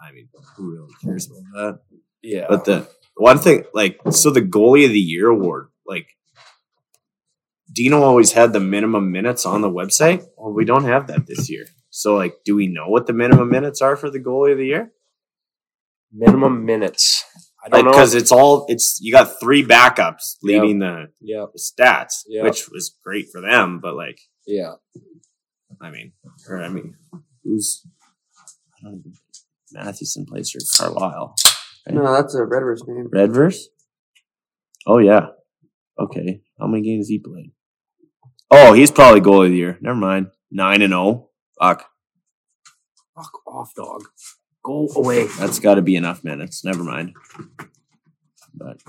Speaker 3: I mean, who really cares about that?
Speaker 2: Yeah,
Speaker 3: But the one thing, like, so the goalie of the year award, like, Dino always had the minimum minutes on the website. Well, we don't have that this year. So, like, do we know what the minimum minutes are for the goalie of the year?
Speaker 2: minimum minutes. I
Speaker 3: Like,
Speaker 2: don't know.
Speaker 3: because it's all it's you got three backups
Speaker 2: Yep.
Speaker 3: leading
Speaker 2: Yeah,
Speaker 3: the stats,
Speaker 2: Yep.
Speaker 3: which was great for them. But like,
Speaker 2: yeah.
Speaker 3: I mean, or I mean, who's I don't even, Mathewson plays for Carlisle.
Speaker 1: No, that's a Red River's name.
Speaker 3: Redverse? Oh yeah. Okay. How many games he played? Oh, he's probably goalie of the year. Never mind. Nine and oh. Fuck.
Speaker 2: Fuck off, dog. Go away.
Speaker 3: That's gotta be enough minutes. Never mind. But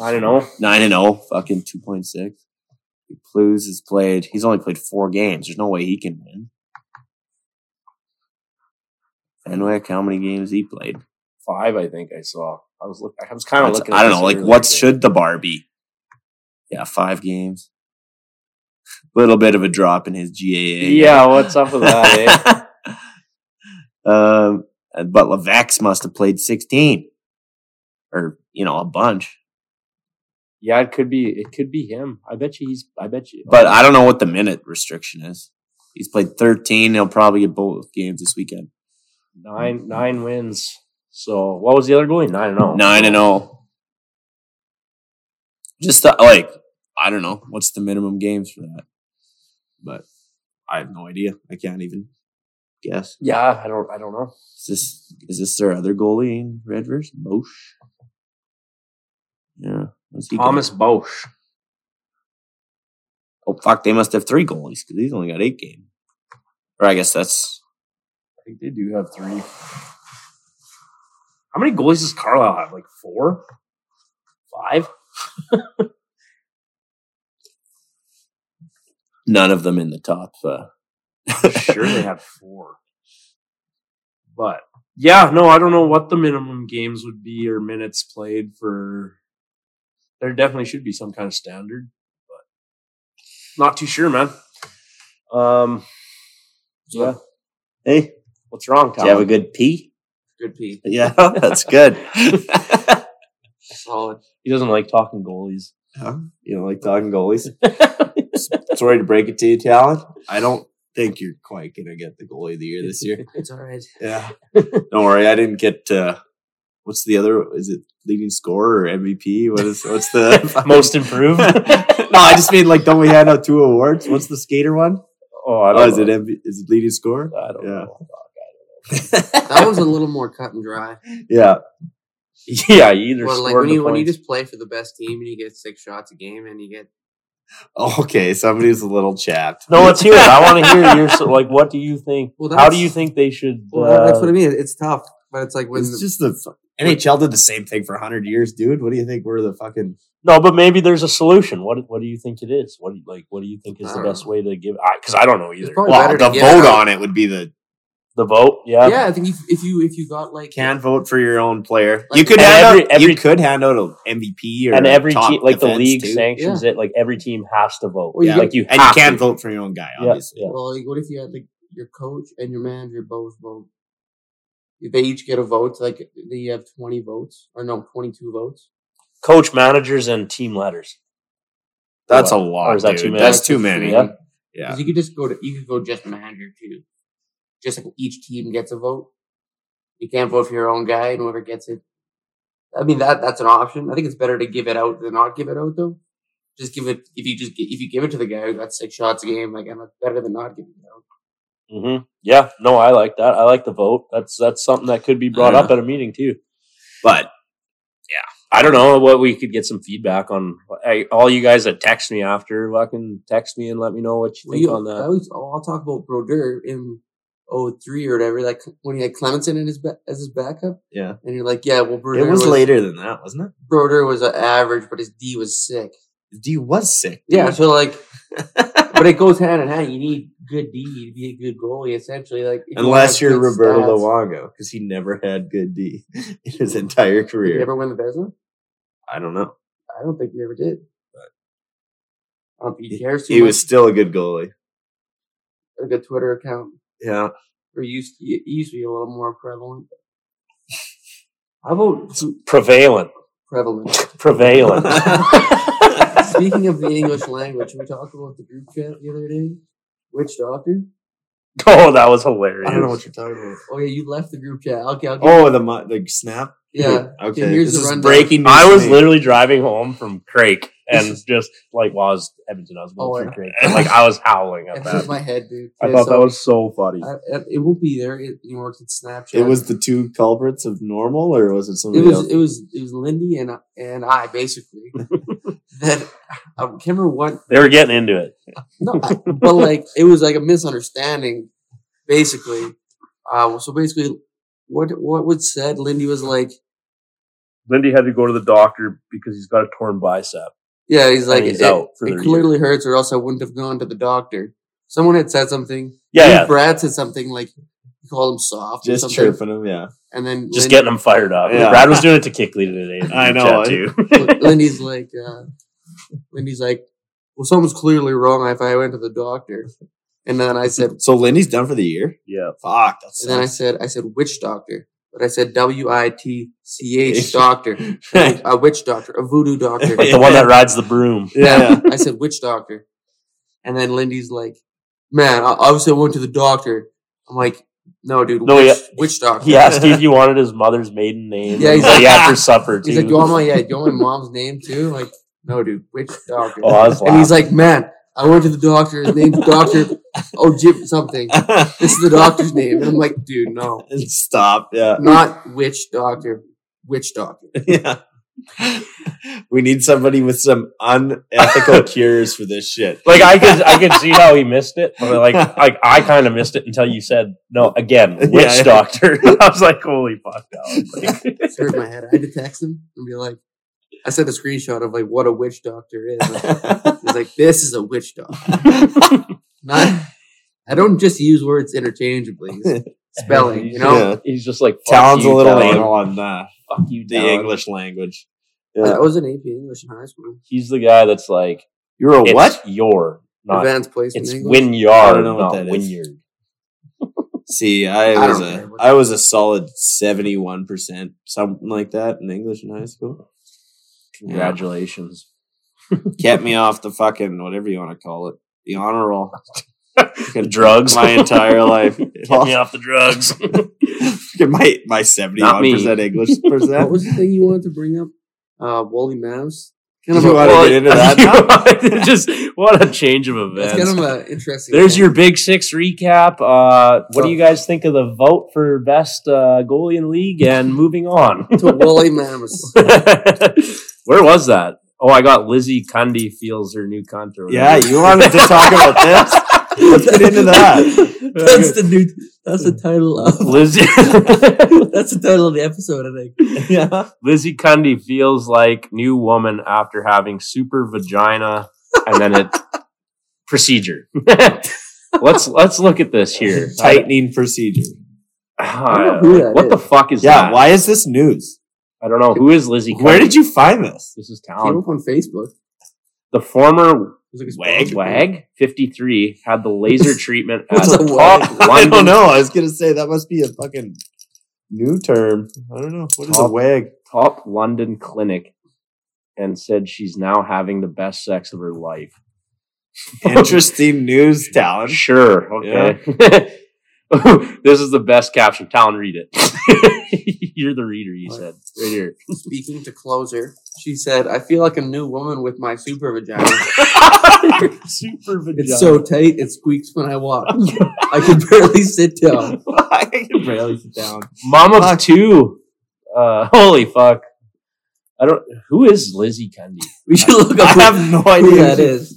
Speaker 2: I don't know.
Speaker 3: nine and oh, fucking two point six. Blues has played he's only played four games. There's no way he can win. Fenwick, how many games he played?
Speaker 2: Five, I think I saw. I was look. I was kind of
Speaker 3: That's-
Speaker 2: looking.
Speaker 3: I
Speaker 2: at
Speaker 3: don't
Speaker 2: this
Speaker 3: know, like
Speaker 2: earlier
Speaker 3: what
Speaker 2: today.
Speaker 3: should the bar be? Yeah, five games. Little bit of a drop in his GAA.
Speaker 2: Yeah, what's up with that? eh? [LAUGHS]
Speaker 3: [LAUGHS] um, but Levex must have played sixteen, or you know, a bunch.
Speaker 2: Yeah, it could be. It could be him. I bet you he's. I bet you.
Speaker 3: But I don't know what the minute restriction is. He's played thirteen. He'll probably get both games this weekend.
Speaker 2: nine nine wins. So what was the other goalie? Nine and oh. zero.
Speaker 3: Nine and oh. zero. Just the, like I don't know what's the minimum games for that, but I have no idea. I can't even guess.
Speaker 2: Yeah, I don't. I don't know.
Speaker 3: Is this is this their other goalie in Redvers? Bosch. Yeah. what's he got?
Speaker 2: Thomas Bosch.
Speaker 3: Oh fuck! They must have three goalies because he's only got eight games. Or I guess that's.
Speaker 2: I think they do have three. How many goalies does Carlisle have? Like four, five.
Speaker 3: None of them in the top. Uh,
Speaker 2: sure, they have four. But yeah, no, I don't know what the minimum games would be or minutes played for. There definitely should be some kind of standard, but not too sure, man. Um, yeah.
Speaker 3: hey,
Speaker 2: What's wrong,
Speaker 3: do you have a
Speaker 2: Tom?
Speaker 3: good pee?
Speaker 1: Good P.
Speaker 3: Yeah, [LAUGHS] that's good.
Speaker 1: Solid.
Speaker 2: He doesn't like talking goalies. [LAUGHS]
Speaker 3: you know, like talking goalies. Sorry to break it to you, Talon. I don't think you're quite gonna get the goalie of the year
Speaker 1: [LAUGHS]
Speaker 3: this year.
Speaker 1: It's all right.
Speaker 3: Yeah. Don't worry, I didn't get. Uh, what's the other? Is it leading scorer or MVP? What is?
Speaker 1: [LAUGHS]
Speaker 3: What's the
Speaker 2: Most improved. Oh,
Speaker 3: no, I just mean like, don't we hand out two awards? What's the skater one?
Speaker 2: oh, I
Speaker 3: Oh,
Speaker 2: don't
Speaker 3: is
Speaker 2: know.
Speaker 3: it MV, is it
Speaker 1: [LAUGHS]
Speaker 3: leading scorer?
Speaker 2: I don't
Speaker 3: Yeah.
Speaker 2: know.
Speaker 1: That one's a little more cut and dry.
Speaker 3: Yeah,
Speaker 2: Yeah, you either
Speaker 1: Well, like
Speaker 2: scored
Speaker 1: when
Speaker 2: the
Speaker 1: you when you
Speaker 2: points.
Speaker 1: just play for the best team and you get six shots a game and you get
Speaker 3: okay. Somebody's a little chapped.
Speaker 2: No, let's hear it. I want
Speaker 1: [LAUGHS]
Speaker 2: to hear your so, like. What do you think?
Speaker 1: Well,
Speaker 2: How
Speaker 1: that's-
Speaker 2: do you think they should?
Speaker 1: Well, that- that's what
Speaker 2: uh,
Speaker 1: I mean. It's tough, but it's like when
Speaker 3: it's
Speaker 1: the,
Speaker 3: just the fu- NHL did the same thing for hundred years, dude. What do you think? We're the fucking
Speaker 2: No, but maybe there's a solution. What What do you think it is? What do you- like What do you think is
Speaker 1: I
Speaker 2: the
Speaker 1: don't
Speaker 2: best
Speaker 1: know.
Speaker 2: way to give? Because I, don't know either.
Speaker 1: probably
Speaker 2: Well,
Speaker 1: better
Speaker 3: well,
Speaker 1: to
Speaker 3: the
Speaker 1: get it
Speaker 3: vote
Speaker 1: out.
Speaker 3: on it would be the
Speaker 2: The vote, yeah.
Speaker 1: Yeah, I think if, if you if you got like
Speaker 3: Can vote for your own player.
Speaker 1: Like-
Speaker 4: you could
Speaker 2: And
Speaker 4: hand
Speaker 2: every-
Speaker 4: out,
Speaker 2: every-
Speaker 4: you could hand out an MVP or
Speaker 2: and
Speaker 4: a
Speaker 2: every
Speaker 4: top
Speaker 2: team, like the
Speaker 4: defense,
Speaker 2: league
Speaker 4: too.
Speaker 2: sanctions it. Like every team has to vote.
Speaker 1: Well, you
Speaker 2: yeah.
Speaker 1: get-
Speaker 2: Like you
Speaker 4: and you
Speaker 2: have
Speaker 4: can't
Speaker 2: to.
Speaker 4: vote for your own guy,
Speaker 2: Yeah,
Speaker 4: obviously.
Speaker 2: yeah.
Speaker 1: Well, like, what if you had like your coach and your manager both vote? If They each get a vote. Like they have twenty votes, or no, twenty-two votes.
Speaker 2: Coach, managers, and team leaders.
Speaker 3: That's a
Speaker 2: Or
Speaker 3: lot.
Speaker 2: is that
Speaker 3: dude.
Speaker 2: too many?
Speaker 3: That's too many.
Speaker 2: Yeah.
Speaker 1: 'Cause
Speaker 3: Yeah.
Speaker 1: you could just go to you could go just manager too. Just like each team gets a vote. You can't vote for your own guy, and whoever gets it. I mean that that's an option. I think it's better to give it out than not give it out though. Just give it if you just gi- if you give it to the guy who got six shots a game, like and that's better than not giving it out.
Speaker 2: hmm Yeah, no, I like that. I like the vote. That's that's something that could be brought
Speaker 4: Yeah.
Speaker 2: up at a meeting too.
Speaker 4: But
Speaker 2: I don't know what we could get some feedback on. I, all you guys that text me after, fucking text me and let me know what you
Speaker 1: Well,
Speaker 2: think
Speaker 1: you-
Speaker 2: on
Speaker 1: I
Speaker 2: that.
Speaker 1: always, oh, I'll talk about Brodeur in 03 or whatever, like when he had Clemenson in his ba- as his backup,
Speaker 3: Yeah.
Speaker 1: and you're like, yeah, well, Brodeur
Speaker 3: It was later than that, wasn't
Speaker 1: Brodeur was an average, but his D was sick.
Speaker 3: it? D was sick.
Speaker 1: Yeah, so
Speaker 3: [LAUGHS]
Speaker 1: like, but it goes hand in hand. You need good D to be a good goalie, essentially. Like, if you wanna
Speaker 3: Unless
Speaker 1: have
Speaker 3: you're
Speaker 1: good
Speaker 3: Roberto
Speaker 1: stats,
Speaker 3: Luongo, because he never had good D [LAUGHS] in his entire
Speaker 1: Did he
Speaker 3: career.
Speaker 1: ever win the Vesna?
Speaker 3: I don't know.
Speaker 1: I don't think he ever did. I don't think he
Speaker 3: He-
Speaker 1: cares too
Speaker 3: He
Speaker 1: much.
Speaker 3: was still a good goalie.
Speaker 1: like a Twitter account,
Speaker 2: [LAUGHS]
Speaker 3: Yeah.
Speaker 1: or used to, it used to be a little more
Speaker 3: [LAUGHS]
Speaker 1: prevalent. How about
Speaker 2: Prevalent,
Speaker 1: prevalent?
Speaker 3: [LAUGHS]
Speaker 1: [LAUGHS]
Speaker 2: prevalent. [LAUGHS]
Speaker 1: Speaking of the English language, we talked about the group chat the other day. Which doctor?
Speaker 2: oh, that was hilarious.
Speaker 3: I don't know what you're talking about.
Speaker 1: Oh yeah, you left the group chat. Okay, okay.
Speaker 3: Oh, the mu- the snap.
Speaker 1: yeah.
Speaker 3: [LAUGHS] Okay.
Speaker 1: Okay, here's
Speaker 3: this
Speaker 1: the
Speaker 3: is
Speaker 1: rundown.
Speaker 3: breaking news.
Speaker 2: I
Speaker 3: to
Speaker 2: was
Speaker 3: me.
Speaker 2: literally driving home from
Speaker 1: [LAUGHS]
Speaker 2: Crake and
Speaker 1: This
Speaker 2: just like well, I was Edmonton, I was going
Speaker 1: Oh,
Speaker 2: through
Speaker 1: yeah.
Speaker 2: Crake, and like I was
Speaker 1: [LAUGHS]
Speaker 2: howling
Speaker 1: It
Speaker 2: at
Speaker 1: hurt
Speaker 2: that.
Speaker 1: my head, dude.
Speaker 2: I
Speaker 1: Okay,
Speaker 2: thought
Speaker 1: so
Speaker 2: that was so funny.
Speaker 1: I- I- it won't be there. It, it works at Snapchat.
Speaker 3: It was the two culprits of normal, or was it
Speaker 1: It
Speaker 3: somebody
Speaker 1: was.
Speaker 3: else?
Speaker 1: It was. It was Lindy and and I basically. that I can't remember what.
Speaker 2: They were getting into it.
Speaker 1: No, I- but like it was like a misunderstanding, basically. Uh, so basically, what what was said? Lindy was like,
Speaker 2: Lindy had to go to the doctor because he's got a torn bicep.
Speaker 1: Yeah, he's like,
Speaker 2: And he's
Speaker 1: it,
Speaker 2: out for
Speaker 1: it
Speaker 2: the year.
Speaker 1: clearly hurts, or else I wouldn't have gone to the doctor. Someone had said something.
Speaker 2: Yeah,
Speaker 1: I think
Speaker 2: yeah.
Speaker 1: Brad said something like, he called him soft or
Speaker 3: Just
Speaker 1: something.
Speaker 3: chirping him, yeah.
Speaker 1: And then
Speaker 2: Just
Speaker 1: Lin-
Speaker 2: getting them fired up.
Speaker 3: Yeah.
Speaker 2: Brad was doing it to Kickley today. in
Speaker 3: [LAUGHS]
Speaker 2: the
Speaker 3: I
Speaker 2: chat,
Speaker 3: know.
Speaker 2: too.
Speaker 1: Lindy's like, uh, Lindy's like, well, something's clearly wrong if I went to the doctor. And then I
Speaker 2: [LAUGHS]
Speaker 1: said,
Speaker 3: So Lindy's done for the year.
Speaker 2: yeah.
Speaker 3: Fuck. That's
Speaker 1: and then I said, I said, which doctor? But I said W I T C
Speaker 2: [LAUGHS]
Speaker 1: H doctor,
Speaker 3: yeah.
Speaker 1: a witch doctor, a voodoo doctor.
Speaker 2: Like the one that rides the broom.
Speaker 3: [LAUGHS] yeah.
Speaker 1: I said, which doctor? And then Lindy's like, man, I- obviously I went to the doctor. I'm like, no, dude,
Speaker 2: No,
Speaker 1: which,
Speaker 2: yeah.
Speaker 1: which doctor?
Speaker 2: He
Speaker 3: [LAUGHS]
Speaker 2: asked you if you wanted his mother's maiden name.
Speaker 1: Yeah,
Speaker 2: Yeah,
Speaker 1: he's
Speaker 2: he's
Speaker 1: like-
Speaker 2: after supper
Speaker 1: [LAUGHS]
Speaker 2: too.
Speaker 1: He's like, you want my, yeah, you want my mom's name too? I'm like, no, dude, which doctor?
Speaker 2: [LAUGHS] oh, I
Speaker 1: [LAUGHS]
Speaker 2: was
Speaker 1: and he's
Speaker 2: laughing.
Speaker 1: like, man, I went to the doctor. His name's
Speaker 2: [LAUGHS]
Speaker 1: Doctor Oh Jim something. This is the doctor's name. And I'm like, dude, no,
Speaker 3: [LAUGHS] And Stop. Yeah. [LAUGHS]
Speaker 1: not which doctor, which doctor.
Speaker 3: Yeah. we need somebody with some unethical cures for this shit.
Speaker 2: Like I could,
Speaker 1: [LAUGHS]
Speaker 2: I could see how he missed it, but like, like I kind of missed it until you said no again. Witch
Speaker 3: [LAUGHS] Yeah, yeah. [LAUGHS]
Speaker 2: doctor. I was like, holy fuck, [LAUGHS] no. Like,
Speaker 1: It hurt my head. I had to text him and be like, I sent a screenshot of like what a witch doctor is. He's like, this is a witch
Speaker 3: [LAUGHS]
Speaker 1: doctor. Not, I don't just use words
Speaker 3: [LAUGHS]
Speaker 1: interchangeably. Spelling, you know?
Speaker 3: Yeah.
Speaker 2: he's just like fuck
Speaker 3: Talon's a
Speaker 2: you,
Speaker 3: little
Speaker 2: Talon.
Speaker 3: anal on uh,
Speaker 2: Fuck you,
Speaker 3: the
Speaker 2: Talon.
Speaker 3: English language.
Speaker 1: I
Speaker 3: Yeah.
Speaker 1: was an AP English in high school.
Speaker 2: He's the guy that's like,
Speaker 3: You're a
Speaker 2: it's
Speaker 3: what?
Speaker 2: Your not.
Speaker 1: Advanced placement
Speaker 2: It's
Speaker 1: English.
Speaker 3: I
Speaker 2: Winyard,
Speaker 3: don't know what
Speaker 2: not
Speaker 3: that is.
Speaker 2: Winyard.
Speaker 3: See, I
Speaker 1: I
Speaker 3: was
Speaker 1: don't
Speaker 3: a
Speaker 1: care.
Speaker 3: I was a solid seventy one percent, something like that, in English in high school.
Speaker 2: Congratulations.
Speaker 3: Kept me off the fucking whatever you want to call it, the honor roll.
Speaker 2: The drugs.
Speaker 3: my entire life.
Speaker 2: Get me off
Speaker 3: [LAUGHS]
Speaker 2: the drugs.
Speaker 3: my my seventy one percent English
Speaker 1: What
Speaker 3: percent.
Speaker 1: was the thing you wanted to bring up? Uh, Wooly Mouse. Kind of
Speaker 3: You
Speaker 1: a,
Speaker 3: wanna get into that
Speaker 2: [LAUGHS] You- just what a change of
Speaker 1: it's
Speaker 2: events.
Speaker 1: kind of a interesting.
Speaker 2: There's
Speaker 1: thing.
Speaker 2: your big six recap. Uh, what
Speaker 3: Oh.
Speaker 2: do you guys think of the vote for best uh, goalie in the
Speaker 3: [LAUGHS]
Speaker 2: league? And moving on. [LAUGHS]
Speaker 1: [LAUGHS] to Wooly Mouse.
Speaker 2: Where was that? Oh, I got Lizzie Cundy feels her new contour.
Speaker 3: Yeah, you wanted to talk about this. Let's get
Speaker 1: [LAUGHS]
Speaker 3: into that.
Speaker 1: That's the new. That's the title of. [LAUGHS]
Speaker 2: Lizzie. [LAUGHS]
Speaker 1: That's the title of the episode. I think.
Speaker 3: Yeah.
Speaker 2: Lizzie Cundy feels like new woman after having super vagina and
Speaker 3: [LAUGHS]
Speaker 2: then it procedure. [LAUGHS] let's let's look at this here.
Speaker 3: Tightening procedure.
Speaker 2: [SIGHS]
Speaker 3: Oh,
Speaker 1: don't know who that
Speaker 2: what the
Speaker 1: is.
Speaker 2: fuck is
Speaker 3: Yeah,
Speaker 2: that?
Speaker 3: why is this news?
Speaker 2: I don't know. Who is Lizzie?
Speaker 3: Where
Speaker 2: Cunningham?
Speaker 3: did you find this?
Speaker 2: This is
Speaker 1: Came
Speaker 2: town.
Speaker 1: up on Facebook.
Speaker 2: The former
Speaker 1: It was like a
Speaker 3: Wag,
Speaker 1: sponsor.
Speaker 2: Wag, 53, had the laser
Speaker 1: [LAUGHS]
Speaker 2: treatment at
Speaker 1: What's a
Speaker 2: top
Speaker 1: wag?
Speaker 2: London.
Speaker 3: [LAUGHS] I don't know. I was gonna say that must be a fucking new term. I don't know. What is a
Speaker 2: Top.
Speaker 3: wag?
Speaker 2: top London clinic and said she's now having the best sex of her life.
Speaker 3: Interesting news, Talon. [LAUGHS]
Speaker 2: Sure. Okay. [LAUGHS] this is the best caption. Town, read it. [LAUGHS] You're the reader, you
Speaker 1: What?
Speaker 2: said.
Speaker 3: [LAUGHS]
Speaker 2: Right here.
Speaker 1: Speaking to closer, she said, "I feel like a new woman with my super vagina.
Speaker 3: [LAUGHS]
Speaker 2: Super vagina.
Speaker 1: It's so tight, it squeaks when I
Speaker 3: [LAUGHS]
Speaker 1: walk. I can barely sit down.
Speaker 3: I can barely sit down.
Speaker 2: Mom of two. Uh, holy fuck. I don't. Who is Lizzie Cundy?
Speaker 1: We should look
Speaker 3: I
Speaker 1: up who,
Speaker 3: have no
Speaker 1: who
Speaker 3: idea.
Speaker 1: that is.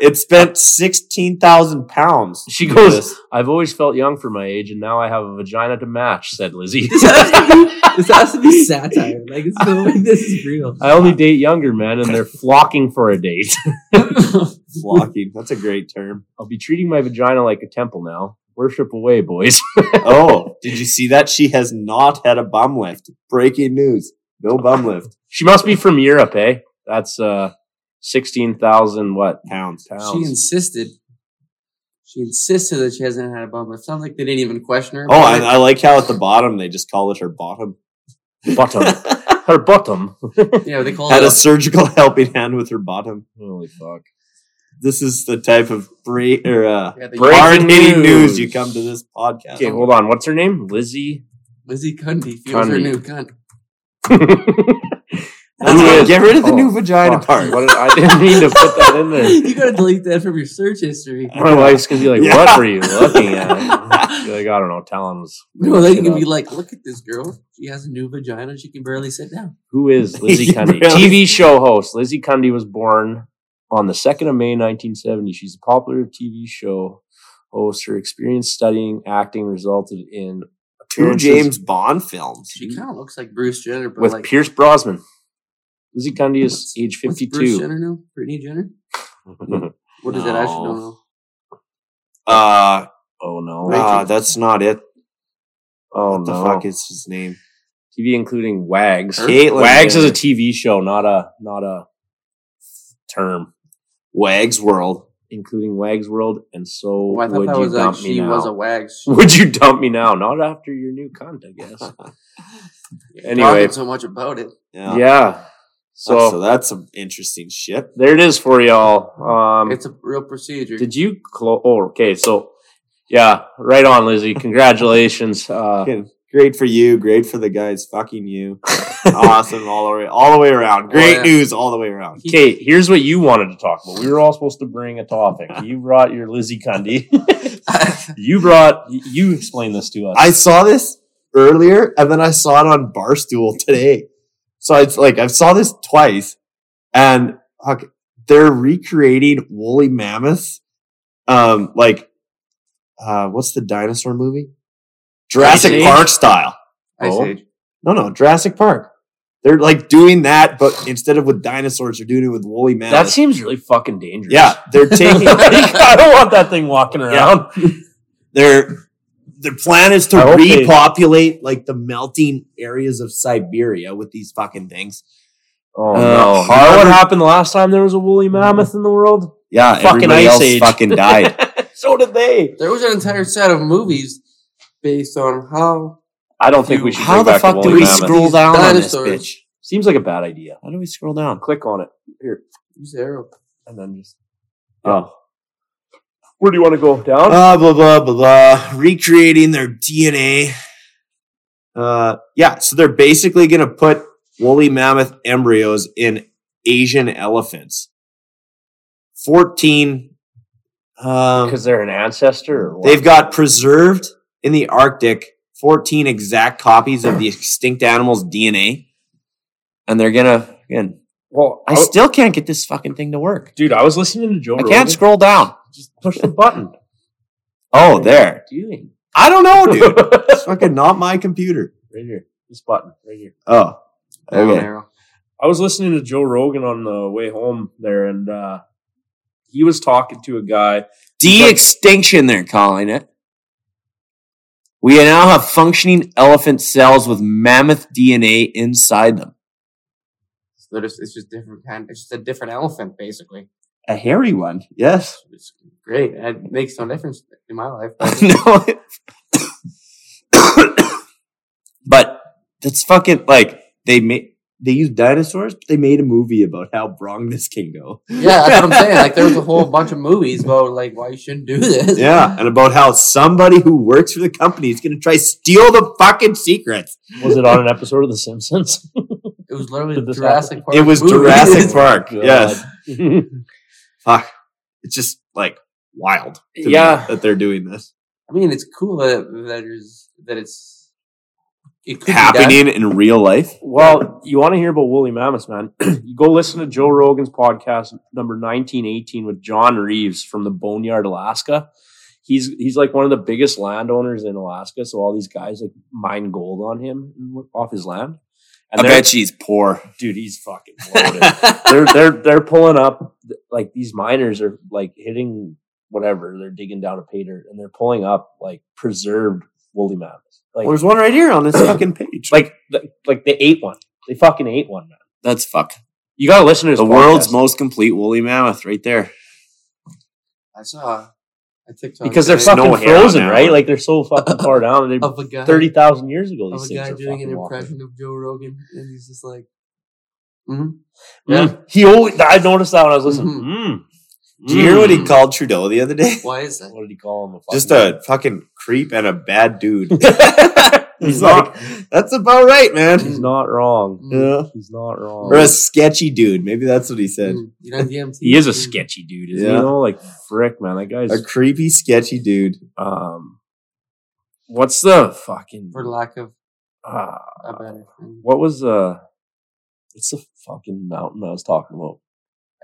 Speaker 3: It spent sixteen thousand pounds.
Speaker 2: She
Speaker 3: to do
Speaker 2: goes-
Speaker 3: this.
Speaker 2: I've always felt young for my age, and now I have a vagina to match,"
Speaker 3: [LAUGHS]
Speaker 2: said Lizzie.
Speaker 1: This has to be, this has to be satire. Like it's no way this is
Speaker 3: [LAUGHS]
Speaker 1: real.
Speaker 2: [LAUGHS] I only date younger men, and they're flocking for a date. [LAUGHS]
Speaker 3: flocking. That's a great term.
Speaker 2: I'll be treating my vagina like a temple now. Worship away, boys. [LAUGHS]
Speaker 3: Oh, did you see that? She has not had a bum lift. Breaking news. No bum lift.
Speaker 2: she must be from Europe, eh? That's uh, sixteen thousand what
Speaker 3: Pounds.
Speaker 1: She
Speaker 2: pounds?
Speaker 1: insisted. She insisted that she hasn't had a bum lift. Sounds like they didn't even question her.
Speaker 3: Oh, I, I like how at the bottom they just call it her
Speaker 2: [LAUGHS]
Speaker 3: bottom.
Speaker 2: bottom.
Speaker 3: [LAUGHS]
Speaker 2: Her bottom. [LAUGHS]
Speaker 1: yeah, they call
Speaker 3: Had
Speaker 1: it.
Speaker 3: a surgical [LAUGHS] helping hand with her bottom.
Speaker 2: Holy fuck!
Speaker 3: This is the type of bra- or, uh,
Speaker 1: yeah, they
Speaker 2: Breaking
Speaker 1: call it
Speaker 3: hard hitting
Speaker 2: news.
Speaker 3: news you come to this podcast.
Speaker 2: Okay, hold on. What's her name? Lizzie. [LAUGHS]
Speaker 1: Lizzie Cundy feels her
Speaker 2: Cundy.
Speaker 1: new
Speaker 3: [LAUGHS]
Speaker 1: cunt.
Speaker 3: That's
Speaker 2: Who
Speaker 3: it.
Speaker 2: is-
Speaker 3: Get rid of the
Speaker 2: oh,
Speaker 3: new vagina
Speaker 2: Fuck,
Speaker 3: part.
Speaker 2: What did, I didn't mean to put that
Speaker 3: [LAUGHS]
Speaker 2: in
Speaker 1: [LAUGHS]
Speaker 2: there.
Speaker 1: you gotta delete that from your search history.
Speaker 2: My wife's gonna be like,
Speaker 3: Yeah.
Speaker 2: "What were you
Speaker 3: [LAUGHS]
Speaker 2: looking at?" Be like, I don't know. Talon was.
Speaker 1: [LAUGHS] No, they
Speaker 2: Shut
Speaker 1: can
Speaker 2: up.
Speaker 1: be like, look at this girl. She has a new vagina. She can barely sit down. [LAUGHS]
Speaker 2: Who is Lizzie
Speaker 3: You
Speaker 2: Cundy?
Speaker 3: really-
Speaker 2: TV show host. Lizzie Cundy was born on the 2nd of May 1970. She's a popular TV show host. Her experience studying acting resulted in
Speaker 3: Two James Bond films.
Speaker 1: She kind of looks like Bruce Jenner, but
Speaker 2: Mm-hmm. with
Speaker 1: like
Speaker 2: Pierce Brosnan. Lizzie Cundy is age
Speaker 1: what's Bruce
Speaker 2: 52.
Speaker 1: Jenner now? Brittany Jenner. What is it? I actually don't know.
Speaker 3: Uh,
Speaker 2: [LAUGHS] oh no.
Speaker 3: uh, that's not it.
Speaker 2: oh
Speaker 3: what the
Speaker 2: no.
Speaker 3: fuck is his name?
Speaker 2: TV including Wags.
Speaker 3: Caitlyn
Speaker 2: Wags is a
Speaker 3: Jenner.
Speaker 2: TV show, not a not a term.
Speaker 3: Wags World.
Speaker 2: Including Wags World, and so
Speaker 1: Oh, I thought
Speaker 2: would
Speaker 1: that
Speaker 2: you
Speaker 1: was like
Speaker 2: dump me
Speaker 1: she
Speaker 2: now?
Speaker 1: was a wag. She-
Speaker 2: Would you dump me now? Not after your new cunt, I guess. [LAUGHS] Anyway.
Speaker 1: talking so much about it.
Speaker 3: [LAUGHS] Yeah.
Speaker 2: yeah. So,
Speaker 3: So, that's some interesting shit.
Speaker 2: there it is for y'all. Um,
Speaker 1: It's a real procedure.
Speaker 2: did you close? Oh, okay. So yeah, right
Speaker 3: [LAUGHS]
Speaker 2: on, Lizzie. Congratulations. Uh,
Speaker 3: Fucking Great for you. Great for the guys fucking you. awesome all the way all the way around. Great
Speaker 1: yeah.
Speaker 3: news all the way around.
Speaker 2: okay, here's what you wanted to talk about. We were all supposed to bring
Speaker 3: [LAUGHS]
Speaker 2: a topic. You brought your Lizzie Cundy. [LAUGHS] you brought. You explained this to us.
Speaker 3: I saw this earlier and then I saw it on Barstool today. So it's like I saw this twice and okay, they're recreating woolly mammoths. Um like uh what's the dinosaur movie? Jurassic
Speaker 2: Age?
Speaker 3: Park style.
Speaker 1: Ice
Speaker 2: Oh.
Speaker 1: Age.
Speaker 3: No, no, Jurassic Park. They're like doing that, but instead of with dinosaurs, they're doing it with woolly
Speaker 2: that
Speaker 3: mammoths.
Speaker 2: seems really fucking dangerous. [LAUGHS]
Speaker 3: yeah, they're taking. [LAUGHS]
Speaker 2: I don't want that thing walking around.
Speaker 3: their their plan is
Speaker 2: I
Speaker 3: to
Speaker 2: hope they-
Speaker 3: repopulate like the melting areas of Siberia with these fucking things. Uh,
Speaker 2: Oh no! You know
Speaker 3: Harvard-
Speaker 2: what happened the last time there was a woolly mammoth in the world?
Speaker 3: Yeah,
Speaker 2: Fucking
Speaker 3: everybody
Speaker 2: Ice
Speaker 3: else
Speaker 2: Age.
Speaker 3: fucking [LAUGHS] died.
Speaker 2: [LAUGHS] so did they.
Speaker 1: There was an entire set of movies based on how
Speaker 2: I don't think we should.
Speaker 3: How
Speaker 2: bring
Speaker 3: the
Speaker 2: back
Speaker 3: fuck
Speaker 2: the
Speaker 3: do
Speaker 2: woolly
Speaker 3: we
Speaker 2: mammoth.
Speaker 3: scroll down on this
Speaker 1: Dinosaurs.
Speaker 3: bitch?
Speaker 2: Seems like a bad idea.
Speaker 3: How do we scroll down?
Speaker 2: Click on it
Speaker 1: use arrow.
Speaker 2: and then just.
Speaker 3: Oh,
Speaker 2: Where do you want to go down?
Speaker 3: blah blah blah blah blah. Recreating their DNA. Uh, yeah. So they're basically gonna put woolly mammoth embryos in Asian elephants. Fourteen. Um,
Speaker 2: Because they're an ancestor. Or what?
Speaker 3: They've got preserved in the Arctic 14 exact copies of the extinct animal's DNA. And they're gonna again. Oh.
Speaker 2: Well,
Speaker 3: I
Speaker 2: I-
Speaker 3: still can't get this fucking thing to work.
Speaker 2: dude, I was listening to Joe.
Speaker 3: I
Speaker 2: Rogan.
Speaker 3: can't scroll down.
Speaker 2: Just push the button.
Speaker 3: Oh, there.
Speaker 2: Doing.
Speaker 3: I don't know, dude.
Speaker 2: [LAUGHS] right
Speaker 3: it's fucking not my computer.
Speaker 2: here. This button. Right here.
Speaker 3: Oh.
Speaker 1: Down
Speaker 3: Okay.
Speaker 1: arrow.
Speaker 2: I was listening to Joe Rogan on the way home there, and uh, he was talking to a guy.
Speaker 3: De extinction, they're calling it.
Speaker 4: We now have functioning elephant cells with mammoth DNA inside them.
Speaker 1: So they're just- it's just different kind. It's just a different elephant, basically.
Speaker 3: A hairy one. [LAUGHS] Yes.
Speaker 1: It's great. and It makes no difference in my
Speaker 2: [LAUGHS]
Speaker 1: life.
Speaker 4: no. but that's fucking like they made.
Speaker 3: They used dinosaurs, but they made a movie about how wrong this can go.
Speaker 1: Yeah, that's what I'm saying. Like there was a whole bunch of movies about like why you shouldn't do this.
Speaker 3: [LAUGHS] [LAUGHS] Yeah, and about how somebody who works for the company is going to try steal the fucking secrets.
Speaker 2: Was it on an episode of The Simpsons? [LAUGHS]
Speaker 1: It was literally
Speaker 2: Did this
Speaker 1: Jurassic Park.
Speaker 3: It was
Speaker 1: movie.
Speaker 3: [LAUGHS] Jurassic Park.
Speaker 2: God. [LAUGHS]
Speaker 3: Yes. Fuck. It's just like wild. to me
Speaker 2: Yeah.
Speaker 3: That they're doing [LAUGHS] this.
Speaker 1: [LAUGHS] I mean, it's cool that that is that it's it could be done.
Speaker 4: happening in real life.
Speaker 2: Well, you want to hear about woolly mammoths, man? [CLEARS THROAT] you go listen to Joe Rogan's podcast number nineteen eighteen with John Reeves from the Boneyard, Alaska. He's he's like one of the biggest landowners in Alaska, so all these guys like mine gold on him off his land. And
Speaker 4: I
Speaker 2: they're-
Speaker 4: bet she's poor.
Speaker 2: dude, he's fucking loaded. they're they're they're pulling up like these miners are like hitting whatever they're digging down a pay dirt and they're pulling up like preserved woolly mammoths. Like
Speaker 3: Well, there's one right here on this fucking page.
Speaker 2: like the, like they ate one. They fucking ate one, man.
Speaker 4: That's fuck.
Speaker 2: You gotta listen to his
Speaker 4: The world's
Speaker 2: podcast.
Speaker 4: most complete woolly mammoth, right there.
Speaker 3: Hmm.
Speaker 1: I saw a TikTok
Speaker 2: because they're
Speaker 1: today
Speaker 2: fucking
Speaker 3: no hair on
Speaker 2: frozen,
Speaker 3: that
Speaker 2: right?
Speaker 3: one.
Speaker 2: Like they're so fucking far down. They're
Speaker 1: of a guy
Speaker 2: thirty thousand years ago.
Speaker 1: of
Speaker 2: These
Speaker 1: a
Speaker 2: things
Speaker 1: guy
Speaker 2: are
Speaker 1: doing an
Speaker 2: fucking walking.
Speaker 1: impression of Joe Rogan, and he's just like, "Mhm."
Speaker 2: Mm. He always. I noticed that when I was listening.
Speaker 1: Mhm.
Speaker 2: Mm.
Speaker 4: Do
Speaker 3: Did you hear what he
Speaker 4: Mm.
Speaker 3: called Trudeau the other [LAUGHS] day?
Speaker 1: "Why is that?"
Speaker 2: What did he call him?
Speaker 3: Just
Speaker 2: fucking-
Speaker 3: a fucking creep and a bad [LAUGHS] dude. He's
Speaker 2: He's
Speaker 3: like, Hmm. that's about right, man.
Speaker 2: He's not wrong.
Speaker 1: Mm,
Speaker 3: Yeah.
Speaker 2: He's not wrong.
Speaker 3: Or a sketchy dude. Maybe that's what he said.
Speaker 1: mm, you know, DMT,
Speaker 2: he is a
Speaker 1: mm.
Speaker 2: sketchy dude, isn't
Speaker 3: Yeah.
Speaker 2: he? Though, like frick, man, that
Speaker 3: A
Speaker 2: guy's.
Speaker 3: creepy, sketchy dude.
Speaker 2: Um, what's the fucking?
Speaker 1: for lack of
Speaker 2: Uh,
Speaker 1: a better thing.
Speaker 2: what was uh? What's the fucking mountain I was talking about?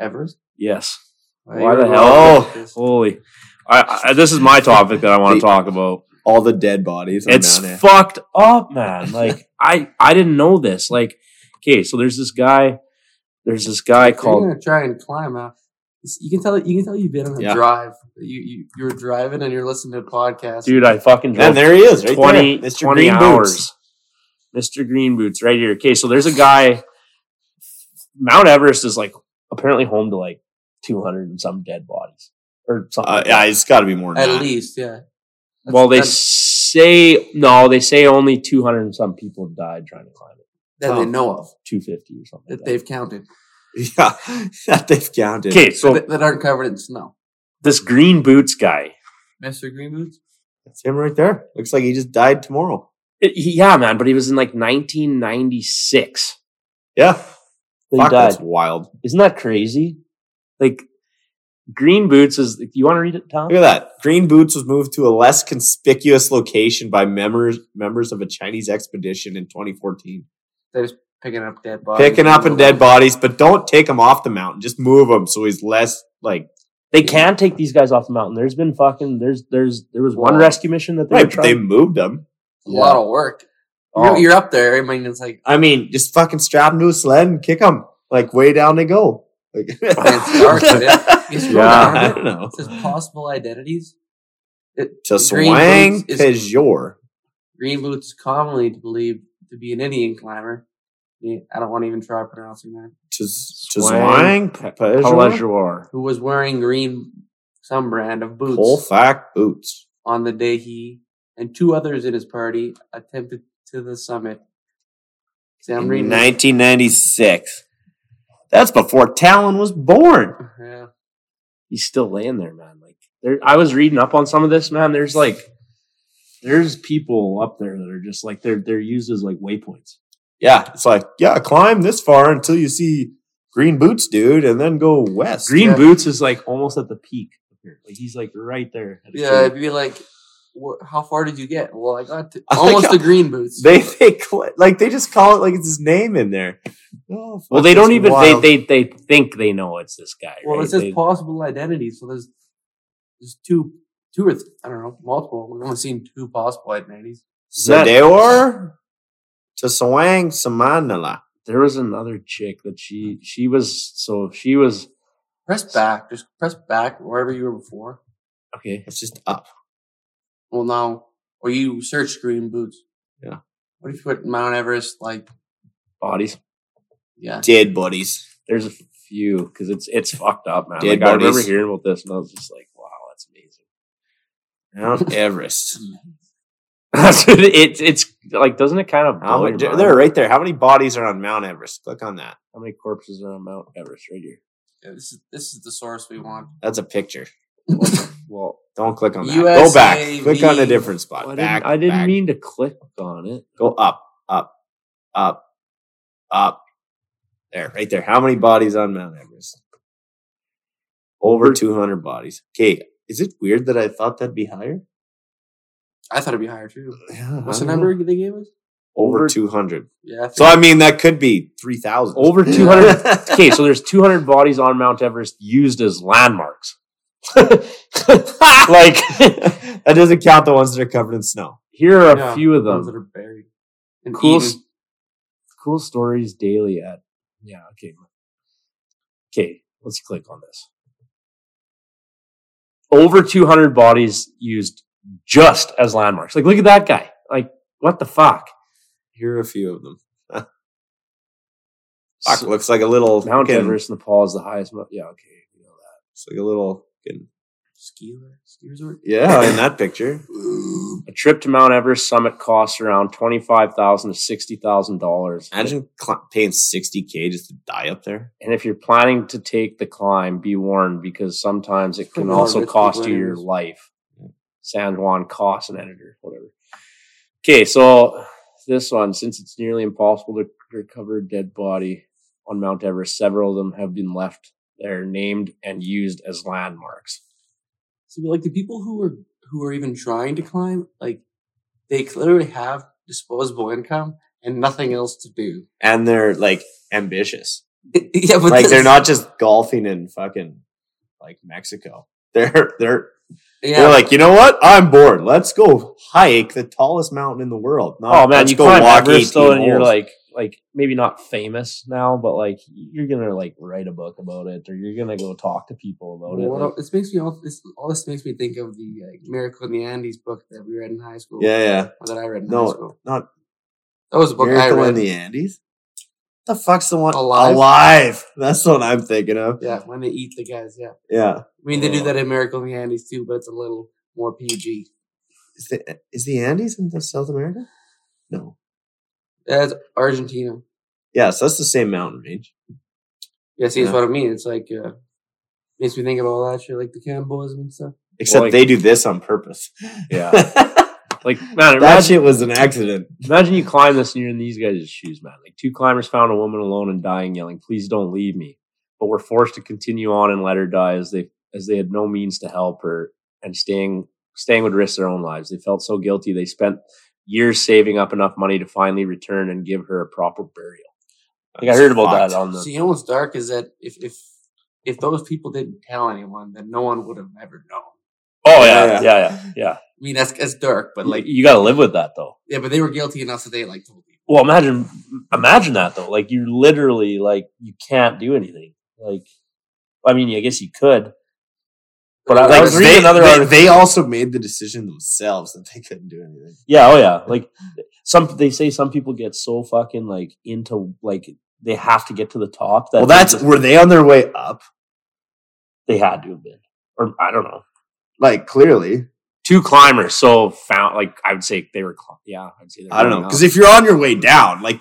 Speaker 1: Everest.
Speaker 2: Yes.
Speaker 1: Why
Speaker 2: Why the
Speaker 1: you're
Speaker 2: hell?
Speaker 1: wrong. This-
Speaker 2: Holy. I, I, this is my topic that I want
Speaker 3: The-
Speaker 2: to talk about.
Speaker 3: All the dead bodies. on
Speaker 2: It's
Speaker 3: Mount Ash.
Speaker 2: fucked up, man. Like [LAUGHS] I I didn't know this. Like okay, so there's this guy. There's this guy
Speaker 1: if You're
Speaker 2: called
Speaker 1: gonna try and climb out. it's- You can tell. You can tell you've been on a
Speaker 3: Yeah.
Speaker 1: drive. You, you you were driving and you're listening to podcasts.
Speaker 2: dude. I fucking drove
Speaker 3: and there he is, right
Speaker 2: 20,
Speaker 3: there. Mr.
Speaker 2: 20
Speaker 3: Green
Speaker 2: hours.
Speaker 3: Boots.
Speaker 2: Mr. Green Boots, right here. Okay, so there's a guy. Mount Everest is like apparently home to like 200 and some dead bodies or something.
Speaker 3: Uh,
Speaker 2: like
Speaker 3: yeah,
Speaker 2: that.
Speaker 3: it's got to be more. Than
Speaker 1: At
Speaker 3: that.
Speaker 1: least, yeah. That's-
Speaker 2: well, they
Speaker 1: that,
Speaker 2: say no. They say only 200 and some people have died trying to climb it.
Speaker 1: that
Speaker 3: Oh.
Speaker 1: they know of
Speaker 2: 250 or something.
Speaker 1: that
Speaker 2: like
Speaker 1: they've counted
Speaker 3: [LAUGHS] Yeah, that they've counted.
Speaker 2: that. Okay, so
Speaker 1: that, that aren't covered in snow.
Speaker 2: this Green Boots guy.
Speaker 1: Mister Green Boots.
Speaker 3: That's him right there. Looks like he just died tomorrow.
Speaker 2: it- he- yeah, man, but he was in like 1996.
Speaker 3: Yeah,
Speaker 2: that he
Speaker 3: Fuck,
Speaker 2: died.
Speaker 3: that's wild.
Speaker 2: Isn't that crazy? Like Green Boots is. You want to read it, Tom?
Speaker 3: Look at that. Green Boots was moved to a less conspicuous location by members members of a Chinese expedition in 2014.
Speaker 1: Picking up dead bodies.
Speaker 3: Picking up and dead bodies, but don't take him off the mountain. Just move him so he's less like
Speaker 2: They can take these guys off the mountain. There's been fucking there's there's there was one
Speaker 1: Wow.
Speaker 2: rescue mission that they were
Speaker 3: right. but They
Speaker 2: trying.
Speaker 3: moved him.
Speaker 1: A lot of work. You're,
Speaker 2: Oh.
Speaker 1: you're up there. I mean, it's
Speaker 3: [LAUGHS]
Speaker 1: like
Speaker 3: I mean, just fucking strap him to a sled and kick him. Like way down they go. Like, [LAUGHS]
Speaker 1: it's dark, isn't it? You scroll
Speaker 2: Yeah.
Speaker 1: down,
Speaker 3: I
Speaker 1: it
Speaker 3: don't know.
Speaker 1: says possible identities.
Speaker 3: To
Speaker 1: Green
Speaker 3: swang
Speaker 1: Boots is-
Speaker 3: Peugeot.
Speaker 1: Green Boots is commonly believed to be an Indian climber. Yeah, I don't want to even try pronouncing that.
Speaker 3: To, to
Speaker 2: Swang
Speaker 3: swang Peugeot.
Speaker 2: Pelejoar.
Speaker 1: Who was wearing green, some brand of boots
Speaker 3: Colfax boots.
Speaker 1: on the day he and two others in his party attempted to the summit. See, I'm reading. this.
Speaker 4: 1996.
Speaker 3: That's before Talon was born.
Speaker 1: Yeah.
Speaker 2: He's still laying there, man. Like there, I was reading up on some of this, man. There's like there's people up there that are just like they're they're used as like waypoints.
Speaker 3: Yeah, it's like yeah, climb this far until you see green boots, dude, and then go west.
Speaker 2: Green
Speaker 1: Yeah.
Speaker 2: Boots is like almost at the peak. Apparently, he's like right there. at the
Speaker 1: Yeah,
Speaker 2: peak.
Speaker 1: it'd be like, wh- how far did you get? Well, I got to,
Speaker 3: [LAUGHS] I like
Speaker 1: almost
Speaker 3: how-
Speaker 1: the green boots.
Speaker 3: [LAUGHS] They they cl- like they just call it like it's his name in there. Oh, fuck,
Speaker 2: Well, they don't
Speaker 3: that's
Speaker 2: even
Speaker 3: wild.
Speaker 2: they, they they think they know it's this guy.
Speaker 1: well,
Speaker 2: right?
Speaker 1: it says
Speaker 2: They-
Speaker 1: possible identities, so there's there's two, two or th- I don't know, multiple. We've only seen two possible identities.
Speaker 3: so
Speaker 2: that-
Speaker 3: they were to Swang Samanala.
Speaker 2: there was another chick that she she was so she was
Speaker 1: Press back, just press back wherever you were before.
Speaker 2: okay.
Speaker 3: It's just up.
Speaker 1: Well, now or you search green boots.
Speaker 3: Yeah.
Speaker 1: What if you put Mount Everest? Like,
Speaker 2: Bodies.
Speaker 1: yeah,
Speaker 4: Dead buddies.
Speaker 2: There's a few because it's it's fucked up, man.
Speaker 4: Dead
Speaker 2: like I remember
Speaker 4: bodies.
Speaker 2: hearing about this and I was just like, wow, that's amazing. [LAUGHS]
Speaker 3: Mount Everest.
Speaker 2: That's what it, it's it's like doesn't it kind of
Speaker 3: How
Speaker 2: blow
Speaker 3: many,
Speaker 2: your mind?
Speaker 3: they're right there. How many bodies are on Mount Everest? Click on that.
Speaker 2: How many corpses are on Mount Everest right here?
Speaker 1: yeah, this is this is the source we want.
Speaker 3: That's a picture.
Speaker 2: Well,
Speaker 3: Don't click on that. Go
Speaker 1: USA
Speaker 3: back. Click on a
Speaker 1: means-
Speaker 3: different spot.
Speaker 2: I
Speaker 3: back.
Speaker 2: didn't, I didn't
Speaker 3: back.
Speaker 2: mean to click on it.
Speaker 3: Go up, up, up, up. There, right there. How many bodies on Mount Everest? Over 200 bodies. Okay. Is it weird that I thought that'd be higher?
Speaker 1: I thought it'd be higher too.
Speaker 3: Yeah,
Speaker 1: What's
Speaker 3: I
Speaker 1: the
Speaker 3: don't
Speaker 1: number
Speaker 3: know.
Speaker 1: they gave us?
Speaker 3: Over
Speaker 2: Over-
Speaker 3: 200.
Speaker 1: Yeah. I
Speaker 3: So,
Speaker 1: think-
Speaker 3: I mean, that could be 3,000. [LAUGHS]
Speaker 2: Over 200. Okay, so there's 200 bodies on Mount Everest used as landmarks. like
Speaker 3: [LAUGHS] that doesn't count the ones that are covered in snow.
Speaker 2: here are a
Speaker 1: Yeah,
Speaker 2: few of
Speaker 1: the ones that
Speaker 2: them.
Speaker 1: are buried. And
Speaker 2: Cool,
Speaker 1: eaten.
Speaker 2: s- cool stories daily at. Yeah. Okay. Okay. Let's click on this. Over 200 bodies used just as landmarks. Like, look at that guy. Like, what the fuck?
Speaker 3: Here are a few of them. Fuck,
Speaker 2: So-
Speaker 3: looks like a little
Speaker 2: Mount
Speaker 3: fucking-
Speaker 2: Everest, Nepal is the highest. Mo- yeah. Okay. we know that.
Speaker 3: It's like a little. fucking-
Speaker 1: ski re- ski resort.
Speaker 2: [LAUGHS]
Speaker 3: Yeah, in that picture.
Speaker 2: A trip to Mount Everest summit costs around twenty five thousand to sixty thousand dollars.
Speaker 3: Imagine cl- paying 60K just to die up there.
Speaker 2: And if you're planning to take the climb, be warned because sometimes it can
Speaker 1: Pretty
Speaker 2: also
Speaker 1: risky
Speaker 2: cost you your
Speaker 1: plans.
Speaker 2: life. San Juan costs an editor, whatever. Okay, so this one, since it's nearly impossible to recover a dead body on Mount Everest, several of them have been left there named and used as landmarks.
Speaker 1: So like the people who were who are even trying to climb, like they clearly have disposable income and nothing else to do.
Speaker 3: And they're like ambitious.
Speaker 1: [LAUGHS] yeah, but
Speaker 3: like they're
Speaker 1: this-
Speaker 3: not just golfing in fucking like Mexico. [LAUGHS] They're they're
Speaker 1: Yeah,
Speaker 3: they're like, you know what? I'm bored. Let's go hike the tallest mountain in the world. Not,
Speaker 2: Oh man,
Speaker 3: Uh, let's
Speaker 2: you climb Everest
Speaker 3: 18
Speaker 2: though, and you're
Speaker 3: holes."
Speaker 2: like, like maybe not famous now, but like you're gonna like write a book about it, or you're gonna go talk to people about it.
Speaker 1: Well,
Speaker 2: Like,
Speaker 1: this makes me all this all this makes me think of the like, Miracle in the Andes book that we read in high school.
Speaker 3: yeah, yeah.
Speaker 1: or that I read in
Speaker 3: No,
Speaker 1: high school.
Speaker 3: not-
Speaker 1: that was a book
Speaker 3: Miracle
Speaker 1: I read.
Speaker 3: in the Andes. The fuck's the one
Speaker 1: Alive?
Speaker 3: Alive. That's the one I'm thinking of.
Speaker 1: yeah, when they eat the guys. Yeah,
Speaker 3: Yeah.
Speaker 1: I mean they do
Speaker 3: Oh.
Speaker 1: that in Miracle in the Andes too, but it's a little more PG.
Speaker 3: Is the is the Andes in the South America? No.
Speaker 1: That's Argentina.
Speaker 3: Yeah, so that's the same mountain range.
Speaker 1: Yeah, see, that's
Speaker 3: Yeah.
Speaker 1: what I mean. It's like uh, makes me think of all that shit, like the cannibalism and stuff.
Speaker 3: Except
Speaker 2: like-
Speaker 3: they do this on purpose. [LAUGHS]
Speaker 2: yeah,
Speaker 3: that
Speaker 2: like man, imagine,
Speaker 3: shit was an accident.
Speaker 2: imagine you climb this and you're in these guys' shoes, man. Like two climbers found a woman alone and dying, yelling, "Please don't leave me!" But were forced to continue on and let her die as they as they had no means to help her, and staying staying would risk their own lives. They felt so guilty. They spent years saving up enough money to finally return and give her a proper burial. Like I heard about
Speaker 3: Fucked.
Speaker 2: that on the.
Speaker 1: See, you know what's dark is that if if if those people didn't tell anyone, then no one would have ever known.
Speaker 2: oh
Speaker 3: Yeah, yeah.
Speaker 2: yeah, yeah, yeah, yeah.
Speaker 1: I mean, that's that's dark, but
Speaker 2: Like
Speaker 1: like,
Speaker 2: you got to live with that though.
Speaker 1: yeah, but they were guilty enough that they like told people.
Speaker 2: Well, imagine, imagine that though. Like you're literally like you can't do anything. Like, I mean, I guess you could. But I, I
Speaker 1: Like,
Speaker 2: was reading another article.
Speaker 3: they also made the decision themselves that they couldn't do anything.
Speaker 2: yeah, oh yeah. Like some, they say some people get so fucking like into like they have to get to the top that
Speaker 3: well, that's were they on their way up?
Speaker 2: they had to have been, or I don't know.
Speaker 3: Like clearly,
Speaker 2: Two climbers, so found like I would say they were, cli- yeah, I'd say they were
Speaker 3: I don't know
Speaker 2: going up.
Speaker 3: because if you're on your way down, like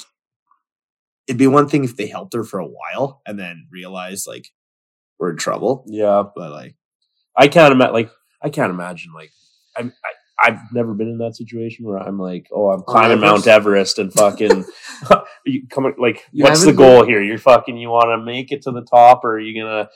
Speaker 3: it'd be one thing if they helped her for a while and then realized like we're in trouble,
Speaker 2: yeah,
Speaker 3: but like
Speaker 2: I can't imagine. Like I can't imagine. Like I'm. I, I've never been in that situation where I'm like, oh, I'm climbing Mount Everest and
Speaker 1: [LAUGHS]
Speaker 2: fucking, [LAUGHS] you come like,
Speaker 1: You
Speaker 2: what's the
Speaker 1: haven't
Speaker 2: goal here? You're fucking, you want to make it to the top, or are you gonna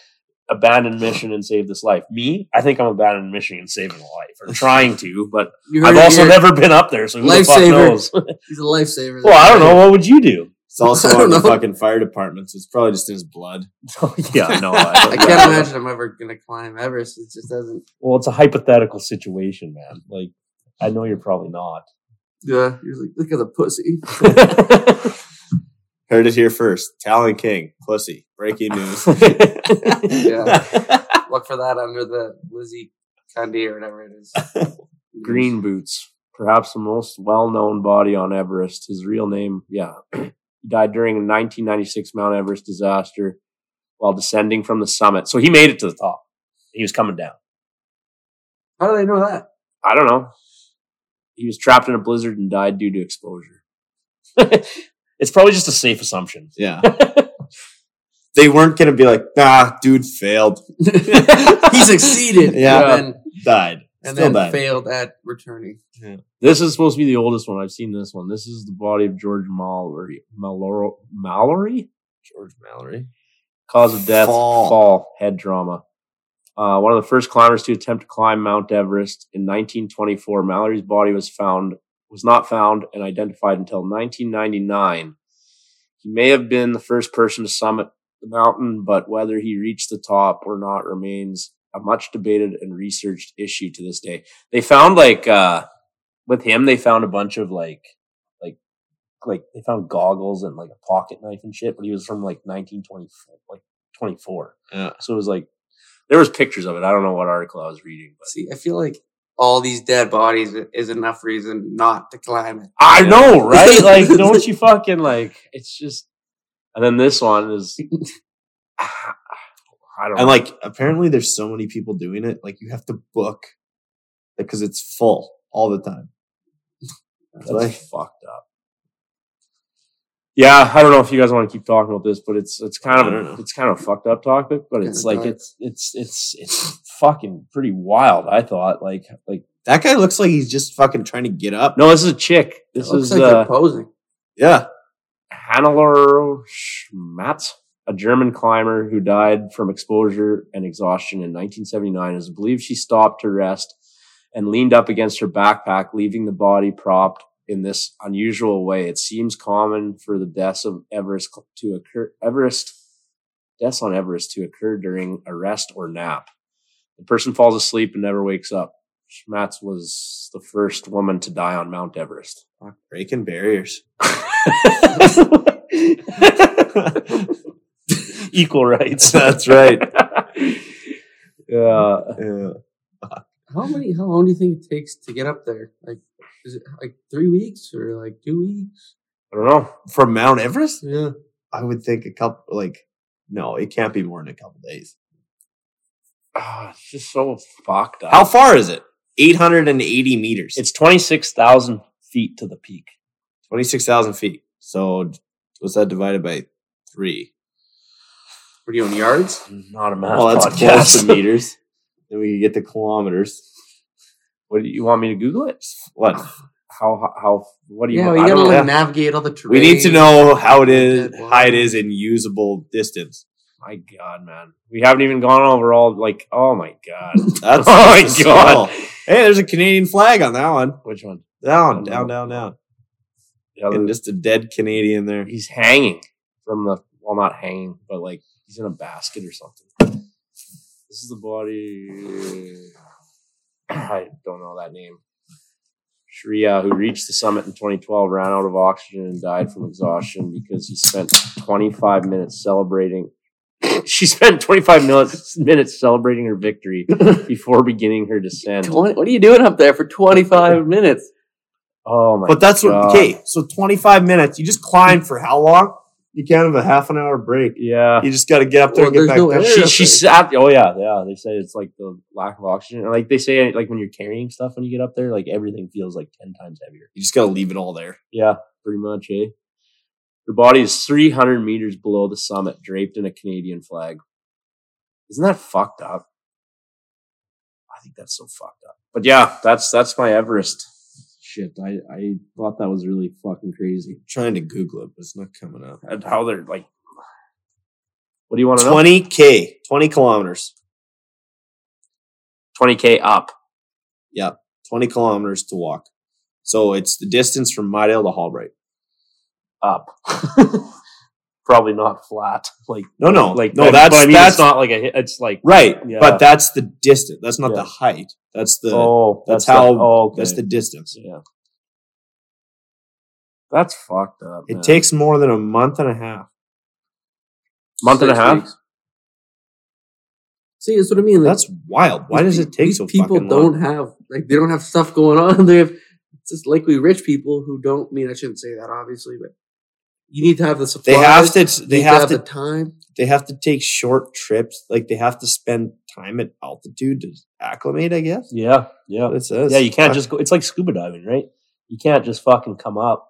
Speaker 2: abandon mission and save this life? Me, I think I'm abandoning mission and saving a life, or trying to,
Speaker 1: [LAUGHS]
Speaker 2: but
Speaker 1: You
Speaker 2: I've
Speaker 1: it
Speaker 2: also
Speaker 1: here.
Speaker 2: never been up there, so who the
Speaker 1: Lifesaver.
Speaker 2: fuck knows? [LAUGHS]
Speaker 1: He's a lifesaver.
Speaker 2: well, I don't know. What would
Speaker 1: [LAUGHS]
Speaker 2: you do?
Speaker 3: it's also
Speaker 1: I don't
Speaker 3: on the
Speaker 1: know.
Speaker 3: fucking fire department, so it's probably just in his blood.
Speaker 1: Oh,
Speaker 2: yeah, no,
Speaker 3: [LAUGHS]
Speaker 1: I
Speaker 2: I,
Speaker 1: can't imagine I'm ever gonna climb Everest. It just doesn't.
Speaker 2: well, it's a hypothetical situation, man. Like, I know you're
Speaker 1: [LAUGHS]
Speaker 2: probably not.
Speaker 1: Yeah, you're like, look at the pussy.
Speaker 3: Heard it here first. Talon King, pussy. Breaking
Speaker 2: [LAUGHS]
Speaker 3: news.
Speaker 1: Yeah. Look for that under the Lizzie Cundy or whatever it is.
Speaker 2: Green boots. perhaps the most well-known body on Everest. His real name, yeah, he died during a 1996 Mount Everest disaster while descending from the summit. So he made it to the top. He was coming down.
Speaker 1: How do they know that?
Speaker 2: I don't know. He was trapped in a blizzard and died due to exposure. [LAUGHS] it's probably just a safe assumption. [LAUGHS]
Speaker 3: Yeah. they weren't gonna be like, nah, dude failed.
Speaker 1: he succeeded.
Speaker 3: Yeah.
Speaker 1: And then,
Speaker 3: Died.
Speaker 1: and
Speaker 3: Still
Speaker 1: then
Speaker 3: died.
Speaker 1: failed at returning.
Speaker 2: This is supposed to be the oldest one. I've seen this one. This is the body of George Mallory. Mallory? Mallory?
Speaker 3: George Mallory.
Speaker 2: Cause of death,
Speaker 3: Fall.
Speaker 2: fall, head trauma. Uh, one of the first climbers to attempt to climb Mount Everest in 1924. Mallory's body was found, was not found and identified until 1999. He may have been the first person to summit the mountain, but whether he reached the top or not remains a much debated and researched issue to this day. They found like, uh, with him, they found a bunch of like, like, like they found goggles and like a pocket knife and shit, but he was from like 1924, like 24.
Speaker 3: Yeah.
Speaker 2: So it was like, there was pictures of it. I don't know what article I was reading, but
Speaker 1: See, I feel like all these dead bodies is enough reason not to climb it.
Speaker 2: I know, [LAUGHS] right? Like, don't you fucking like? It's just. And then this one [LAUGHS] is. [SIGHS] I don't. know.
Speaker 3: And like apparently there's so many people doing it. Like you have to book because it's full all the time.
Speaker 2: That's fucked up. Yeah, I don't know if you guys want to keep talking about this, but it's it's kind
Speaker 3: I don't know.
Speaker 2: of it's kind of a fucked up topic, but
Speaker 1: Kinda
Speaker 2: it's like
Speaker 1: dark.
Speaker 2: it's it's it's it's fucking pretty wild. I thought like like
Speaker 3: That guy looks like he's just fucking trying to get up.
Speaker 2: no, this is a chick. This
Speaker 1: It looks
Speaker 2: is
Speaker 1: like
Speaker 2: uh,
Speaker 1: they're posing.
Speaker 3: Yeah.
Speaker 2: Hannelore Schmatz, a German climber who died from exposure and exhaustion in 1979, is believed she stopped to rest and leaned up against her backpack, leaving the body propped in this unusual way. It seems common for the deaths of Everest cl- to occur, Everest, deaths on Everest to occur during a rest or nap. The person falls asleep and never wakes up. Schmatz was the first woman to die on Mount Everest.
Speaker 3: Fuck, breaking barriers. [LAUGHS]
Speaker 2: Equal rights.
Speaker 3: That's
Speaker 2: [LAUGHS]
Speaker 3: right.
Speaker 2: yeah.
Speaker 3: Yeah.
Speaker 1: How many? How long do you think it takes to get up there? Like, is it like three weeks or like two weeks?
Speaker 2: I don't know.
Speaker 3: From Mount Everest?
Speaker 1: Yeah.
Speaker 3: I would think a couple like no, it can't be more than a couple days.
Speaker 2: Ah, it's just so fucked up.
Speaker 3: How far is it? 880 meters.
Speaker 2: It's 26,000 feet to the peak.
Speaker 3: 26,000 feet. So was that divided by three?
Speaker 1: What do you own yards?
Speaker 2: Not a math
Speaker 3: Well, Oh, that's
Speaker 2: podcast. [LAUGHS]
Speaker 3: close to meters. Then we could get the kilometers.
Speaker 2: What do you want me to Google it?
Speaker 3: What?
Speaker 2: How, how, how what do you
Speaker 1: yeah, well,
Speaker 2: want?
Speaker 1: you
Speaker 2: I
Speaker 1: gotta
Speaker 2: don't
Speaker 1: like
Speaker 2: know.
Speaker 3: know.
Speaker 1: navigate all the terrain.
Speaker 3: We need to know how it is,
Speaker 1: Dead
Speaker 3: how it
Speaker 1: water.
Speaker 3: is in usable distance.
Speaker 2: My God, man. We haven't even gone over all, like, oh my
Speaker 3: [LAUGHS]
Speaker 2: God.
Speaker 3: That's
Speaker 2: Oh my
Speaker 3: that's
Speaker 2: God.
Speaker 3: small. Hey, there's a Canadian flag on that one.
Speaker 2: Which one?
Speaker 3: Down, down, down, down.
Speaker 2: The other,
Speaker 3: And just a dead Canadian there.
Speaker 2: he's hanging from the well not hanging but like he's in a basket or something this is the body i don't know that name shreya who reached the summit in 2012 ran out of oxygen and died from exhaustion because he spent 25 minutes celebrating [COUGHS] she spent 25 minutes, minutes celebrating her [LAUGHS] victory before beginning her descent
Speaker 1: What are you doing up there for 25 minutes?
Speaker 2: oh my
Speaker 3: But that's what
Speaker 2: God.
Speaker 3: okay. So 25 minutes. You just climb for how long? You can't have a half an hour break.
Speaker 2: yeah
Speaker 3: You just got to get up there
Speaker 1: Well,
Speaker 3: and get
Speaker 1: there's
Speaker 3: back
Speaker 1: no
Speaker 3: down.
Speaker 1: air.
Speaker 2: she she sat. Oh yeah, yeah. They say it's like the lack of oxygen, and like they say, like when you're carrying stuff when you get up there, like everything feels like ten times heavier.
Speaker 3: You just got to leave it all there.
Speaker 2: Yeah, pretty much, eh? Her body is 300 meters below the summit, draped in a Canadian flag. Isn't that fucked up? I think that's so fucked up. But yeah, that's that's my Everest shit. I I thought that was really fucking crazy.
Speaker 3: trying to Google it, but it's not coming up.
Speaker 2: And how they're like, what do you want to know?
Speaker 3: 20 k, 20 kilometers,
Speaker 2: 20k up.
Speaker 3: 20 kilometers to walk. So it's the distance from Mydale to Hallbright.
Speaker 2: up. [LAUGHS] Probably not flat. Like
Speaker 3: No, no,
Speaker 2: like
Speaker 3: no.
Speaker 2: but-
Speaker 3: that's
Speaker 2: but I mean,
Speaker 3: that's
Speaker 2: it's not like a. hi- It's like
Speaker 3: right,
Speaker 2: Yeah.
Speaker 3: but that's the distance. That's not
Speaker 2: Yeah.
Speaker 3: the height. That's the
Speaker 2: oh,
Speaker 3: that's
Speaker 2: the-
Speaker 3: how-
Speaker 2: oh, okay.
Speaker 3: that's the distance.
Speaker 2: yeah. That's fucked up.
Speaker 3: It
Speaker 2: man.
Speaker 3: takes more than a month and a half.
Speaker 2: month and a
Speaker 1: Six
Speaker 2: half.
Speaker 1: weeks. See, that's what I mean. like,
Speaker 3: That's wild. Why
Speaker 1: these
Speaker 3: does
Speaker 1: pe-
Speaker 3: it take
Speaker 1: these
Speaker 3: so
Speaker 1: people
Speaker 3: fucking
Speaker 1: don't
Speaker 3: long?
Speaker 1: have like they don't have stuff going on. [LAUGHS] They have it's just likely rich people who don't I mean I shouldn't say that obviously, but you need to have the
Speaker 3: They
Speaker 1: supplies.
Speaker 3: have to. They
Speaker 1: you need
Speaker 3: have to.
Speaker 1: the time.
Speaker 3: They have to take short trips. Like they have to spend time at altitude to acclimate. I guess.
Speaker 2: Yeah, yeah,
Speaker 3: What it says.
Speaker 2: yeah. You can't
Speaker 3: Fuck.
Speaker 2: just go. It's like scuba diving, right? You can't just fucking come up.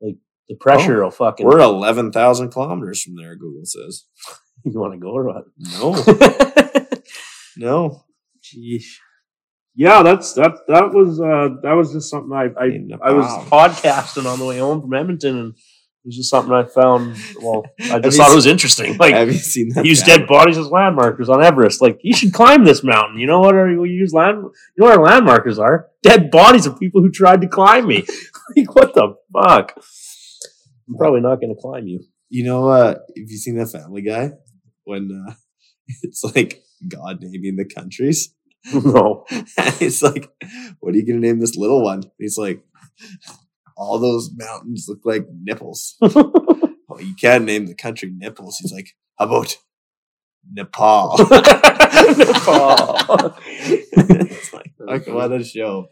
Speaker 2: Like the pressure will fucking.
Speaker 3: We're eleven thousand kilometers from there. Google says.
Speaker 2: [LAUGHS] you want to go or what?
Speaker 3: [LAUGHS] No, no.
Speaker 1: Jeez.
Speaker 2: yeah, that's that. That was uh that was just something I I,
Speaker 3: In
Speaker 2: I was
Speaker 3: [LAUGHS] Nepal.
Speaker 2: podcasting on the way home from Edmonton, and it was just something I found. Well, I
Speaker 3: Have
Speaker 2: just
Speaker 3: you
Speaker 2: thought it was interesting. Like
Speaker 3: have you seen that?
Speaker 2: use
Speaker 3: guy?
Speaker 2: dead bodies as landmarkers on Everest. Like you should climb this mountain. You know what? Are you use land? You know what our landmarkers are? Dead bodies of people who tried to climb me. [LAUGHS] like what the fuck? I'm probably not going to climb you. [LAUGHS]
Speaker 3: You know, uh, have you seen that Family Guy? When uh, [LAUGHS] it's like God naming the countries, [LAUGHS]
Speaker 2: no. [LAUGHS]
Speaker 3: and it's like, "What are you going to name this little one?" And he's like, "All those mountains look like [LAUGHS] nipples." oh, you can't name the country nipples. He's like, "How about Nepal?" [LAUGHS]
Speaker 2: [LAUGHS] Nepal.
Speaker 3: it's [LAUGHS] like, fuck, what a show!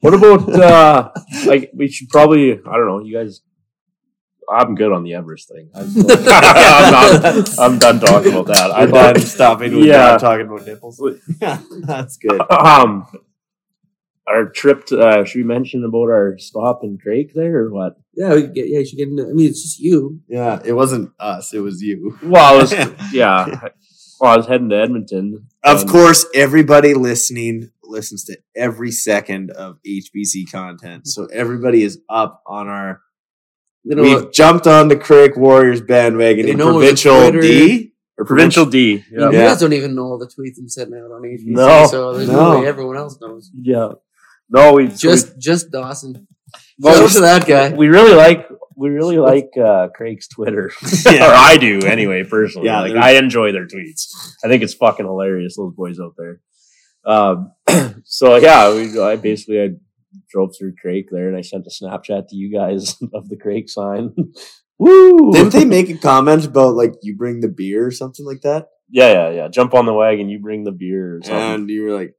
Speaker 2: what about uh like we should probably I don't know, you guys I'm good on the Everest thing.
Speaker 3: [LAUGHS]
Speaker 2: I'm, [LAUGHS] I'm not- I'm done talking about that.
Speaker 3: I'm
Speaker 2: I'm
Speaker 3: done stopping with
Speaker 2: Yeah.
Speaker 3: not talking about [LAUGHS] nipples. That's good.
Speaker 2: [CLEARS THROAT] um our trip to, uh should we mention about our stop in drake there or what
Speaker 1: Yeah, we could get, yeah, you should get into I mean it's just you.
Speaker 3: Yeah, it wasn't us; it was you.
Speaker 2: [LAUGHS]
Speaker 3: [LAUGHS]
Speaker 2: well i was yeah well i was heading to edmonton
Speaker 3: Of
Speaker 2: and-
Speaker 3: course, everybody listening listens to every second of HBC content. So everybody is up on our.
Speaker 1: You know
Speaker 3: we've
Speaker 1: what?
Speaker 3: jumped on the Crick Warriors bandwagon
Speaker 1: They
Speaker 3: in
Speaker 1: know it was
Speaker 3: provincial
Speaker 1: Twitter.
Speaker 3: D or
Speaker 2: provincial d yeah
Speaker 1: You
Speaker 3: Yeah.
Speaker 1: guys don't even know all the tweets I'm sending out on HBC,
Speaker 2: No.
Speaker 1: so there's no.
Speaker 3: No.
Speaker 1: way everyone else knows.
Speaker 2: yeah no we
Speaker 1: Just just Dawson.
Speaker 2: Well,
Speaker 1: Shout out to that
Speaker 2: we, [LAUGHS]
Speaker 1: guy.
Speaker 2: we really like we really like uh craig's twitter or
Speaker 3: [LAUGHS]
Speaker 2: [LAUGHS]
Speaker 3: Yeah.
Speaker 2: i do anyway personally
Speaker 3: Yeah,
Speaker 2: like
Speaker 3: they're-
Speaker 2: i enjoy their tweets i think it's fucking hilarious those boys out there um [CLEARS THROAT] so yeah we, i basically i drove through crake there and i sent a snapchat to you guys [LAUGHS] of the crake sign [LAUGHS] Woo!
Speaker 3: Didn't they make a comment about like you bring the beer or something like that?
Speaker 2: [LAUGHS] yeah yeah yeah jump on the wagon you bring the beer or something
Speaker 3: And you were like,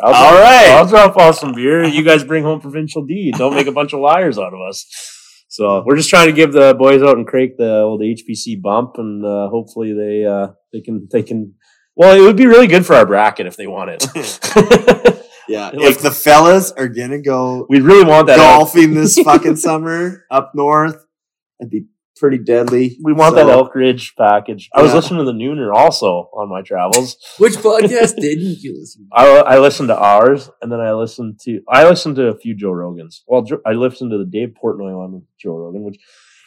Speaker 2: I'll
Speaker 3: all
Speaker 2: drop-
Speaker 3: right.
Speaker 2: i'll drop off some beer you guys bring home provincial d don't make a bunch of liars out of us so we're just trying to give the boys out in crake the old hpc bump and uh, hopefully they uh they can they can well it would be really good for our bracket if they want
Speaker 3: [LAUGHS]
Speaker 2: it
Speaker 3: "Yeah,
Speaker 2: Like-
Speaker 3: if the fellas are gonna go
Speaker 2: we really want that elk.
Speaker 3: golfing
Speaker 2: [LAUGHS]
Speaker 3: this fucking summer up north, that'd be pretty deadly."
Speaker 2: we want that
Speaker 3: So-
Speaker 2: elk ridge package i was
Speaker 3: Yeah.
Speaker 2: listening to the nooner also on my travels
Speaker 1: Which podcast didn't you listen to?
Speaker 2: I, I listened to ours, and then I listened to I listened to a few Joe Rogans. Well, Jo- I listened to the Dave Portnoy one with Joe Rogan, which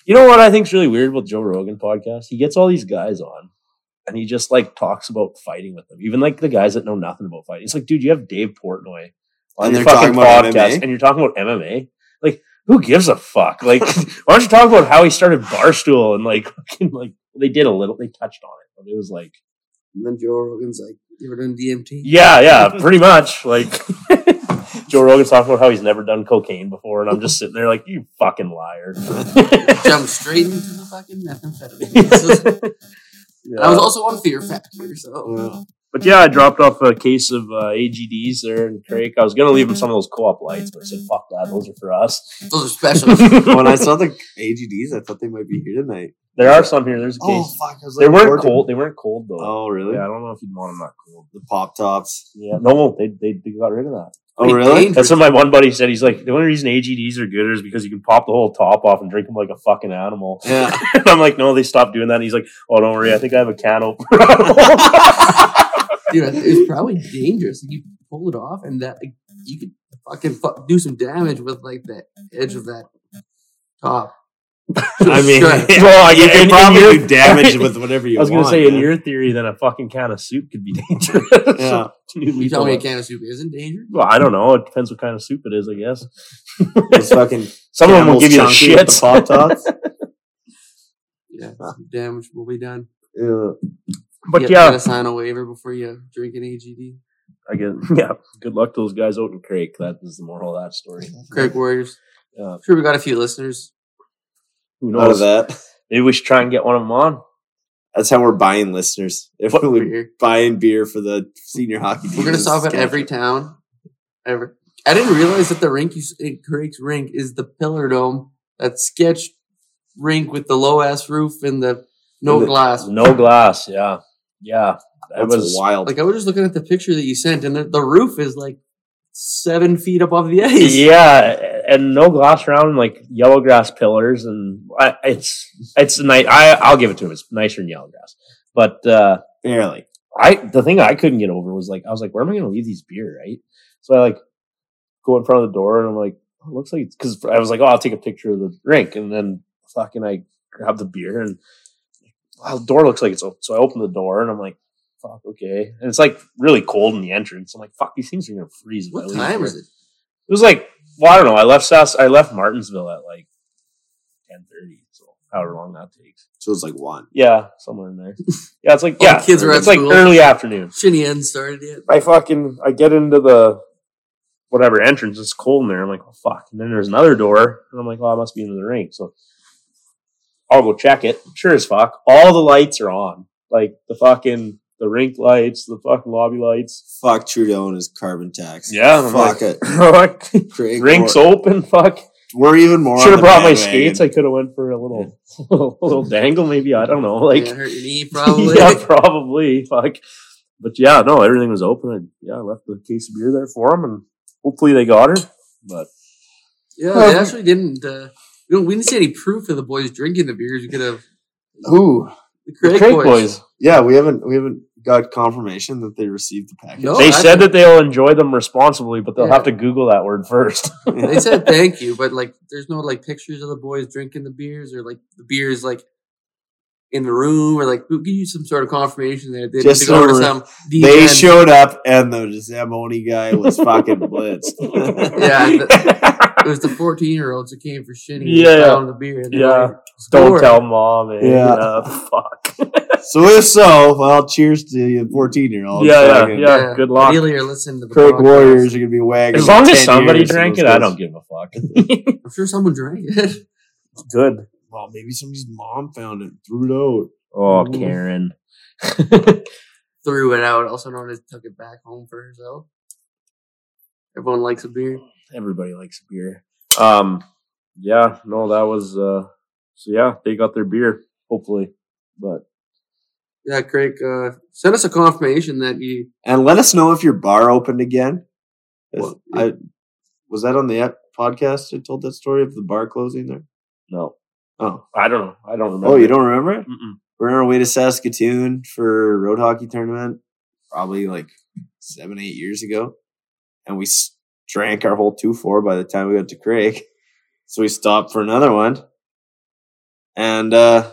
Speaker 2: you know what I think's really weird about Joe Rogan podcast. He gets all these guys on, and he just like talks about fighting with them, even like the guys that know nothing about fighting. It's like, dude, you have Dave Portnoy on
Speaker 3: And
Speaker 2: your
Speaker 3: they're
Speaker 2: fucking
Speaker 3: talking about
Speaker 2: podcast,
Speaker 3: MMA?
Speaker 2: and you're talking about MMA. Like, who gives a fuck? Like, [LAUGHS] why don't you talk about how he started Barstool and like, [LAUGHS] fucking, like they did a little, they touched on it, but it was like.
Speaker 1: And then Joe Rogan's like, You ever done DMT?
Speaker 2: Yeah, yeah, pretty much. Like [LAUGHS] Joe Rogan's talking about how he's never done cocaine before, and I'm just sitting there like, you fucking liar.
Speaker 1: Jump straight into the fucking methamphetamine. This is-
Speaker 2: [LAUGHS]
Speaker 1: I was also on Fear Factor, so
Speaker 2: but yeah, I dropped off a case of uh, AGDs there in Craig. I was gonna leave him some of those co-op lights, but I said, fuck that, those are for us. [LAUGHS]
Speaker 1: those are special.
Speaker 3: when I saw the AGDs, I thought they might be here tonight.
Speaker 2: there are some here. There's a
Speaker 3: Oh
Speaker 2: case.
Speaker 3: fuck! I was
Speaker 2: they
Speaker 3: looking
Speaker 2: weren't
Speaker 3: forward to-
Speaker 2: cold. They weren't cold though.
Speaker 3: Oh really?
Speaker 2: Yeah, I don't know if you'd want them not cold.
Speaker 3: The pop tops.
Speaker 2: Yeah, no, they, they they got rid of that.
Speaker 3: Oh really?
Speaker 2: That's what my one buddy said. He's like, the only reason AGDs are good is because you can pop the whole top off and drink them like a fucking animal.
Speaker 3: Yeah.
Speaker 2: [LAUGHS] And I'm like, no, they stopped doing that. And he's like, oh, don't worry. I think I have a can [LAUGHS] opener.
Speaker 1: Dude, it's probably dangerous. Like, you pull it off, and that like, you could fucking fu- do some damage with like the edge of that top.
Speaker 3: I mean,
Speaker 1: Sure.
Speaker 2: [LAUGHS] well,
Speaker 3: you
Speaker 2: yeah,
Speaker 3: can
Speaker 2: in- in
Speaker 3: probably
Speaker 2: your-
Speaker 3: do damage with whatever you
Speaker 2: I was going to
Speaker 3: want,
Speaker 2: say, in
Speaker 3: man.
Speaker 2: your theory, then a fucking can of soup could be [LAUGHS] dangerous. [LAUGHS]
Speaker 3: Yeah.
Speaker 1: You tell me a can of soup isn't dangerous?
Speaker 2: well, I don't know. It depends what kind of soup it is, I guess.
Speaker 3: It's fucking
Speaker 2: [LAUGHS] Some of them will
Speaker 3: Campbell's
Speaker 2: give you the
Speaker 3: Chunky with
Speaker 2: shits.
Speaker 3: the
Speaker 2: [LAUGHS]
Speaker 3: pop tops.
Speaker 1: Yeah, some damage will be done.
Speaker 3: yeah.
Speaker 2: But
Speaker 1: You
Speaker 2: yeah,
Speaker 1: gotta sign a waiver before you drink an AGD.
Speaker 2: I guess, [LAUGHS] yeah. Good luck to those guys out in Crake. That is the moral of that story.
Speaker 1: Craig Warriors.
Speaker 2: Yeah.
Speaker 1: sure, we got a few listeners.
Speaker 2: Who
Speaker 3: Out of
Speaker 2: knows?
Speaker 3: that.
Speaker 2: Maybe we should try and get one of them on.
Speaker 3: That's how we're buying listeners. If
Speaker 1: We're
Speaker 3: we're
Speaker 1: here.
Speaker 3: buying beer for the senior hockey,
Speaker 1: We're gonna
Speaker 3: teams,
Speaker 1: stop at
Speaker 3: it's
Speaker 1: every town ever. I didn't realize that the rink you s- in Craig's rink is the pillar dome, that sketch rink with the low ass roof and the no
Speaker 3: And the-
Speaker 1: glass.
Speaker 2: No glass. Yeah. Yeah. That
Speaker 3: That's
Speaker 2: was
Speaker 3: wild.
Speaker 1: Like I was just looking at the picture that you sent, and the, the roof is like seven feet above the ice.
Speaker 2: yeah, and no glass around like yellow grass pillars, and I, it's it's a nice. I I'll give it to him. It's nicer than yellow grass, but uh,
Speaker 4: Barely.
Speaker 2: I the thing I couldn't get over was like I was like, where am I going to leave these beer? Right, so I like go in front of the door and I'm like, oh, it looks like it's because I was like, oh, I'll take a picture of the rink, and then fucking I grab the beer and wow, the door looks like it's open. So I open the door and I'm like, fuck, okay, and it's like really cold in the entrance. I'm like, fuck, these things are going to freeze. if I
Speaker 1: What
Speaker 2: leave
Speaker 1: time
Speaker 2: here.
Speaker 1: is it?
Speaker 2: It was like, well, I don't know. I left Sas- I left Martinsville at like ten thirty, so however long that takes.
Speaker 3: so it's like one.
Speaker 2: Yeah, somewhere
Speaker 1: [LAUGHS]
Speaker 2: in there. Yeah, it's like
Speaker 1: All the
Speaker 2: yeah,
Speaker 1: kids were at
Speaker 2: it's like
Speaker 1: school.
Speaker 2: early afternoon.
Speaker 1: Shinny hadn't started yet.
Speaker 2: I fucking I get into the whatever entrance. It's cold in there. I'm like, oh fuck. And then there's another door, and I'm like, oh, I must be into the rink. So I'll go check it. Sure as fuck, all the lights are on. Like the fucking the rink lights, the fucking lobby lights.
Speaker 1: [LAUGHS]
Speaker 2: [LAUGHS]
Speaker 3: Fuck Trudeau and his carbon tax.
Speaker 2: Yeah, and I'm
Speaker 3: Fuck it.
Speaker 2: like, it.
Speaker 1: [LAUGHS]
Speaker 3: Craig,
Speaker 2: Rinks
Speaker 3: we're,
Speaker 2: open. Fuck.
Speaker 3: we're even more. on
Speaker 2: Should have
Speaker 3: the
Speaker 2: brought my
Speaker 3: bandwagon.
Speaker 2: skates. I could have went for [LAUGHS] a little, little dangle. Maybe I don't know. Like,
Speaker 1: yeah,
Speaker 2: [LAUGHS] yeah,
Speaker 1: hurt your knee probably.
Speaker 2: [LAUGHS] probably. Fuck. But yeah, no, everything was open. And yeah, I left the case of beer there for them, and hopefully they got her. But
Speaker 1: Yeah, they actually didn't. Uh, we, don't, we didn't see any proof of the boys drinking the beers. We could have
Speaker 3: Who?
Speaker 1: the Craig, boys.
Speaker 3: Yeah, we haven't we haven't got confirmation that they received the package.
Speaker 1: No. Oh,
Speaker 2: they
Speaker 1: I-
Speaker 2: said that they'll enjoy them responsibly, but they'll
Speaker 1: Yeah.
Speaker 2: have to Google that word first.
Speaker 1: [LAUGHS] They
Speaker 2: [LAUGHS]
Speaker 1: said thank you, but like, there's no like pictures of the boys drinking the beers or like the beers like in the room or like we give you some sort of confirmation that they
Speaker 3: Just
Speaker 1: didn't go to
Speaker 3: so
Speaker 1: some.
Speaker 3: They
Speaker 1: DN.
Speaker 3: showed up and the Zamboni guy
Speaker 2: [LAUGHS]
Speaker 3: was fucking blitzed.
Speaker 1: Yeah, it was the 14 year olds who came for shitting.
Speaker 2: Yeah, yeah.
Speaker 1: Yeah, the beer. and they were
Speaker 2: Yeah.
Speaker 1: like,
Speaker 2: [LAUGHS] don't
Speaker 1: "Score."
Speaker 2: tell mom. Eh?
Speaker 3: Yeah.
Speaker 2: Yeah. [LAUGHS] fuck.
Speaker 3: So if so, well, cheers to you, fourteen year old.
Speaker 2: yeah, yeah, yeah, Good luck.
Speaker 1: Ideally, you're listening to the
Speaker 3: Kirk
Speaker 1: podcast.
Speaker 3: Warriors are gonna be wagging.
Speaker 2: As long
Speaker 3: 10
Speaker 2: as somebody
Speaker 3: years in
Speaker 2: drank
Speaker 3: those
Speaker 2: it, I
Speaker 3: guys.
Speaker 2: don't give a fuck.
Speaker 1: I'm sure someone drank it. [LAUGHS]
Speaker 2: [LAUGHS] Good.
Speaker 3: Well, maybe somebody's mom found it, threw it out.
Speaker 2: Oh,
Speaker 1: Mhm.
Speaker 2: Karen.
Speaker 1: Threw it out, also known as took it back home for herself. Everyone likes a beer.
Speaker 2: everybody likes beer. Um, yeah, no, that was uh, so yeah, they got their beer hopefully, but
Speaker 1: Yeah, Craig, uh, send us a confirmation that you.
Speaker 3: And let us know if your bar opened again.
Speaker 1: Well,
Speaker 3: I was that on the ep- podcast. I told that story of the bar closing there.
Speaker 2: no,
Speaker 3: Oh,
Speaker 2: I don't know, I don't remember.
Speaker 3: oh, you don't remember it?
Speaker 2: Mm-mm.
Speaker 3: We're on our way to Saskatoon for road hockey tournament, probably like seven, eight years ago, and we s- drank our whole two four by the time we got to Craig. So we stopped for another one, and uh,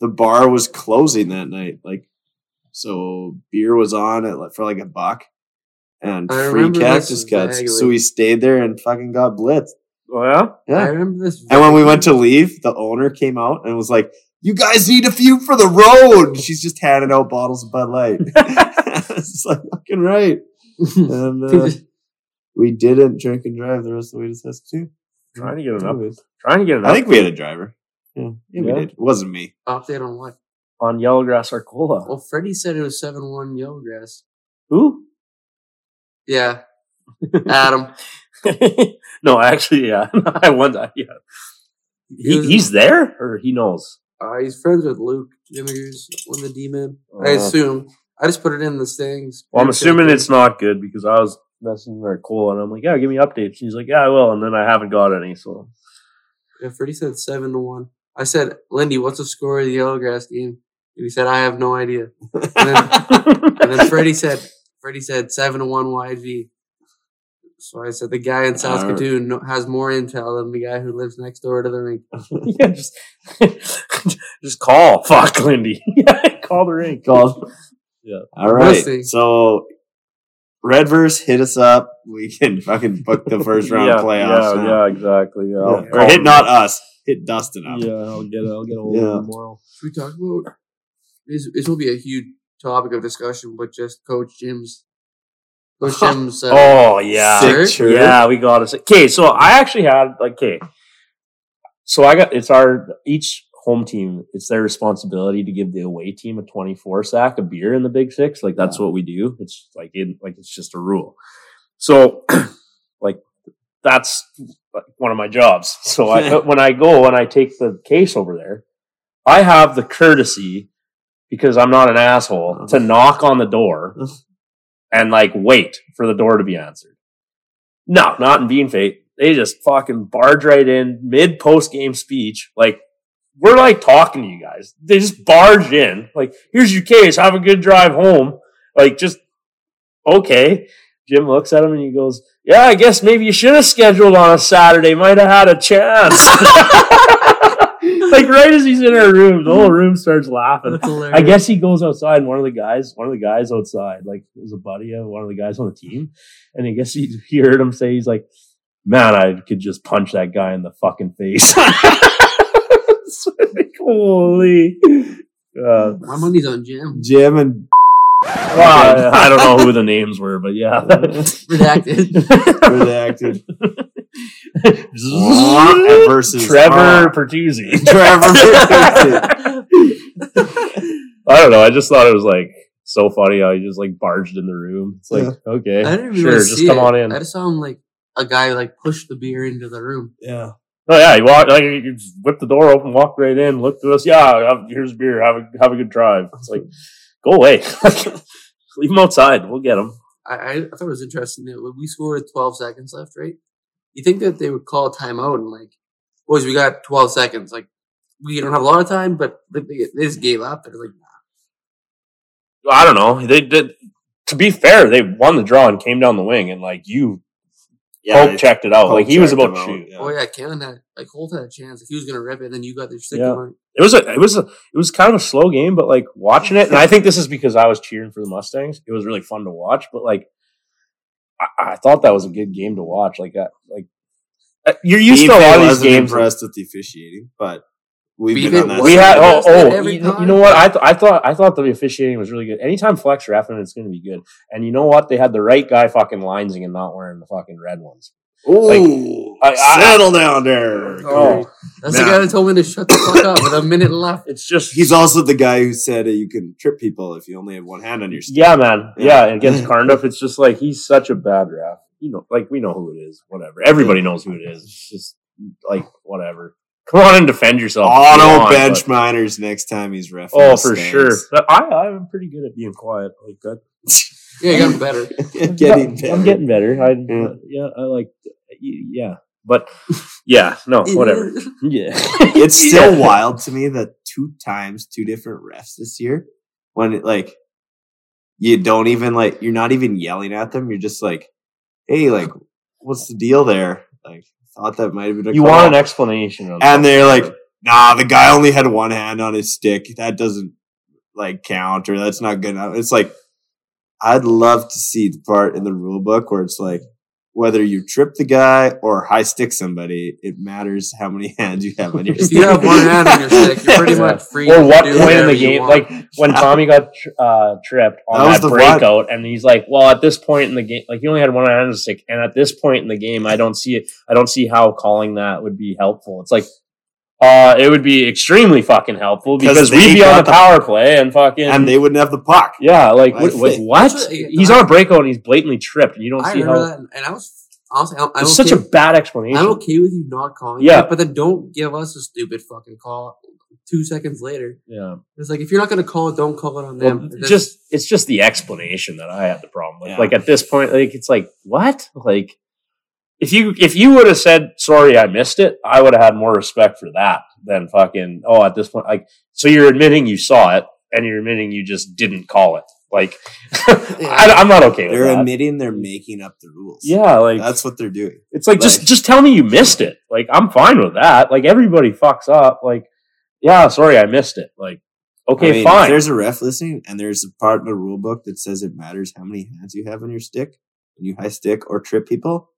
Speaker 3: the bar was closing that night. Like, so beer was on at like, for like a buck, and
Speaker 1: I
Speaker 3: free
Speaker 1: remember this
Speaker 3: cactus cuts. So
Speaker 1: vaguely.
Speaker 3: we stayed there and fucking got blitzed.
Speaker 2: Oh yeah,
Speaker 1: I
Speaker 3: Yeah.
Speaker 1: remember this.
Speaker 3: And when we went to leave, the owner came out and was like, "You guys need a few for the road." She's just handing out bottles of Bud Light. [LAUGHS] it's like fucking right.
Speaker 1: [LAUGHS]
Speaker 3: And uh, we didn't drink and drive the rest of the way to Saskatoon.
Speaker 2: trying to get an up,
Speaker 3: Anyways,
Speaker 2: trying to get an
Speaker 3: I
Speaker 2: up
Speaker 3: think we had a driver. Yeah, yeah, we
Speaker 2: Yeah.
Speaker 3: did. It wasn't me.
Speaker 1: Update on what?
Speaker 2: on Yellowgrass Arcola.
Speaker 1: Well, Freddie said it was 7 1 Yellowgrass.
Speaker 2: Who? [LAUGHS]
Speaker 1: Yeah. Adam.
Speaker 2: no, actually, yeah, [LAUGHS] I wonder. Yeah, he,
Speaker 1: was-
Speaker 2: he's there or he knows.
Speaker 1: Uh, he's friends with Luke Jimmers on the D man. I
Speaker 2: Uh,
Speaker 1: assume. I just put it in the things.
Speaker 2: Well, I'm assuming it's not good because I was messaging Arcola and I'm like, yeah, give me updates. She's like, yeah, I will, and then I haven't got
Speaker 3: [LAUGHS]
Speaker 2: any. So [LAUGHS]
Speaker 1: Yeah, Freddie said 7 to 1. I said, Lindy, what's the score of the Yellowgrass game? And he said, I have no idea. And
Speaker 2: [LAUGHS]
Speaker 1: then, and then Freddie said, Freddie said 7 to 1 YG. So I said, the guy in Saskatoon kno- has more intel than the guy who lives next door to the rink.
Speaker 2: [LAUGHS] yeah, just just call. Fuck [LAUGHS] Lindy. call the rink. [LAUGHS]
Speaker 3: Called.
Speaker 2: Yeah.
Speaker 3: [LAUGHS] All
Speaker 1: We'll
Speaker 3: right.
Speaker 1: see.
Speaker 3: So, Redverse hit us up. We can fucking book the
Speaker 2: [LAUGHS]
Speaker 3: first round
Speaker 2: yeah,
Speaker 3: playoffs.
Speaker 2: Yeah,
Speaker 3: now.
Speaker 2: yeah, exactly. Yeah. I'll
Speaker 3: Yeah.
Speaker 2: call
Speaker 3: Or hit
Speaker 2: him.
Speaker 3: not us. Hit Dustin up.
Speaker 2: Yeah, I'll get it. I'll get a hold
Speaker 3: Yeah.
Speaker 2: of him tomorrow.
Speaker 1: Should we talk about this? This will be a huge topic of discussion, but just Coach Jim's. Coach Jim's. Uh,
Speaker 2: [LAUGHS] Oh yeah.
Speaker 1: Sick.
Speaker 3: Sick chirp.
Speaker 2: Yeah, we got us. Okay, so I actually had like okay. So I got it's our each home team, it's their responsibility to give the away team a 24 sack of beer in the big six. Like that's what we do. It's like in like it's just a rule. So [CLEARS THROAT] Like that's like, one of my jobs. So I when I go and I take the case over there, I have the courtesy because I'm not an asshole to knock on the door and like wait for the door to be answered. No, not in Bean Fate. They just fucking barge right in mid post game speech. Like, we're like talking to you guys. They just barge in. Like, here's your case. Have a good drive home. Like, just okay. Jim looks at him and he goes, Yeah, I guess maybe you should have scheduled on a Saturday. Might have had a chance. [LAUGHS] like, right as he's in our room, the whole room starts laughing.
Speaker 1: That's hilarious.
Speaker 2: I guess he goes outside. And one of the guys, one of the guys outside, like it was a buddy of one of the guys on the team, and I guess he, he heard him say, "He's like, man, I could just punch that guy in the fucking face." [LAUGHS] So, like,
Speaker 1: [LAUGHS]
Speaker 2: Holy, uh,
Speaker 1: My money's on Jim. [LAUGHS]
Speaker 3: Jim and [LAUGHS]
Speaker 2: well, I I don't know who the names were, but yeah,
Speaker 1: Redacted.
Speaker 3: redacted [LAUGHS] versus
Speaker 2: [LAUGHS]
Speaker 3: uh,
Speaker 2: Trevor Pertuzzi.
Speaker 3: [LAUGHS] Trevor Bertuzzi.
Speaker 2: I don't know. I just thought it was like so funny how he just like barged in the room. It's like, okay,
Speaker 1: I didn't even
Speaker 2: sure,
Speaker 1: really
Speaker 2: just
Speaker 1: see
Speaker 2: come
Speaker 1: it.
Speaker 2: on in.
Speaker 1: I just saw him like a guy like push the beer into the room.
Speaker 3: [LAUGHS] Yeah.
Speaker 2: Oh yeah, he walked like he just whipped the door open, walked right in, looked at us. Yeah, have, here's beer. Have a have a good drive. It's like, go away. [LAUGHS] Leave him outside. We'll get him.
Speaker 1: I, I, I thought it was interesting that when we scored with 12 seconds left, right? You think that they would call a timeout and like, boys, we got 12 seconds. Like, we don't have a lot of time, but they, they they just gave up. They're like,
Speaker 2: I don't know. They did. To be fair, they won the draw and came down the wing, and like you
Speaker 3: Yeah.
Speaker 2: poke checked it out. Like he was
Speaker 3: Pope
Speaker 2: about to
Speaker 3: checked him out,
Speaker 2: shoot.
Speaker 3: yeah.
Speaker 1: oh yeah, Kalen had like Holt had a chance. Like, he was gonna rip it, and then you got your stick
Speaker 2: Yeah.
Speaker 1: on.
Speaker 2: It was a it was a it was kind of a slow game, but like watching it, and I think this is because I was cheering for the Mustangs. It was really fun to watch, but like I, I thought that was a good game to watch. Like that, like uh, you're used
Speaker 3: Beef
Speaker 2: to a lot of these
Speaker 3: wasn't
Speaker 2: games.
Speaker 3: impressed with the officiating, but we've
Speaker 1: Beef
Speaker 3: been on
Speaker 1: it
Speaker 3: that.
Speaker 2: we
Speaker 1: Wasn't
Speaker 2: had
Speaker 1: the
Speaker 2: oh,
Speaker 1: best at
Speaker 2: oh
Speaker 1: every
Speaker 2: you, know, you
Speaker 1: time.
Speaker 2: know what I, th- I thought I thought the officiating was really good. Anytime Flex reffing, it's going to be good. And you know what? They had the right guy fucking linesing and not wearing the fucking red ones.
Speaker 3: Ooh,
Speaker 2: I- I-
Speaker 3: settle down there.
Speaker 2: Oh.
Speaker 1: That's the
Speaker 3: Yeah.
Speaker 1: guy that told me to shut the fuck up with a minute left.
Speaker 2: It's just
Speaker 3: He's also the guy who said uh, you can trip people if you only have one hand on your stick.
Speaker 2: yeah, man,
Speaker 3: Yeah.
Speaker 2: yeah. against Carnduff, it's just like he's such a bad ref. You know, like we know who it is. Whatever, everybody knows who it is. It's just like whatever. Come on and defend yourself. if you
Speaker 3: Auto
Speaker 2: want,
Speaker 3: bench
Speaker 2: but-
Speaker 3: miners next time he's ref.
Speaker 2: Oh, for sure. But I I'm pretty good at being quiet like that.
Speaker 1: Yeah, you got better.
Speaker 3: [LAUGHS] Getting better.
Speaker 2: I'm getting better. I uh,
Speaker 3: Yeah.
Speaker 2: yeah, I like yeah, but yeah,
Speaker 1: [LAUGHS]
Speaker 2: no, [LAUGHS] whatever. Yeah.
Speaker 3: [LAUGHS] it's still wild to me that two times two different refs this year when it, like you don't even like you're not even yelling at them you're just like hey like what's the deal there like thought that might have been a
Speaker 2: you
Speaker 3: call. [LAUGHS]
Speaker 2: want an explanation of
Speaker 3: and they're like nah the guy only had one hand on his stick that doesn't like count or that's not good enough it's like i'd love to see the part in the rule book where it's like whether you trip the guy or high stick somebody, it matters how many [LAUGHS] hands you have on your
Speaker 1: If
Speaker 3: stick.
Speaker 1: you have one hand on your stick, you're
Speaker 3: [LAUGHS]
Speaker 1: pretty
Speaker 2: Yeah.
Speaker 1: much free.
Speaker 2: or
Speaker 1: to
Speaker 2: what
Speaker 1: do
Speaker 2: point in
Speaker 1: whatever
Speaker 2: the
Speaker 1: you
Speaker 2: game
Speaker 1: want.
Speaker 2: like when Tommy got tr- uh, tripped on
Speaker 3: That was
Speaker 2: that,
Speaker 3: the
Speaker 2: breakout and he's like, Well at this point in the game like he only had one hand on the stick and at this point in the game I don't see it I don't see how calling that would be helpful. It's like uh it would be extremely fucking helpful
Speaker 3: 'Cause
Speaker 2: because
Speaker 3: they
Speaker 2: we'd be on
Speaker 3: got
Speaker 2: the
Speaker 3: the-
Speaker 2: power play and fucking
Speaker 3: and they wouldn't have the puck.
Speaker 2: yeah, like
Speaker 3: I
Speaker 2: what, what,
Speaker 3: think-
Speaker 2: what?
Speaker 1: That's what-
Speaker 2: He's on a breakout and he's blatantly tripped, and you don't
Speaker 1: I
Speaker 2: see
Speaker 1: remember
Speaker 2: how.
Speaker 1: that, and I was honestly, I'm, I'm
Speaker 2: it's
Speaker 1: okay
Speaker 2: such a bad explanation.
Speaker 1: I'm okay with you not calling
Speaker 2: Yeah.
Speaker 1: it, but then don't give us a stupid fucking call two seconds later.
Speaker 2: yeah,
Speaker 1: It's like if you're not gonna call it, don't call it on
Speaker 2: Well,
Speaker 1: them. That's-
Speaker 2: just it's just the explanation that I have the problem with.
Speaker 3: Yeah.
Speaker 2: Like at this point, like it's like what? Like if you if you would have said sorry, I missed it, I would have had more respect for that than fucking oh at this point like so you're admitting you saw it and you're admitting you just didn't call it. Like [LAUGHS] I, I'm not okay with
Speaker 3: They're
Speaker 2: that.
Speaker 3: admitting they're making up the rules.
Speaker 2: yeah, like
Speaker 3: That's what they're doing.
Speaker 2: It's like just
Speaker 3: Like-
Speaker 2: just tell me you missed it. Like I'm fine with that. Like everybody fucks up. Like yeah, sorry I missed it. Like okay,
Speaker 3: I mean, If
Speaker 2: fine.
Speaker 3: there's a ref listening and there's a part in the rule book that says it matters how many hands you have on your stick and you high stick or trip people.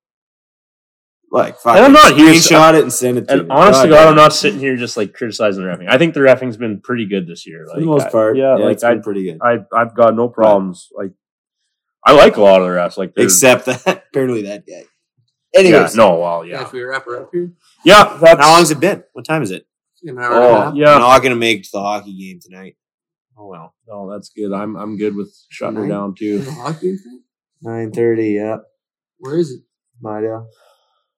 Speaker 3: Like, fuck
Speaker 2: And I'm
Speaker 3: it.
Speaker 2: not here-
Speaker 3: Screenshot it and send it to
Speaker 2: and
Speaker 3: me.
Speaker 2: honest to
Speaker 3: God,
Speaker 2: God, I'm not sitting here just like criticizing the refing. I think the refing's been pretty good this year. Like,
Speaker 3: for the most
Speaker 2: I-
Speaker 3: part.
Speaker 2: yeah,
Speaker 3: it's
Speaker 2: Like
Speaker 3: been
Speaker 2: I,
Speaker 3: pretty good.
Speaker 2: I, I've got no problems. Like, I like a lot of the refs. Like, they're-
Speaker 3: Except [LAUGHS] that apparently that guy.
Speaker 2: yeah,
Speaker 3: Anyways,
Speaker 2: no, well,
Speaker 1: yeah,
Speaker 2: yeah,
Speaker 1: if we wrap her up here,
Speaker 2: yeah. That's
Speaker 3: how long's it been? What time is it?
Speaker 1: an hour and a
Speaker 2: Oh,
Speaker 1: half.
Speaker 3: I'm
Speaker 2: yeah.
Speaker 3: not gonna make the hockey game tonight.
Speaker 2: Oh well, no, that's good. I'm I'm good with shutting her
Speaker 1: Nine?
Speaker 2: down too.
Speaker 1: Is it a hockey thing?
Speaker 3: Nine thirty. Yeah.
Speaker 1: Where is it?
Speaker 3: My deal.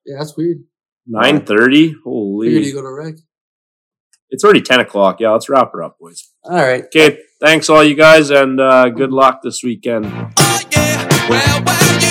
Speaker 1: Yeah, that's weird.
Speaker 2: Nine thirty.
Speaker 1: Figured you
Speaker 2: Holy!
Speaker 1: go to rec.
Speaker 2: It's already ten o'clock. Yeah, let's wrap her up, boys.
Speaker 1: All right.
Speaker 2: Okay, thanks all you guys, and uh, good luck this weekend.
Speaker 5: Oh, yeah. Well, well, yeah.